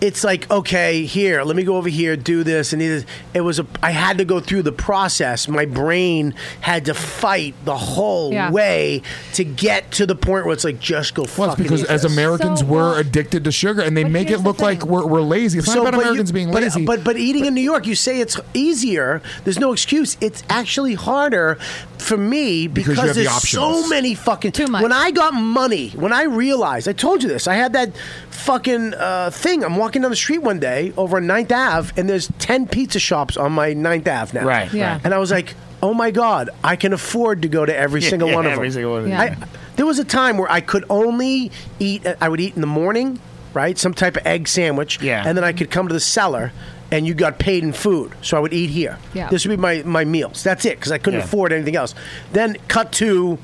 It's like okay, here. Let me go over here, do this, and it, it was. A, I had to go through the process. My brain had to fight the whole Yeah. way to get to the point where it's like, just go. Well, it's fucking because eat as this. Americans, we're addicted to sugar, and they make it look like we're, we're lazy. It's So, not but about you- Americans being but- lazy. But, but eating in New York, you say it's easier. There's no excuse. It's actually harder for me Because you because, have the there's options. so many fucking. Too much. When I got money, when I realized, I told you this, I had that fucking uh, thing. I'm walking down the street one day over on 9th Ave, and there's 10 pizza shops on my 9th Ave now. Right, Yeah. right. And I was like, oh my God, I can afford to go to every Yeah, single yeah, one of every them. single one of them. I- Yeah. there was a time where I could only eat. I would eat in the morning, right? Some type of egg sandwich. Yeah. And then I could come to the cellar, and you got paid in food, so I would eat here. Yeah. This would be my my meals. That's it, because I couldn't Yeah. afford anything else. Then cut to.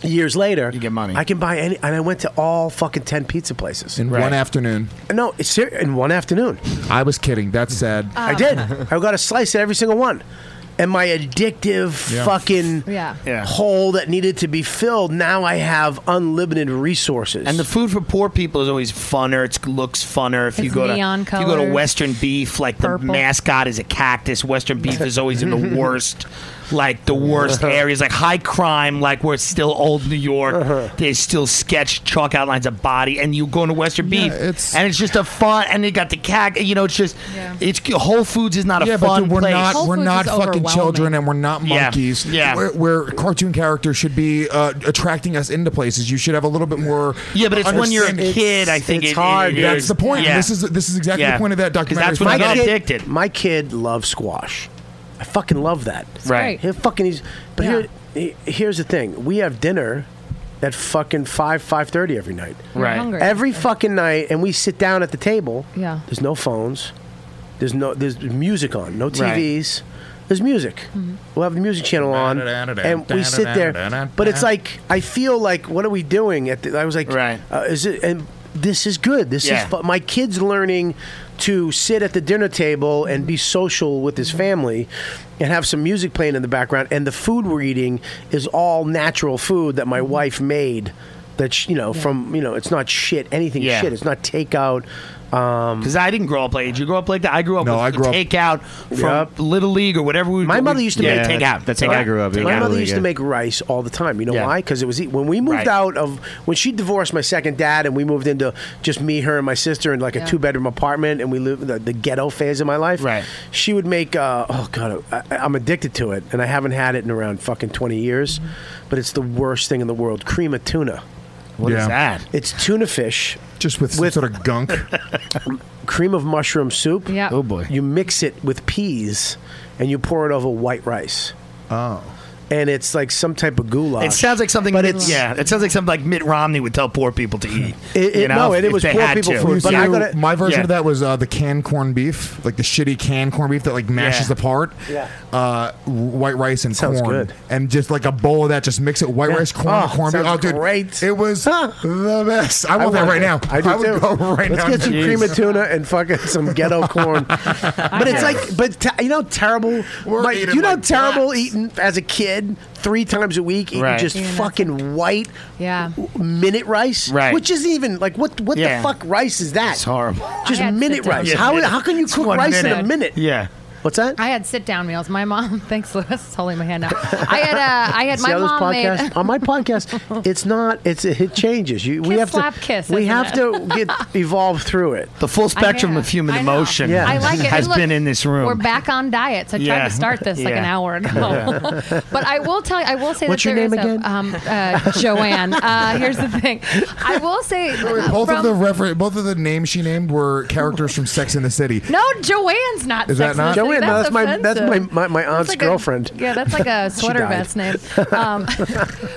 Years later, you get money. I can buy any, and I went to all fucking ten pizza places in one afternoon. No, it's ser- in one afternoon. I was kidding. That's sad. I did. I got a slice at every single one. And my addictive Yeah. fucking Yeah. Yeah. hole that needed to be filled, now I have unlimited resources. And the food for poor people is always funner. It looks funner if you It's go to neon if you go to colored. Western Beef. Like the mascot is a cactus. Western Beef is always in the worst, like the worst areas, like high crime. Like where it's still old New York. There's still sketch chalk outlines of body, and you go into Western Beef, and it's just a fun. And they got the cac. You know, it's just it's Whole Foods is not a yeah, fun but we're place. not we're not fucking children, and we're not Yeah. monkeys. Yeah. Where, where cartoon characters should be uh, attracting us into places. You should have a little bit more. Yeah, but it's when you're a understanding. kid, I think It's it- it- hard, it- That's the point. yeah. This is this is exactly Yeah. the point of that 'Cause documentary. that's when I got Fucked Up. addicted. My kid loves squash. I fucking love that. Right. great. He fucking he's, but here, he- here's the thing: we have dinner at fucking five five thirty every night. We're Right. hungry. Every fucking night, and we sit down at the table. Yeah. There's no phones. There's no there's music on. No Right. TVs. There's music. We'll have the music channel on, and we sit there. But it's like I feel like, what are we doing? At the, I was like, right. uh, is it? And this is good. This Yeah. is fu- my kids learning to sit at the dinner table and be social with his family, and have some music playing in the background. And the food we're eating is all natural food that my wife made. That sh- you know from you know it's not shit anything Yeah. shit. It's not takeout. Um, Because I didn't grow up like did you grow up like that. I grew up No, with I grew up- takeout from Yep. Little League or whatever. We My mother used to yeah, make takeout. Takeout. Takeout. Takeout. My mother used to make rice all the time. You know Yeah. why? Because it was e- when we moved Right. out of when she divorced my second dad, and we moved into just me, her, and my sister in like a Yeah. two bedroom apartment, and we lived the, the ghetto phase of my life. Right. She would make. Uh, oh god, I, I'm addicted to it, and I haven't had it in around fucking 20 years, but it's the worst thing in the world. Cream of tuna. What What is is Yeah. that? It's tuna fish. Just with some sort of gunk. cream of mushroom soup. Yeah. Oh boy. You mix it with peas and you pour it over white rice. Oh. And it's like some type of goulash. It sounds like something, But it's- yeah. It sounds like something like Mitt Romney would tell poor people to eat. It- you it- know, no, and it if was they poor had people to. food, but I You- gotta- my version Yeah. of that was uh, the canned corned beef, like the shitty canned corned beef that like mashes Yeah. apart. Yeah. Uh, white rice and Sounds corn, good. and just like a bowl of that, just mix it white rice, corn, Oh, corned beef. sounds Oh, dude, great. It was the best. I want that want right it. now. I do would too. go right Let's now. get some cream of tuna and fucking some ghetto corn. but it's like, but te- you know, terrible. like, eating you know, like terrible eating as a kid three times a week, eating Right. just Eating that fucking white yeah. minute rice, Right. Which isn't even like what what Yeah. the fuck rice is that? It's horrible. Just I had sit minute down. rice. Yeah, how minute. how can you It's cook one rice in a minute. minute? Yeah. What's that? I had sit down meals. My mom, thanks, Louis, is holding my hand out. I had, uh, I had See my how this mom podcast, made. on my podcast. It's not. It's it changes. You, we Kiss, have slap, to. kiss, we isn't have it? to get evolve through it. The full spectrum of human I know. emotion I like it. has And look, been in this room. We're back on diets. I tried Yeah. to start this like an Yeah. hour ago. Yeah. but I will tell you, I will say What's that your there is name a, um, uh, Joanne. Uh, here's the thing. I will say Both from, of the refer- both of the names she named were characters from Sex in the City. No, Joanne's not. Is that Sex and the not- City. Joanne, no, That's, that's my- that's offensive. my- my- my That's aunt's like a- girlfriend. yeah, that's like a She sweater died. vest name. Um,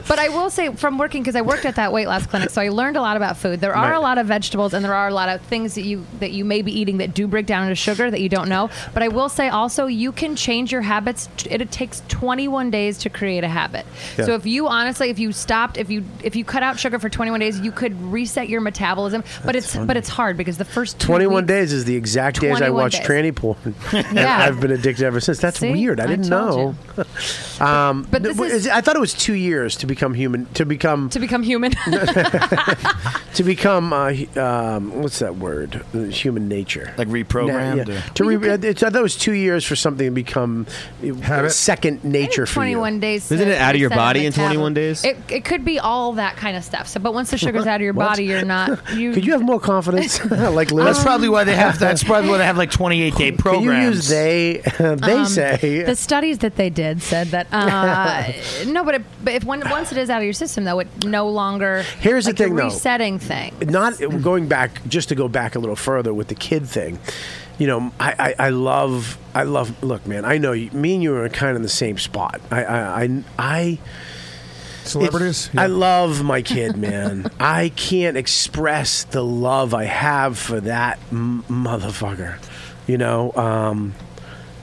but I will say, from working because I worked at that weight loss clinic, so I learned a lot about food. There are Right. a lot of vegetables, and there are a lot of things that you that you may be eating that do break down into sugar that you don't know. But I will say also, you can change your habits. It, it takes 21 days to create a habit. Yeah. So if you honestly, if you stopped, if you if you cut out sugar for 21 days, you could reset your metabolism. but it's funny. but it's hard because the first two Twenty-one weeks- days is the exact days I 21 watched Mm-hmm. days. tranny porn. And Yeah. I've been addicted ever since. That's See? weird. I I didn't know. told um, But no, this but is- is- I thought it was two years to become human. To become to become human. to become uh, hu- um, what's that word? Uh, Human nature, like reprogrammed. yeah. or- To re- it's, I thought it was two years for something to become uh, second nature for you. 21 days. Isn't to it out of your reset body in metabolism. 21 days? It, it could be all that kind of stuff. So, but once the sugar's out of your What? body, you're not. You, Um, Could you have more confidence? like Lewis? That's probably why they have. That's probably why they have like twenty-eight day Can you programs. use they? they um, say the studies that they did said that uh, no, but, it, but if when, once it is out of your system, though, it no longer Here's the like, you're thing, though. resetting thing. not going back just to go back a little further with the kid thing you know i i, I love i love look man i know you, me and you are kind of in the same spot i i i, I Celebrities? I love my kid, man. I can't express the love I have for that m- motherfucker. You know, um,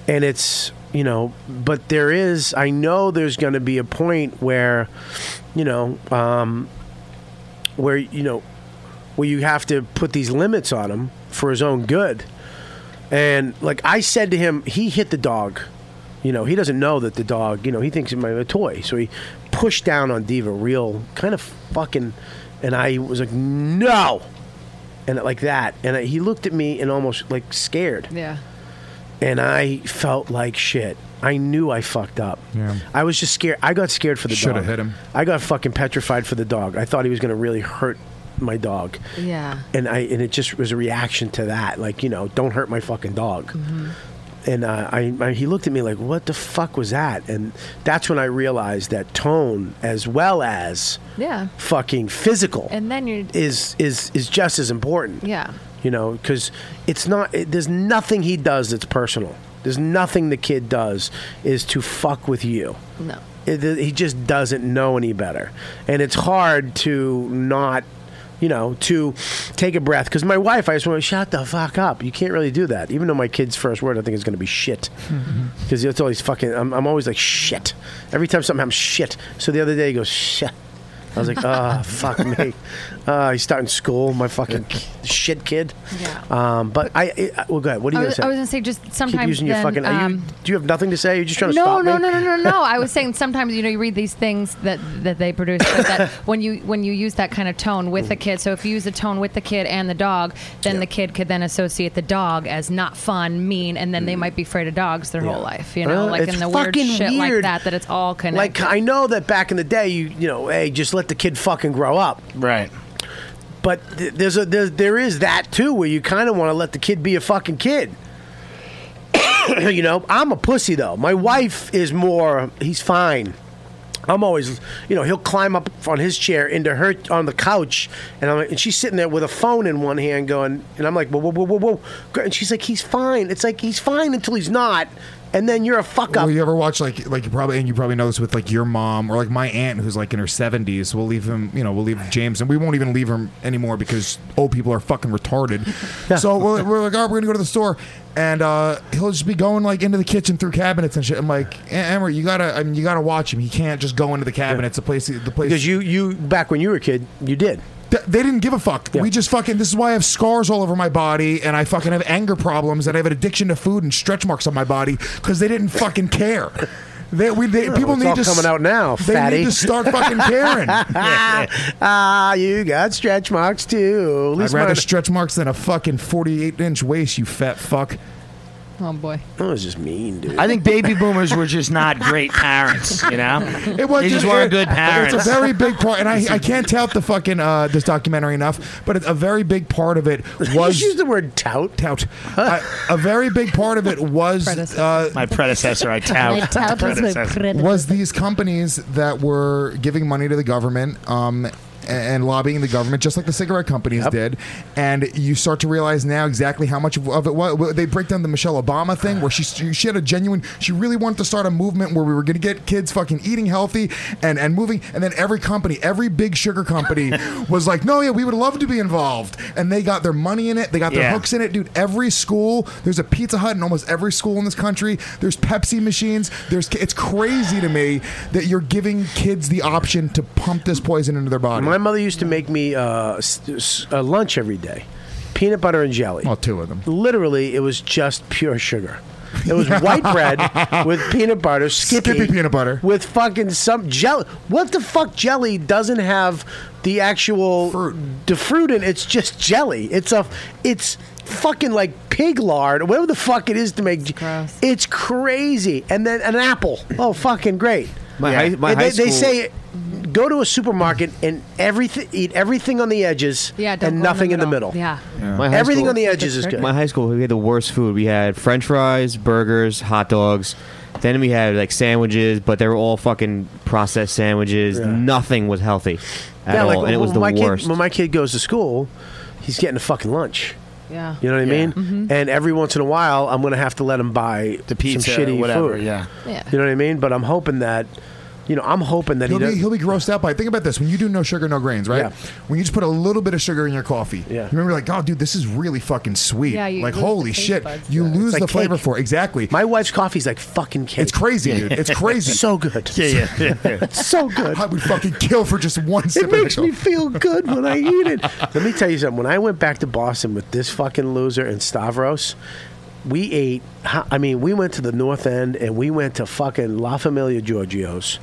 and it's you know, but there is. I know there's going to be a point where, you know, um, where you know where you have to put these limits on him for his own good. And like I said to him, he hit the dog. You know, he doesn't know that the dog, you know, he thinks it's my a toy. So he pushed down on Diva real kind of fucking and I was like, "No." And like that. And he looked at me and almost like scared Yeah. and I felt like shit. I knew I fucked up. Yeah. I was just scared. I got scared for the Shoulda dog. hit him. I got fucking petrified for the dog. I thought he was going to really hurt my dog. Yeah. And I and it just was a reaction to that. Like, you know, don't hurt my fucking dog. And uh, I, I, he looked at me like, "What the fuck was that?" And that's when I realized that tone, as well as Yeah. fucking physical, And then you're. is is is just as important. Yeah. You know, because it's not. It, there's nothing he does that's personal. There's nothing the kid does is to fuck with you. No. It, th- he just doesn't know any better, and it's hard to not. You know, to take a breath because my wife, I just want to shut the fuck up. You can't really do that, even though my kid's first word I think is going to be shit, because that's always fucking. I'm, I'm always like shit every time something happens. Shit. So the other day he goes shit. I was like, oh, fuck me. Uh, he's starting school, my fucking ki- shit kid. Yeah. Um, but I, I, well, go ahead. What are I you was, I was going to gonna say? say just sometimes Keep using your then, fucking. Are you, um, do you have nothing to say? You're just trying to no, stop no, me? No, no, no, no, no. I was saying sometimes you know you read these things that that they produce, but that when you when you use that kind of tone with the Mm. kid. So if you use a tone with the kid and the dog, then the kid could then associate the dog as not fun, mean, and then they might be afraid of dogs their whole life. You know, Uh, like Mm. it's in the weird fucking shit like weird. that. That it's all connected. Like I know that back in the day, you you know, hey, just let the kid fucking grow up. Right. But th- there's a there's, there is that too, where you kind of want to let the kid be a fucking kid. you know, I'm a pussy though. My wife is more. He's fine. I'm always, you know, he'll climb up on his chair into her on the couch, and I'm like, and she's sitting there with a phone in one hand, going, and I'm like, whoa, whoa, whoa, whoa, whoa, Gr- and she's like, he's fine. It's like he's fine until he's not, and then you're a fuck up. Well, you ever watch like like you probably and you probably know this with like your mom or like my aunt who's like in her seventies. We'll leave him, you know, we'll leave James, and we won't even leave him anymore because old people are fucking retarded. So we're, we're like, oh, we're gonna go to the store, and uh, he'll just be going like into the kitchen through cabinets and shit. I'm like, "Eh, Emery, you gotta, I mean, you gotta watch him. He can't just go into the cabinets. The place, the place. Because you you back when you were a kid, you did. Th- they didn't give a fuck. We just fucking. This is why I have scars all over my body, and I fucking have anger problems, and I have an addiction to food and stretch marks on my body because they didn't fucking care. They, we, they, No, people it's need all to s- coming out now. They fatty. need to start fucking caring. ah, you got stretch marks too. At I'd least rather mine- stretch marks than a fucking forty-eight inch waist, you fat fuck. Oh boy. That was just mean, dude. I think baby boomers were just not great parents, you know? It was they just weren't good parents. It's a very big part, and I, I can't tout the fucking uh, this documentary enough, but it, a very big part of it was use the word tout. Tout. Uh, a very big part of it was uh, my predecessor. I tout. Predecessor. was these companies that were giving money to the government. Um, and lobbying the government, just like the cigarette companies did, and you start to realize now exactly how much of it was. They break down the Michelle Obama thing, where she she had a genuine, she really wanted to start a movement where we were going to get kids fucking eating healthy and and moving, and then every company, every big sugar company, was like, no, yeah, we would love to be involved, and they got their money in it, they got their Yeah. hooks in it, dude. Every school, there's a Pizza Hut in almost every school in this country. There's Pepsi machines. There's it's crazy to me that you're giving kids the option to pump this poison into their body. My mother used to make me uh, s- s- uh, lunch every day, peanut butter and jelly. Well, two of them. Literally, it was just pure sugar. It was white bread with peanut butter, Skippy, peanut butter with fucking some jelly. What the fuck jelly doesn't have the actual fruit. the fruit in it? It's just jelly. It's a it's fucking like pig lard or whatever the fuck it is to make. It's, it's crazy. And then an apple. Oh, fucking great. My high- my they, high they school- say go to a supermarket and everything eat everything on the edges Yeah, don't and go in the nothing in the middle. middle. Yeah. My high everything school- on the edges is good. My high school, we had the worst food. We had French fries, burgers, hot dogs. Then we had like sandwiches, but they were all fucking processed sandwiches. Nothing was healthy at Yeah, all, like, and it was when the my kid- worst. when my kid goes to school, he's getting a fucking lunch. Yeah. You know what I mean? Mhm. And every once in a while, I'm going to have to let him buy the pizza or some shitty whatever, food. yeah. Yeah. You know what I mean? But I'm hoping that, you know, I'm hoping that He'll he be, does. he'll be grossed out by it. Think about this: when you do no sugar, no grains, right? Yeah. When you just put a little bit of sugar in your coffee, yeah. You remember, like, oh, dude, this is really fucking sweet. Yeah, you like, lose the holy taste shit, buds. you lose like the flavor cake. for it. exactly. My wife's coffee's like fucking cake. It's crazy, dude. It's crazy. so good. Yeah, yeah, yeah. so good. I would fucking kill for just one sip. It of makes Michelob. me feel good when I eat it. Let me tell you something. When I went back to Boston with this fucking loser and Stavros, we ate. ho- I mean, we went to the North End and we went to fucking La Familia Giorgio's,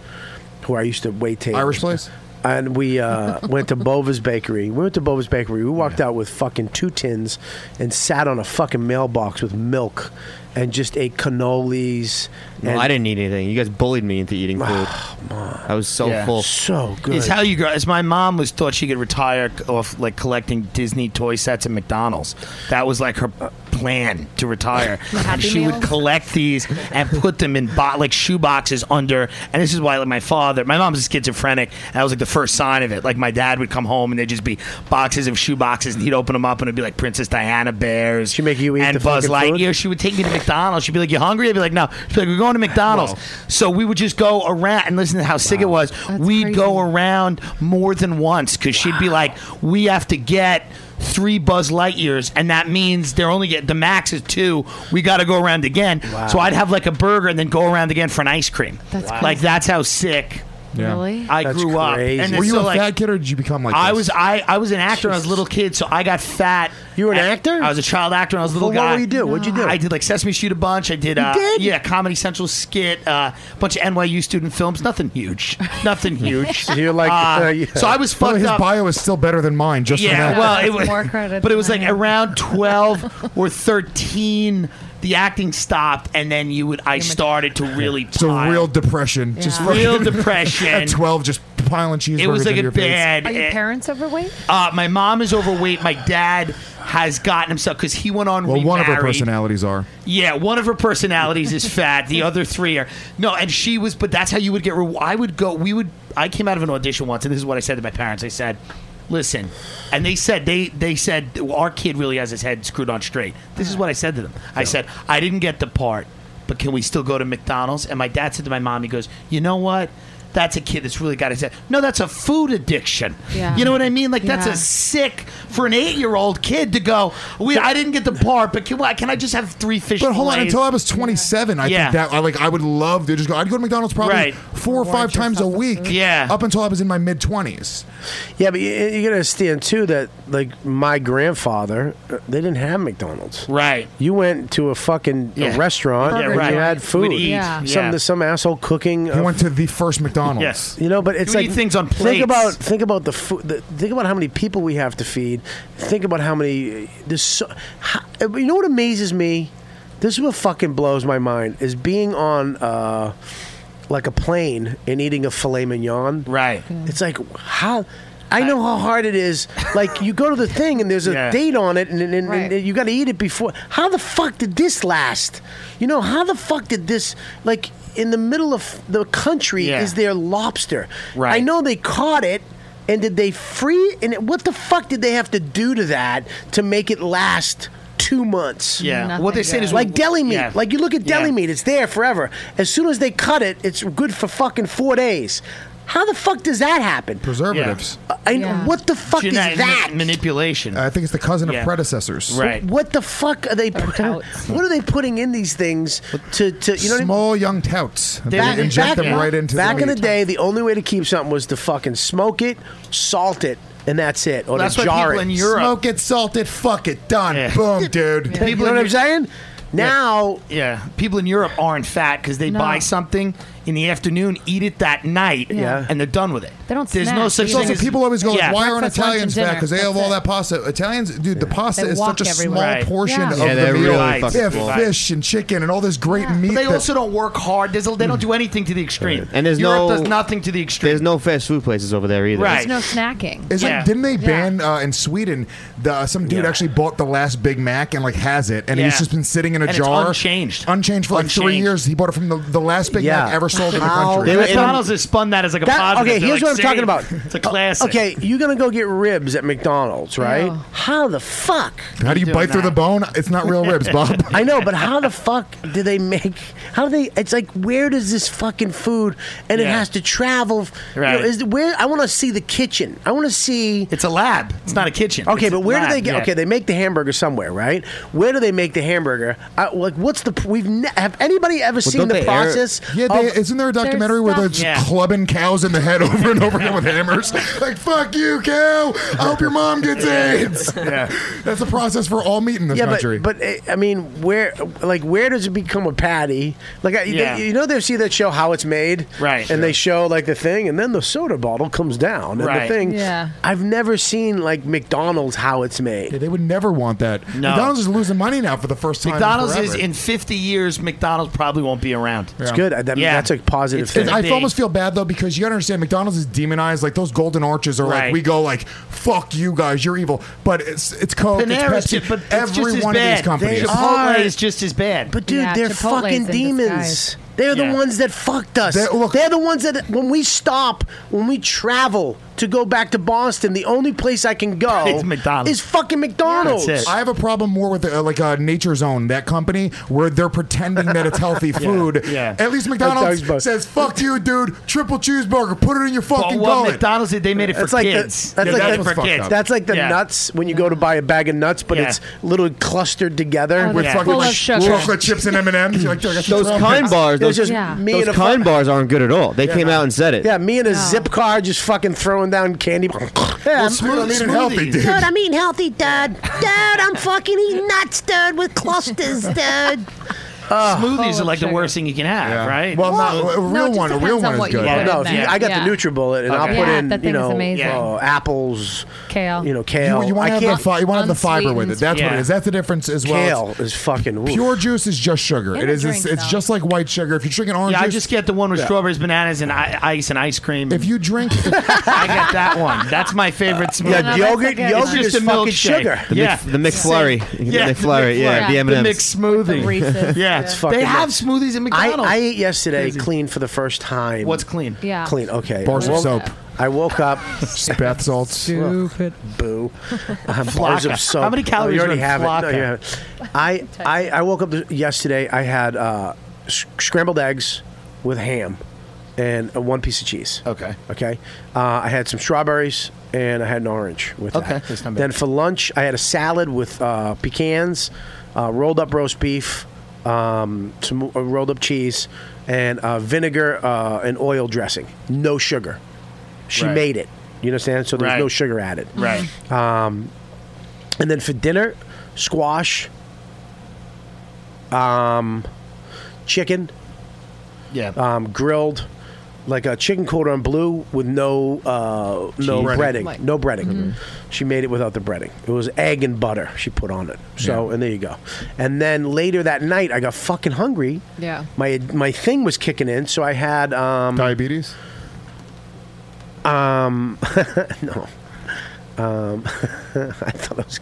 where I used to wait tables. Irish place? And we uh, went to Bova's Bakery. We went to Bova's Bakery. We walked out with fucking two tins and sat on a fucking mailbox with milk and just ate cannolis. no, and I didn't eat anything. You guys bullied me into eating food. I was so Yeah. full. So It's how you grow. As my mom was thought she could retire off like collecting Disney toy sets at McDonald's. That was like her plan to retire. and she would Meals? collect these and put them in bot like shoe boxes under. And this is why like my father, my mom's schizophrenic. And that was like the first sign of it. Like my dad would come home and they'd just be boxes of shoe boxes, and he'd open them up and it'd be like Princess Diana bears. She make you eat and the Buzz fucking food? Lightyear. She would take me to McDonald's. She'd be like, "You hungry?" I'd be like, "No." She'd be like, "We're going to McDonald's." So we would just go around and listen to how sick it was. We'd go around more than once because she'd be like, "We have to get." Three Buzz Lightyears, and that means they're only get the max is two. We got to go around again. So I'd have like a burger and then go around again for an ice cream. That's Wow. like that's how sick. Yeah. Really? I That's grew crazy. up. And Were you so, a like, fat kid or did you become like? I this? was I, I was an actor when I was a little kid, so I got fat. You were an actor? I was a child actor when I was a little Well, what guy. were you do? What'd you do? I did like Sesame Street a bunch. I did, uh, did? yeah, Comedy Central skit, a bunch of NYU student films. Nothing huge. Nothing huge. So you're like, Uh, uh, yeah. so I was By the way, fucked his up. bio is still better than mine. Just for yeah, that. well, it was More credit but it was like around twelve or thirteen. The acting stopped, and then you would. I started to really. it's a real depression. Just Yeah. Real fucking- depression. at twelve, just piling cheeseburgers. It was like into a your face. bad. Are your eh, parents overweight? Uh, my mom is overweight. My dad has gotten himself because he went on. Well, one of her remarried. personalities are. Yeah, one of her personalities is fat. The other three are no, and she was. But that's how you would get. Re- I would go. We would. I came out of an audition once, and this is what I said to my parents. I said, "Listen," and they said they they said our kid really has his head screwed on straight. This is what I said to them. I said I didn't get the part, but can we still go to McDonald's? And my dad said to my mom, he goes, "You know what?" That's a kid that's really got his head. No, that's a food addiction. Yeah. You know what I mean? Like that's Yeah. a sick for an eight-year-old kid to go. We, I didn't get the part, but can, I- can I just have three fish? But hold on, fillets? until I was 27, I Yeah. think that I like I would love to just go. I'd go to McDonald's probably Right. four or five times a week. Yeah. Up until I was in my mid 20s. Yeah, but you, you gotta understand too that like my grandfather, uh, they didn't have McDonald's. Right. You went to a fucking a Yeah. restaurant Burger and joint. you had We'd food. eat. Yeah. Some Yeah. some asshole cooking. He went to the first McDonald's. Yes. You know, but it's You like eat things on Think plates. about think about the food. The, think about how many people we have to feed. Think about how many. There's so, how, you know what amazes me This is what fucking blows my mind is being on uh, like a plane and eating a filet mignon. Right. It's like how. I know how hard it is. Like you go to the thing and there's a Yeah. date on it, and, and, and- Right. and you got to eat it before. How the fuck did this last? You know how the fuck did this? Like in the middle of the country Yeah. is there lobster? Right. I know they caught it, and did they free? And it- what the fuck did they have to do to that to make it last? Two months. Yeah. Nothing What they're saying good. is- like deli meat. Yeah. Like you look at deli meat, it's there forever. As soon as they cut it, it's good for fucking four days. How the fuck does that happen? Uh, Preservatives. I know. What the fuck Genetic is that? ma- manipulation. I think it's the cousin Yeah. of predecessors. Right. What the fuck are they? Put, what are they putting in these things to, to you know? Small young touts. They Back- inject back- them right into Back the in the meat. day, the only way to keep something was to fucking smoke it, salt it, and that's it. Or That's to why jar people it. in Europe- Smoke it, salt it, fuck it, done. Boom, dude. People you know what I'm saying? Now, yeah, people in Europe aren't fat because they buy something in the afternoon, eat it that night, Yeah. and they're done with it. They don't There's no snack such either. thing. Also, as- people always go, Yeah. "Why aren't Breakfast, lunch, and Italians fat?" dinner. 'Cause they have That's all it. that pasta. Italians, dude, the Pasta is such a small portion of Yeah, the they're meal. really fucking they have small. fish and chicken and all this great meat. But they that- also don't work hard. There's, they don't do anything to the extreme. And there's Europe no does nothing to the extreme. There's no fast food places over there either. Right. There's no snacking. Is Yeah. it, didn't they ban uh, in Sweden? The, some dude actually bought the last Big Mac and like has it, and Yeah. he's just been sitting in a And it's jar, unchanged. unchanged for like three Unchanged. years. He bought it from the, the last Big Mac ever sold in the How- country. McDonald's has spun that as like a That- positive. okay, They're here's like, what I'm talking "See? about. It's a classic. Okay, you're gonna go get ribs at McDonald's, right? Yeah. How the fuck? How do you bite through the bone? It's not real ribs, Bob. I know, but how the fuck do they make? How do they? It's like where does this fucking food and it Yeah. has to travel? you know, Right. is where I want to see the kitchen. I want to see. It's a lab. It's not a kitchen. Okay, It's but a where do lab, they get? yeah. Okay, they make the hamburger somewhere, right? Where do they make the hamburger? I, like, what's the? We've ne- have anybody ever seen the process? Yeah, of- they, isn't there a documentary where they're just Yeah. clubbing cows in the head over and over again with hammers? Like, fuck you, cow! I hope your mom gets AIDS. Yeah. That's the process for all meat in this yeah, country. But, but uh, I mean, where like where does it become a patty? Like I, Yeah. they, you know, they see that show how it's made, right? And they show like the thing, and then the soda bottle comes down, and Right. the thing. Yeah. I've never seen like McDonald's how it's made. Yeah, they would never want that. No. McDonald's is losing money now for the first time. in McDonald's is forever. in 50 years. McDonald's probably won't be around. It's good. I- that- that's a positive It's It's- gonna I be. almost feel bad though because you gotta understand McDonald's is demonized. Like those golden arches are Right. like we go like fuck you guys, you're evil. But it's it's Coke, Panera's it's Pepsi, ju- but it's every just as one of bad. these companies. They Chipotle are. is just as bad. But dude, Yeah, they're Chipotle's in fucking demons. disguise. They're Yeah. the ones that fucked us. They're, the ones that when we stop, when we travel to go back to Boston, the only place I can go It's McDonald's. is fucking McDonald's. I have a problem more with uh, like uh, Nature Zone, that company where they're pretending that it's healthy Yeah, food. yeah. At least That McDonald's sounds bad. says, "Fuck you, dude! Triple cheeseburger, put it in your fucking But what gullet." McDonald's did, they made it for That's like kids. the, that's They like made the, it for kids. That's like the Yeah. nuts when you go to buy a bag of nuts, but Yeah. it's little clustered Oh, together With fucking chocolate chips and M and M's. Those kind bars, those, just me those and a fu- kind bars aren't good at all. They Yeah. came out and said it. Yeah, me and a Oh. zip car just fucking throwing down candy. yeah, I'm smooth- I'm eating healthy, smoothies. dude. Dude, I'm eating healthy, dad. Dad, I'm fucking eating nuts, dad, with clusters, dad. Smoothies are like the worst thing you can have, right? Well, not- Well, a real no, it just one- a real depends on one is what you good. put in Well, no, if you, there. I got Yeah. the NutriBullet, and Okay. I'll put Yeah, in that you thing is know amazing. uh, apples, kale, you know kale. You, you want I to have the can't- fi- you want to have the fiber with it. That's what Yeah. it is. That's the difference as well. It's- Kale is fucking oof. Pure juice is just sugar. In It a is. drink, it's, it's just like white sugar. If you're drinking orange yeah, I juice, just get the one with Yeah. strawberries, bananas, and I- ice and ice cream. If you drink, I get that one. That's my favorite smoothie. Yeah, No, no, yogurt- It's yogurt just is a fucking milkshake. sugar. The yeah, mix- the McFlurry. You get the McFlurry, yeah, the the M&Ms. mixed smoothie. yeah, It's fucking they have nuts. smoothies at McDonald's. I, I ate yesterday clean for the first time. What's clean? Yeah. Clean. Okay. Bars of I woke- soap. I woke up. bath salts. Stupid. Boo. Uh, bars Flocka. of soap. How many calories Oh, you are already in have it. No, Flocka? you haven't. I, I I woke up th- yesterday. I had uh, s- scrambled eggs with ham and uh, one piece of cheese. Okay. Okay. Uh, I had some strawberries and I had an orange with Okay, that. that's not bad. Then for lunch, I had a salad with uh, pecans, uh, rolled up roast beef, um, some uh, rolled up cheese, and uh, vinegar uh, and oil dressing. No sugar. She Right. made it. You understand? So there was Right. no sugar added. Right. Um, and then for dinner, squash, um, chicken, yeah, um, grilled, like a chicken cordon bleu with no uh, no Cheese. breading, Breading. no breading. She made it without the breading. It was egg and butter she put on it. So and there you go. And then later that night, I got fucking hungry. Yeah. My my thing was kicking in, so I had um, diabetes. Um, no. Um, I thought I was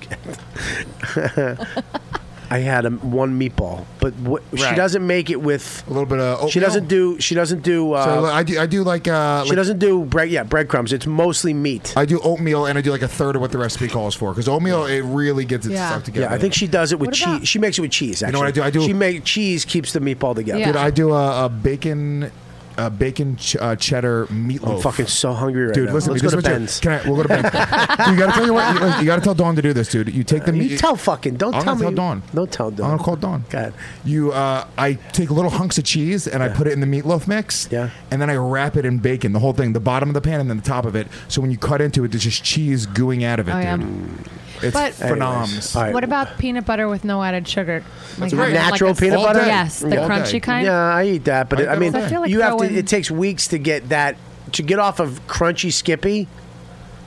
good. I had a, one meatball, but what, she Right. doesn't make it with a little bit of. She oatmeal? doesn't do. She doesn't do. Uh, so I do, I do like. Uh, she like- doesn't do bread. Yeah, breadcrumbs. It's mostly meat. I do oatmeal and I do like a third of what the recipe calls for because oatmeal it really gets it Yeah. stuck together. Yeah, I think she does it with cheese. She makes it with cheese. You Actually, know what I do? I do- She make cheese keeps the meatball together. Dude, I do a, a bacon, a bacon ch- uh, cheddar meatloaf. I'm fucking so hungry right dude, now. listen. Let's to me. go This to is what you- Can I? We'll go to Ben's. you gotta tell you what. You, you gotta tell Dawn to do this, dude. You take the You meat. tell fucking- don't I'm tell gonna me- Tell Dawn. Don't tell Dawn. I'm gonna call Dawn. God. You, uh, I take little hunks of cheese and I put it in the meatloaf mix. Yeah. And then I wrap it in bacon, the whole thing, the bottom of the pan and then the top of it. So when you cut into it, there's just cheese gooing out of it, Oh, yeah. Mm. dude. It's But- phenoms. What about peanut butter with no added sugar? That's having, like, natural a peanut salt- butter. Yes, the crunchy kind. Yeah, I eat that, but I it, I eat mean, that all day. I feel like you have throwing- to. It takes weeks to get that to get off of crunchy Skippy,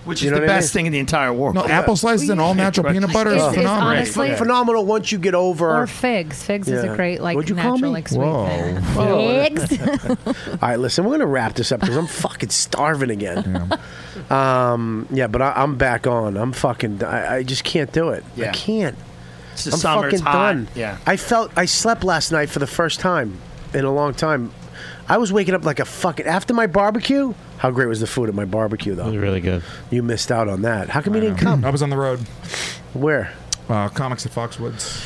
Which You is know the what I best mean? thing in the entire world. No, apple slices and all natural peanut butter is It's- it's phenomenal. honestly- Right. phenomenal once you get over. Or figs. Figs is Yeah. a great like What'd you call natural me? like sweet thing. Whoa. Figs. all right, listen, we're gonna wrap this up because I'm fucking starving again. Yeah, um, yeah but I, I'm back on. I'm fucking. I, I just can't do it. I Yeah. can't. It's the I'm summer, it's fucking hot. done. Yeah. I felt I slept last night for the first time in a long time. I was waking up like a fucking after my barbecue. How great was the food at my barbecue though? It was really good. You missed out on that. How come you didn't come? I was on the road. Where? Uh, comics at Foxwoods.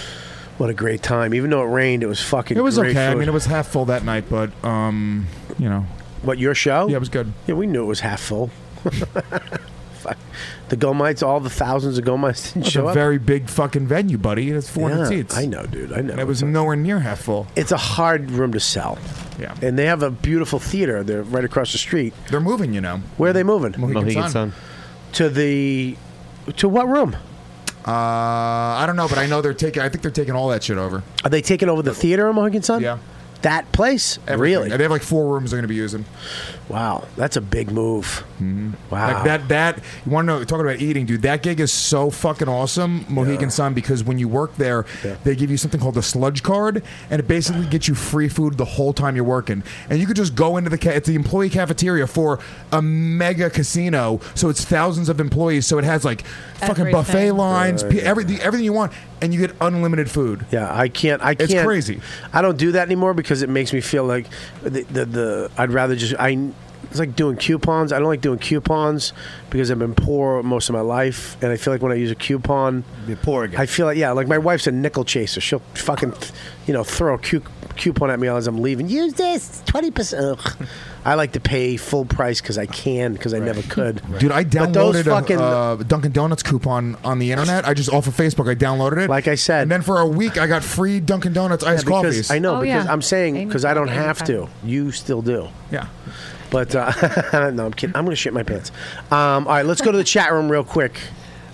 What a great time. Even though it rained, it was fucking It was great okay. I food. mean, it was half full that night, but um, you know, What your show? Yeah, it was good. Yeah, we knew it was half full. Fuck. The Gomites, all the thousands of Gomites didn't it's show a up. very big fucking venue, buddy. It's 400 Yeah, seats. I know, dude. I know. It was nowhere near half full. it's a hard room to sell. Yeah. And they have a beautiful theater. They're right across the street. They're moving, you know. Where are they moving? Mohegan Mohegan Sun. Sun. To the to what room? Uh, I don't know, but I know they're taking. I think they're taking all that shit over. Are they taking over the theater in Mohegan Sun? Yeah. That place? Everything. Really? They have like four rooms they're going to be using. Mm-hmm. Wow, that's a big move. Wow. Like that, that you want to know? Talking about eating, dude. That gig is so fucking awesome, Mohegan Sun, because when you work there, they give you something called the sludge card, and it basically gets you free food the whole time you're working. And you could just go into the ca- it's the employee cafeteria for a mega casino, so it's thousands of employees, so it has like fucking buffet Everything. lines, Right. pe everything, everything you want, and you get unlimited food. Yeah, I can't. I It's can't. crazy. I don't do that anymore because it makes me feel like the the, the I'd rather just I. It's like doing coupons. I don't like doing coupons because I've been poor most of my life, and I feel like when I use a coupon, You're poor again. I feel like yeah, like my wife's a nickel chaser. She'll fucking, you know, throw a cu- coupon at me as I'm leaving. Use this twenty percent. I like to pay full price because I can because I never could. Dude, I But those downloaded a, fucking uh, Dunkin' Donuts coupon on the internet. I just off of Facebook. I downloaded it. Like I said, and then for a week I got free Dunkin' Donuts Yeah, iced because- coffees. I know Oh, because yeah. I'm saying Amy because I don't Poehler, have Amy to. You still do. Yeah. But uh, no, I'm kidding. I'm gonna shit my pants. Um, all right, let's go to the chat room real quick.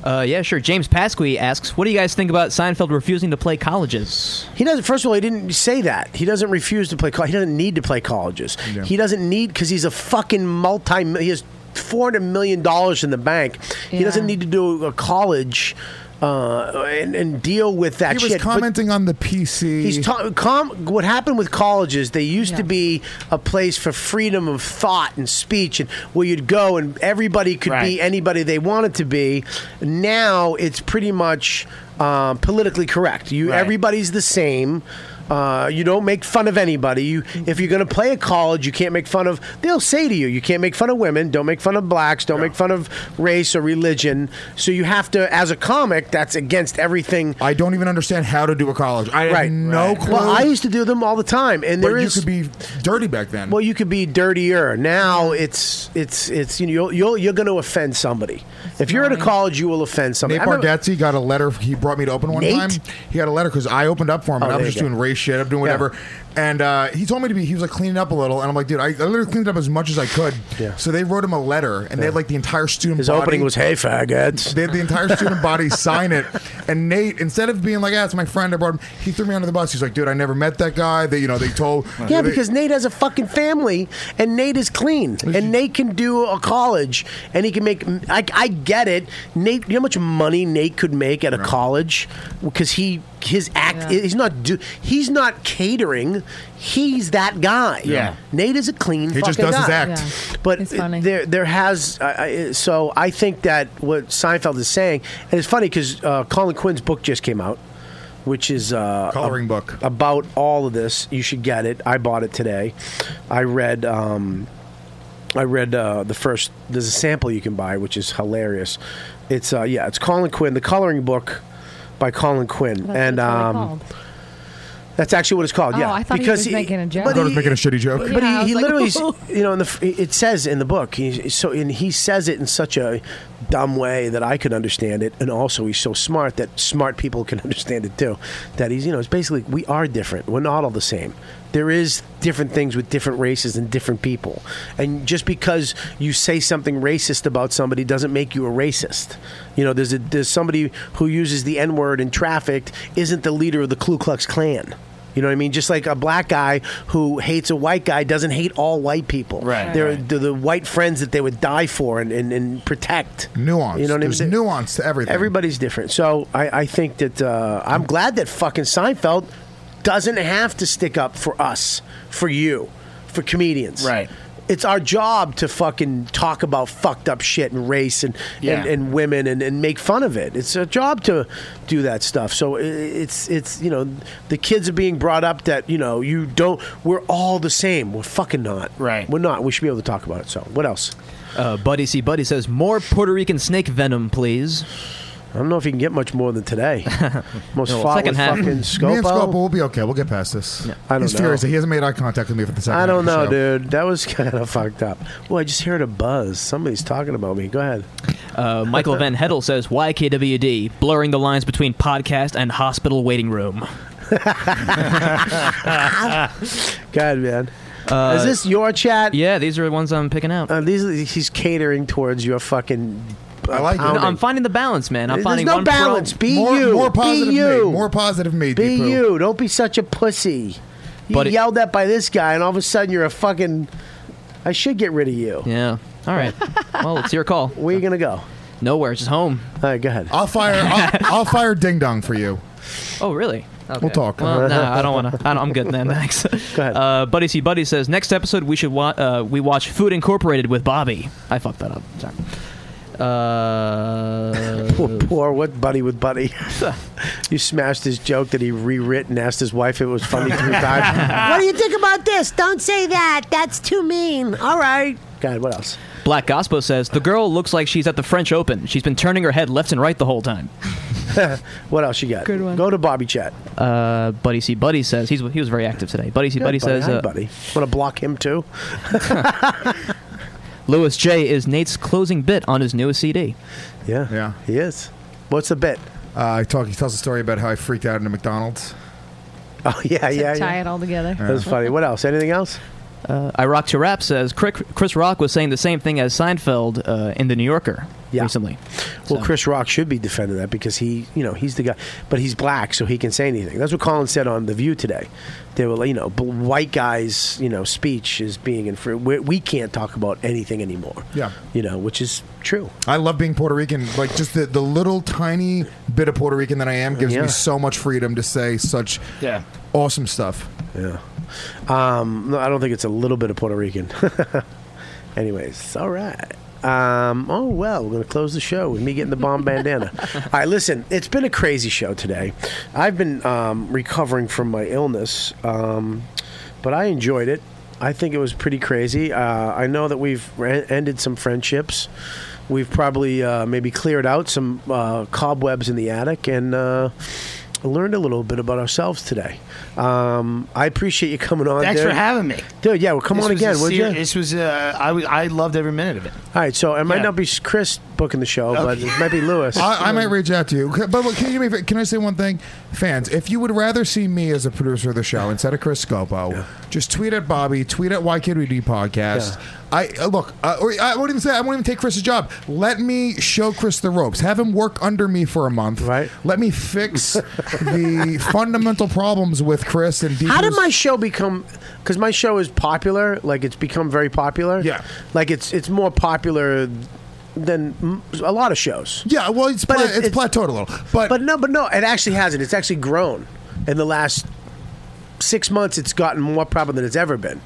Uh, yeah, sure. James Pasqui asks, "What do you guys think about Seinfeld refusing to play colleges?" He doesn't. First of all, he didn't say that. He doesn't refuse to play. col- He doesn't need to play colleges. He doesn't need because he's a fucking multi. He has four hundred million dollars in the bank. He doesn't need to do a college uh, and, and deal with that He shit. was But- commenting on the PC. He's ta- com- what happened with colleges? They used to be a place for freedom of thought and speech, and where you'd go and everybody could be anybody they wanted to be. Now it's pretty much um, politically correct. You everybody's the same. Uh, you don't make fun of anybody. You, if you're going to play at college, you can't make fun of. They'll say to you, you can't make fun of women. Don't make fun of blacks. Don't make fun of race or religion. So you have to, as a comic, that's against everything. I don't even understand how to do a college. I have no clue. Well, I used to do them all the time, and there But you is- could be dirty back then. well, you could be dirtier. Now it's it's it's you know you'll, you'll you're going to offend somebody. if you're at a college, you will offend somebody. Nate I remember- Bargatze got a letter. He brought me to open one Nate? time. He got a letter because I opened up for him, Oh, and I was there you just go. doing race shit. I'm doing whatever. And uh, he told me to be. He was like cleaning up a little, and I'm like, dude, I, I literally cleaned up as much as I could. Yeah. So they wrote him a letter, and they had like the entire student. His body- opening was, "Hey, faggots." They had the entire student body sign it, And Nate, instead of being like, "Ah, it's my friend," I brought him. He threw me under the bus. He's like, "Dude, I never met that guy." They, you know, they told. Yeah, they- because Nate has a fucking family, and Nate is clean, and Nate can do a college, and he can make. I, I get it, Nate. You know how much money Nate could make at a college because he his act. Yeah. He's not do. He's not catering. He's that guy. Yeah. Nate is a clean. He just fucking does his guy. act. Yeah. But there, there has. I I- so I think that what Seinfeld is saying, and it's funny because uh, Colin Quinn's book just came out, which is uh, coloring book about all of this. You should get it. I bought it today. I read. Um, I read uh, the first. There's a sample you can buy, which is hilarious. It's uh, yeah, it's Colin Quinn, the coloring book by Colin Quinn, and um, that's actually what it's called. Oh, yeah, I thought he because was making a joke. I thought it was making a shitty joke. but Yeah, I he, was he like, literally, s- you know, in the f- it says in the book, he so and he says it in such a dumb way that I could understand it, and also he's so smart that smart people can understand it too. That he's, you know, it's basically we are different. We're not all the same. There is different things with different races and different people, and just because you say something racist about somebody doesn't make you a racist. You know, there's a, there's somebody who uses the N word in traffic isn't the leader of the Ku Klux Klan. You know what I mean? Just like a black guy who hates a white guy doesn't hate all white people. Right. They're, they're the white friends that they would die for and, and, and protect. Nuance. You know what There's I mean? nuance to everything. Everybody's different. So I, I think that uh, I'm glad that fucking Seinfeld doesn't have to stick up for us, for you, for comedians. Right. It's our job to fucking talk about fucked up shit and race and, Yeah. and, and and women and, and make fun of it. It's a job to do that stuff. So i- it's it's you know the kids are being brought up that you know you don't. We're all the same. We're fucking not. Right. We're not. We should be able to talk about it. So what else? Uh, Buddy C. Buddy says, more Puerto Rican snake venom, please. I don't know if you can get much more than today. Most No, fought second with half. fucking Me Me and Scopo Scopo. will be okay. We'll get past this. I don't He's know. furious. that He hasn't made eye contact with me for the second. I don't half know, of the show. dude. That was kind of fucked up. Well, I just heard a buzz. Somebody's talking about me. Go ahead. Uh, Michael Van Heddle says, YKWD, blurring the lines between podcast and hospital waiting room. God, man. Uh, Is this your chat? Yeah, these are the ones I'm picking out. Uh, these are- he's catering towards your fucking. I like No, I'm finding the balance, man. I'm finding There's no one pro- balance. Be you. be you. More positive me. Be Deepu. you. Don't be such a pussy. You But it- yelled at by this guy, and all of a sudden you're a fucking. I should get rid of you. Yeah. All right. well, it's your call. Where are you gonna go? Nowhere. Just home. All right. Go ahead. I'll fire. I'll, I'll fire Ding Dong for you. Oh, really? We'll talk. Well, no, I don't want to. I'm good then. Thanks. Go ahead. Uh, Buddy C. Buddy says next episode we should wa- uh, we watch Food Incorporated with Bobby. I fucked that up. Sorry. Uh, poor, poor what buddy with buddy. you smashed his joke that he rewrit and asked his wife if it was funny three times. do you think about this? Don't say that. That's too mean. All right. God, what else? Black Gospel says the girl looks like she's at the French Open. She's been turning her head left and right the whole time. what else you got? Good one. Go to Bobby Chat. Uh, Buddy C. Buddy says he's he was very active today. Buddy C. Good Buddy, buddy. says Hi, uh, buddy. Want to block him too? Louis J. is Nate's closing bit on his newest CD. Yeah. Yeah. He is. What's the bit? Uh, he talk. He tells a story about how I freaked out in a McDonald's. Oh yeah, yeah, tie yeah. it all together. That was funny. What else? Anything else? Uh, I Rock to Rap says Cri- Chris Rock was saying the same thing as Seinfeld uh, in The New Yorker recently. Well, Chris Rock should be defending that because he, you know, he's the guy, but he's black, so he can say anything. That's what Colin said on The View today. They were, like, you know, bl- white guys, you know, speech is being infringed. We, we can't talk about anything anymore. Yeah. You know, which is true. I love being Puerto Rican. Like just the, the little tiny bit of Puerto Rican that I am gives Yeah. me so much freedom to say such Yeah. awesome stuff. Yeah. Um, no, I don't think it's a little bit of Puerto Rican. Anyways, all right. Um, oh well, we're gonna close the show with me getting the bomb bandana. all right, listen, it's been a crazy show today. I've been um, recovering from my illness, um, but I enjoyed it. I think it was pretty crazy. Uh, I know that we've re- ended some friendships. We've probably uh, maybe cleared out some uh, cobwebs in the attic, and uh, learned a little bit about ourselves today. Um, I appreciate you coming on. Thanks dude. for having me. dude. Yeah, well, come This on was a again, would ser- you? This was uh, I was I loved every minute of it. All right, so it might Yeah. not be Chris booking the show, but it might be Lewis. I, I might reach out to you, Okay, but look, can, you, make- can I say one thing, fans? If you would rather see me as a producer of the show instead of Chris Scopo, just tweet at Bobby, tweet at YKWd podcast. I uh, look. Uh, or- I won't even say. I won't even take Chris's job. Let me show Chris the ropes. Have him work under me for a month. Right. Let me fix the fundamental problems with Chris and. How did Deidre's- my show become? Because my show is popular. Like it's become very popular. Yeah. Like it's it's more popular than m- a lot of shows. Yeah. Well, it's but pla- it's plateaued a little. But but no, but no, it actually hasn't. It's actually grown in the last six months. It's gotten more popular than it's ever been.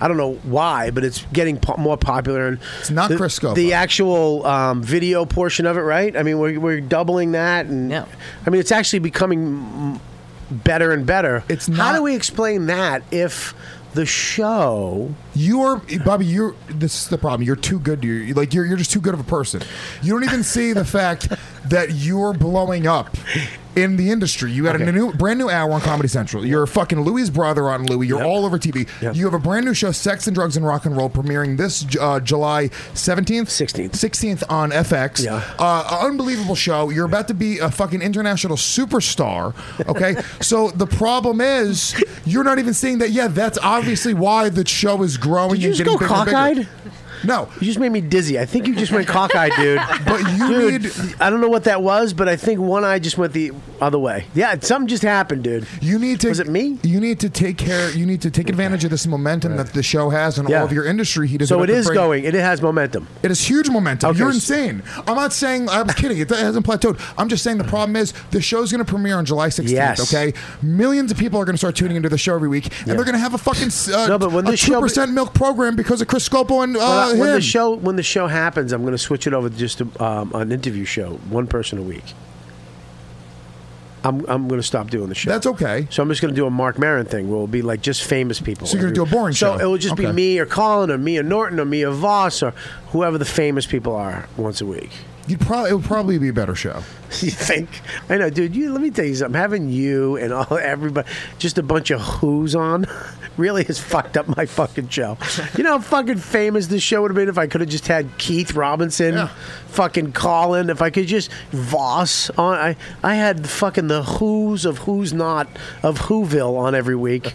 I don't know why, but it's getting po- more popular. And it's not the, Chris Scopo. The actual um, video portion of it, right? I mean, we're, we're doubling that, and I mean, it's actually becoming mm, better and better. It's not. How do we explain that if the show? You're Bobby. You're this is the problem. You're too good. To, you like you're you're just too good of a person. You don't even see the fact that you're blowing up in the industry. You had a new brand new hour on Comedy Central. You're fucking Louis' brother on Louis. You're all over TV. You have a brand new show, Sex and Drugs and Rock and Roll, premiering this uh, July 17th, 16th, 16th on FX. Yeah. Uh, unbelievable show. You're about to be a fucking international superstar. Okay. so the problem is you're not even seeing that. Yeah, that's obviously why the show is growing. Did you and just getting go bigger and bigger. cockeyed? No, you just made me dizzy. I think you just went cockeyed, dude. But you dude, I don't know what that was, but I think one eye just went the other way. Yeah, something just happened, dude. You need to. Was it me? You need to take care. You need to take advantage of this momentum that the show has and Yeah. all of your industry heat. is So about it to is bring- going. It has momentum. It is huge momentum. Okay. You're insane. I'm not saying I'm kidding. It hasn't plateaued. I'm just saying the problem is the show's going to premiere on July 16th. Yes. Okay, millions of people are going to start tuning into the show every week, and they're going to have a fucking uh, No, but when a the two show be- percent milk program because of Chris Scopo and uh, Well, when him. the show when the show happens, I'm going to switch it over to just a, um, an interview show, one person a week. I'm, I'm going to stop doing the show. That's okay. So I'm just going to do a Mark Maron thing where it'll be like just famous people. So you're gonna do a boring so show. So it will just be Okay. me or Colin or me or Norton or me or Voss or whoever the famous people are once a week. You'd probably it would probably be a better show. You think? I know, dude. You let me tell you something. Having you and all everybody, just a bunch of who's on, really has fucked up my fucking show. You know how fucking famous this show would have been if I could have just had Keith Robinson, fucking Colin. If I could just Voss on, I I had fucking the who's of who's not of Whoville on every week.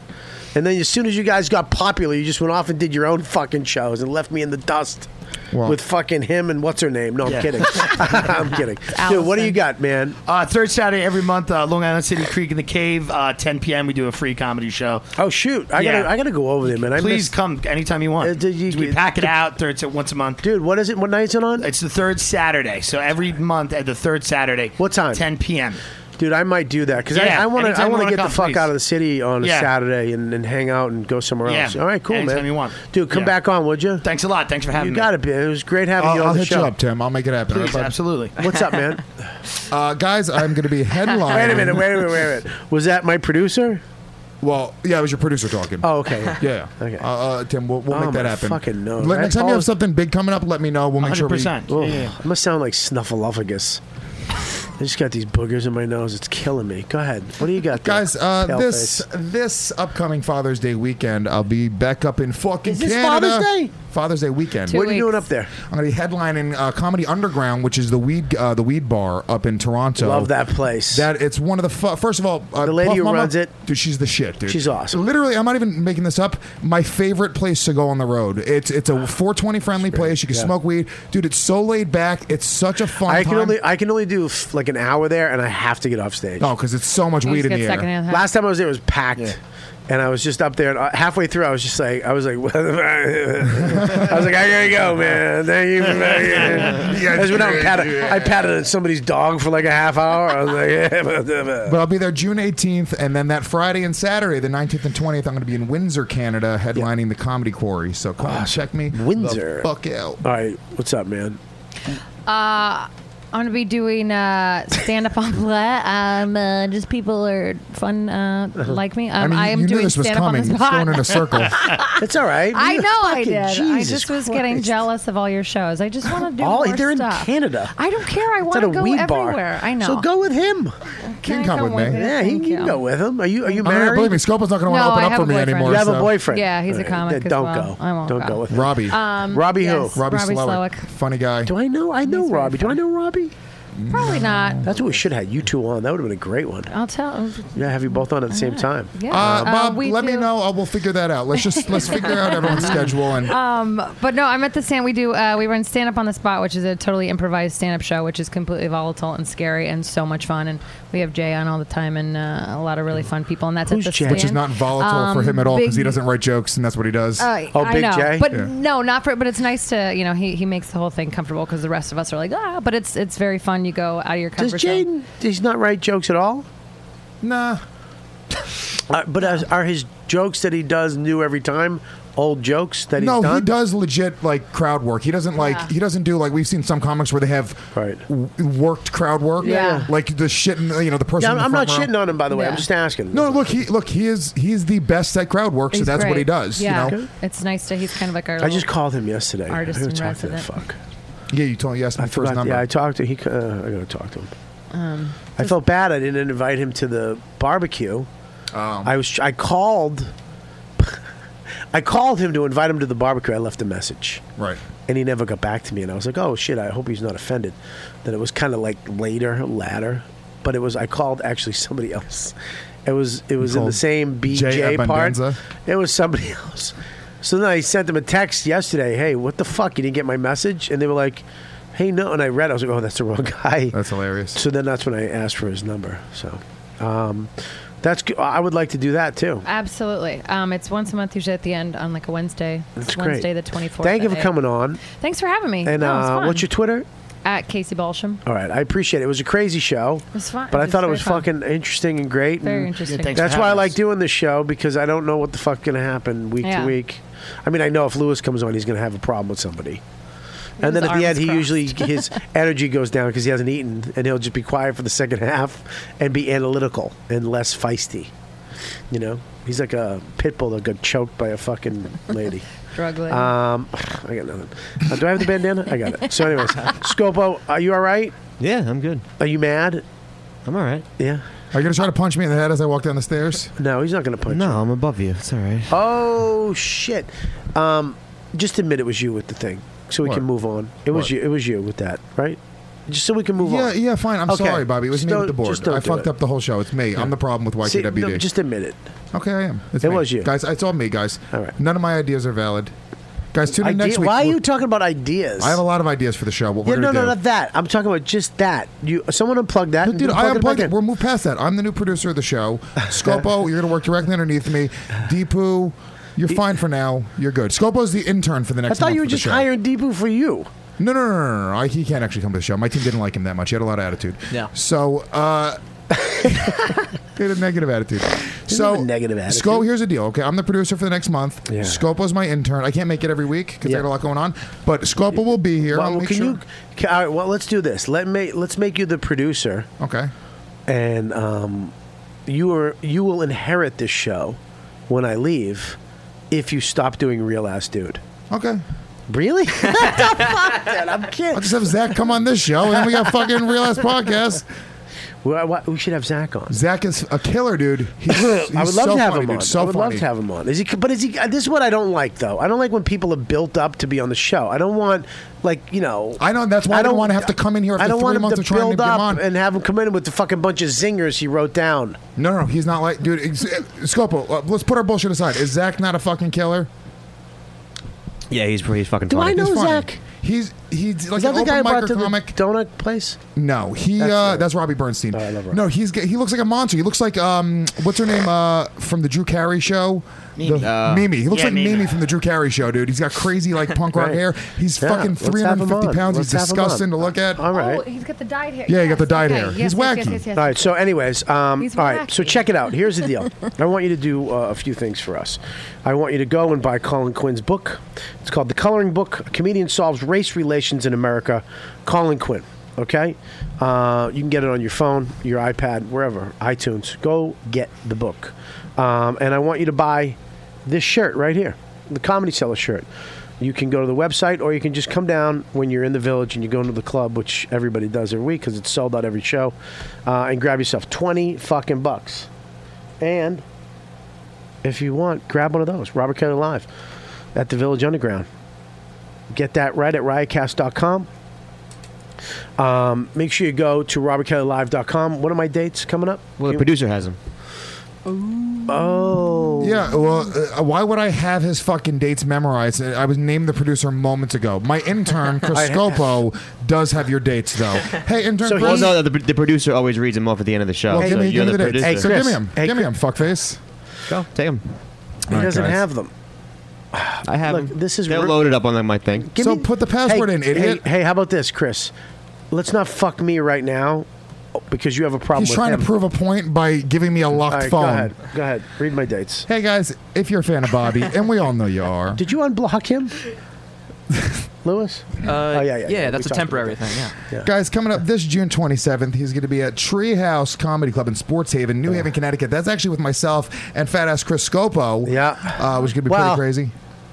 And then as soon as you guys got popular, you just went off and did your own fucking shows and left me in the dust. Well- with fucking him and what's her name? No, I'm Yeah. kidding. I'm kidding. Dude, what do you got, man? Uh, third Saturday every month, uh, Long Island City Creek in the Cave, uh, 10 p.m. We do a free comedy show. Oh shoot, I gotta, I gotta go over there, man. I Please missed- Uh, come anytime you want. we pack it out third, once a month. Dude, what is it? What night is it on? It's the third Saturday. So every month at the third Saturday. What time? 10 p.m. dude, I might do that because Yeah, I want to, anytime I you want to wanna get come, the fuck please. out of the city on a Yeah. Saturday and, and hang out and go somewhere Yeah. else. All right, cool, Anytime man. you want. dude, come Yeah. back on, would you? Thanks a lot. Thanks for having you me. got it, man. It was great having you I'll, on I'll the hit show. you up, Tim. I'll make it happen. Please, absolutely. What's up, man? uh, guys, I'm going to be headlining. Wait a minute, wait a minute, wait a minute. Was that my producer? Well, yeah, it was your producer talking. Oh, okay. Yeah. Okay. Uh, uh, Tim, we'll, we'll Oh, make that my happen. fucking nose. Let- I next time you told- have something big coming up, let me know. We'll make sure we. Oh, I must sound like Snuffleupagus. I just got these boogers in my nose. It's killing me. Go ahead. What do you got, there, Guys, uh, pale this face? this upcoming Father's Day weekend, I'll be back up in fucking Is this Canada. Father's Day? Father's Day weekend. Two What are you weeks. doing up there? I'm gonna be headlining uh, Comedy Underground, which is the weed uh, the weed bar up in Toronto. Love that place. That it's one of the fu- first of all. Uh, The lady Puff who Mama- runs it- dude, she's the shit, dude. She's awesome. Literally, I'm not even making this up. My favorite place to go on the road. It's it's a 420 friendly place. You can Ah, Yeah. smoke weed, dude. It's so laid back. It's such a fun. I can time. only I can only do f- like an hour there, and I have to get off stage. No, because Oh, it's so much weed in the air. Last time I was there, it was packed. And I was just up there, and uh, halfway through, I was just like, I was like, I was like, I gotta go, man. Thank you. For Yeah, yeah, I, just went out and patted, I patted somebody's dog for like a half hour. I was like, uh, But I'll be there June 18th, and then that Friday and Saturday, the 19th and 20th, I'm going to be in Windsor, Canada, headlining the Comedy Quarry. So come and check me. Windsor. The fuck out. All right, what's up, man? Uh, I'm gonna be doing uh, stand up on Blatt. Um, uh, just people are fun uh, like me. Um, I, I mean, you- am you knew doing this was stand up on the coming. You're spot. thrown in a circle. It's all right. I know I Fucking did. I Jesus just was getting Christ. jealous of all your shows. I just want to do All more they're in stuff. Canada. I don't care. I It's want at to a go weed bar. everywhere. I know. So go with him. Can I come with you? Yeah, he Thank can you. go with him. Are you are you I don't know, married? believe me, Scopo's not gonna wanna No, open I up have for a me boyfriend. anymore, You have a so- boyfriend. Yeah, he's a All right, comic then as Don't well. go. I won't don't go. go, with him. Robbie. Um, Robbie who? yes, Robbie Robbie Slowick. Slowick. Funny guy. Do I know? I know Robbie. Do I know Robbie? Probably not. That's what we should have had you two on. That would have been a great one. I'll tell. Yeah, have you both on at the same time. Yeah. Uh, Uh, Bob, we let me know. Uh, we'll figure that out. Let's just let's figure out everyone's schedule and Um, but no, I'm at the stand. We do. Uh, we run stand up on the spot, which is a totally improvised stand up show, which is completely volatile and scary and so much fun. And we have Jay on all the time and uh, a lot of really fun people. And that's at the stand. which is not volatile for Um, him at all because he Big- doesn't write jokes and that's what he does. Uh, Oh, I know, but no, not for. But it's nice to you know he, he makes the whole thing comfortable because the rest of us are like ah. But it's it's very fun. You go out of your comfort Does zone. Jaden? He's not write jokes at all. Nah. Uh, but are, are his jokes that he does new every time old jokes that he's no, done? he does legit like crowd work. He doesn't like Yeah. he doesn't do like we've seen some comics where they have w- worked crowd work. Yeah. like the shit. in- You know, the person. Yeah, in the I'm front not row. shitting on him, by the way. I'm Yeah. just asking. No, look, he look he is he is the best at crowd work, so He's that's what he great. does. Yeah, You know, it's nice to. He's kind of like our. I just little- called him yesterday. Artist I in haven't talked to that resident. fuck. Yeah, you told me. You asked me I for his forgot- number. Yeah, I talked to he. Uh, I gotta talk to him. Um, I felt bad. I didn't invite him to the barbecue. Oh. I was. I called. I called him to invite him to the barbecue. I left a message. Right. And he never got back to me. And I was like, oh shit. I hope he's not offended. That it was kind of like later, latter. But it was. I called actually somebody else. It was. It was in the called same Jay BJ part. Abundanza? It was somebody else. So then I sent them a text yesterday. Hey, what the fuck? You didn't get my message? And they were like, Hey, no. And I read. it. I was like, Oh, that's the wrong guy. That's hilarious. So then that's when I asked for his number. So um, that's. good. I would like to do that too. Absolutely. Um, it's once a month usually at the end on like a Wednesday. That's It's great. Wednesday the 24th. Thank you for at eight. coming on. Thanks for having me. And No, it was uh, fun. what's your Twitter? At Casey Balsham. All right, I appreciate it. It was a crazy show. It was fun. But It I was thought it very was fun. fucking interesting and great. Very and interesting. Yeah, thanks that's for why I having like doing this show because I don't know what the fuck's gonna happen week Yeah. to week. I mean, I know if Lewis comes on, he's gonna have a problem with somebody. his And then at arms the end, he crossed. usually his energy goes down because he hasn't eaten, and he'll just be quiet for the second half and be analytical and less feisty. You know, he's like a pit bull that got choked by a fucking lady. Drug lady. Um, I got nothing. Uh, do I have the bandana? I got it. So, anyways, Scopo, are you all right? Yeah, I'm good. Are you mad? I'm all right. Yeah. Are you gonna try to punch me in the head as I walk down the stairs? No, he's not gonna punch. No, I'm above you. It's all right. Oh shit! Um, just admit it was you with the thing, so we What? can move on. It was What? you. It was you with that, right? Just so we can move yeah, on. yeah, fine. I'm Okay. sorry, Bobby. It was Just me don't- with the just board. don't I do fucked it. up the whole show. It's me. I'm the problem with See, YKWd. no, just admit it. Okay, I am. It's It me. was you. guys. It's all me, guys. All right. None of my ideas are valid, guys. Tune in Idea- next week. Why are We're- you talking about ideas? I have a lot of ideas for the show. What yeah, we're no, gonna no, do. not that. I'm talking about just that. You, someone unplugged that. and Dude, plug I unplugged back it. in. We'll move past that. I'm the new producer of the show. Scopo, you're going to work directly underneath me. Deepu, you're fine for now. You're good. Scopo's the intern for the next. I thought month you were of the just show. hiring Deepu for you. No, no, no, no, no, no. I, he can't actually come to the show. My team didn't like him that much. He had a lot of attitude. Yeah. So, uh, he had a negative attitude. So, have a negative attitude. Scopo, here's the deal. Okay, I'm the producer for the next month. Yeah. Scopo's my intern. I can't make it every week because Yeah. I got a lot going on. But Scopo will be here. I'll Well, make can sure. you? Can, all right. Well, let's do this. Let me. Let's make you the producer. Okay. And um, you are you will inherit this show when I leave if you stop doing real ass dude. Okay. Really? I'm kidding. I'll just have Zach come on this show, and then we got fucking real ass podcast. Well, why- we should have Zach on. Zach is a killer, dude. He's, he's I would love so to have funny, him dude. on. So I would love funny. to have him on. Is he? But is he? uh, This is what I don't like, though. I don't like when people are built up to be on the show. I don't want, like, you know. I know. That's why I don't wanna have to come in here after I don't three want him months to of trying to build get him up on. and have him come in with the fucking bunch of zingers he wrote down. No, no, he's not like, dude. Ex- Scopo, uh, let's put our bullshit aside. Is Zach not a fucking killer? Yeah, he's he's fucking. Do funny. I know He's funny. Zach? He's he's like is that an the open guy who brought micer to comic. the donut place? No, he that's, That's uh, that's Robbie Bernstein. Oh, No, he's g- he looks like a monster. He looks like um, what's her name uh, from the Drew Carey show. Mimi. The- Uh, Mimi. He looks yeah, like Mimi. Mimi. from the Drew Carey show, dude. He's got crazy like punk rock Right. hair. He's Yeah, fucking let's have him 350 on. pounds. he's Let's have him disgusting on. to look at. All right. Oh, he's got the dyed hair. Yeah, he got the dyed okay. hair. Yes, yes, He's wacky. Yes, yes, yes, All right. So, anyways, um, He's all right. So, wacky. check it out. Here's the deal. I want you to do uh, a few things for us. I want you to go and buy Colin Quinn's book. It's called The Coloring Book: A Comedian Solves Race Relations in America. Colin Quinn. Okay. Uh, you can get it on your phone, your iPad, wherever, iTunes. Go get the book. Um, and I want you to buy this shirt right here, the Comedy Cellar shirt. You can go to the website, or you can just come down when you're in the village and you go into the club, which everybody does every week because it's sold out every show, uh, and grab yourself twenty fucking bucks. And if you want, grab one of those. Robert Kelly Live at the Village Underground. Get that right at riotcast.com. Um, make sure you go to robertkellylive.com. What are my dates coming up? Well, the producer has them. Oh. Yeah, well, uh, why would I have his fucking dates memorized? I was named the producer moments ago. My intern, I Chris have. Scopo, does have your dates, though. Hey, intern well, Chris. no, the, the producer always reads them off at the end of the show. Well, so give me, you're give me the, the dates. producer. so give me him. give me him, fuckface. Go, take him. He doesn't have them. I have Look, them. this is They're re- loaded up on like, my thing. Give So me- put the password Hey, in, idiot. Hey, hey, how about this, Chris? Let's not fuck me right now because you have a problem He's with trying him. to prove a point by giving me a locked All right, phone. Go ahead. Go ahead. Read my dates. Hey guys, if you're a fan of Bobby, and we all know you are, did you unblock him? Lewis? Uh, oh, yeah, yeah. yeah, that's a we talked about temporary that. thing. Yeah. Guys, coming up this June 27th, he's going to be at Treehouse Comedy Club in Sports Haven, New Haven, Connecticut. That's actually with myself and fat ass Chris Scopo. Yeah. Uh, which could be Well- pretty crazy.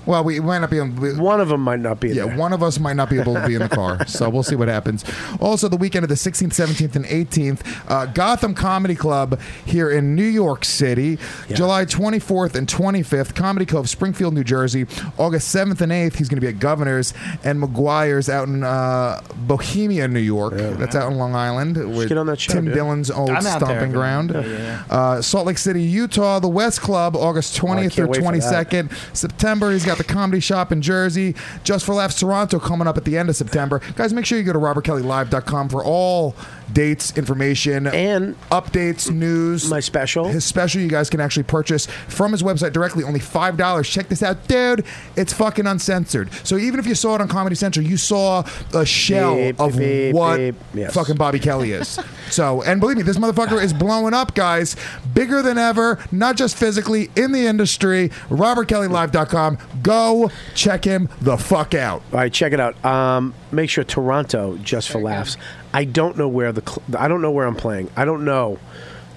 Well, we might not be. One of them might not be. Yeah, one of us might not be able to be in the car, so we'll see what happens. Also, the weekend of the 16th, 17th, and 18th, uh, Gotham Comedy Club here in New York City, July 24th and 25th, Comedy Cove, Springfield, New Jersey. August 7th and 8th, he's going to be at Governor's and McGuire's out in uh, Bohemia, New York. That's out in Long Island. with get on that show, Tim dude. Dillon's old I'm out there, stomping man. ground. Yeah, yeah, Uh, Salt Lake City, Utah, the West Club, August Oh, I 20th can't through wait for that. 22nd. September, he's got the comedy shop in Jersey. Just for Laughs Toronto coming up at the end of September. Guys, make sure you go to robertkellylive.com for all dates, information, and updates, news. My special. His special you guys can actually purchase from his website directly, only $5. Check this out, dude. It's fucking uncensored. So even if you saw it on Comedy Central, you saw a shell Beep, of beep, what beep. Yes. fucking Bobby Kelly is. so, and believe me, this motherfucker is blowing up, guys. Bigger than ever, not just physically, in the industry. RobertKellyLive.com. Go check him the fuck out. All right, check it out. Um, make sure Toronto just for laughs. I don't know where the cl- I don't know where I'm playing. I don't know.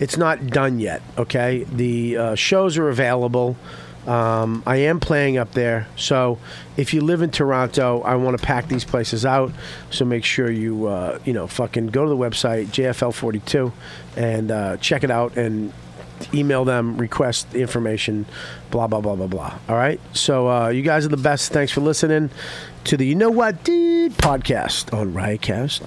It's not done yet. Okay, the uh, shows are available. Um, I am playing up there, so if you live in Toronto, I want to pack these places out. So make sure you uh, you know fucking go to the website JFL42 and uh, check it out and email them, request the information, blah, blah, blah, blah, blah. All right. So, uh, you guys are the best. Thanks for listening to the You Know What Dude podcast on Riotcast.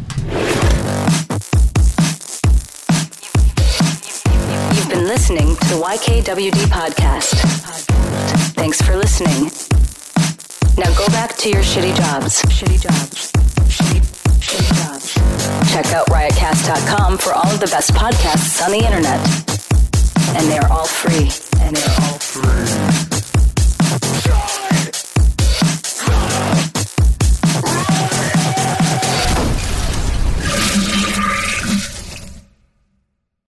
You've been listening to the YKWD podcast. Thanks for listening. Now go back to your shitty jobs. Shitty jobs. Shitty, shitty jobs. Check out riotcast.com for all of the best podcasts on the internet. And they are all free. And they are all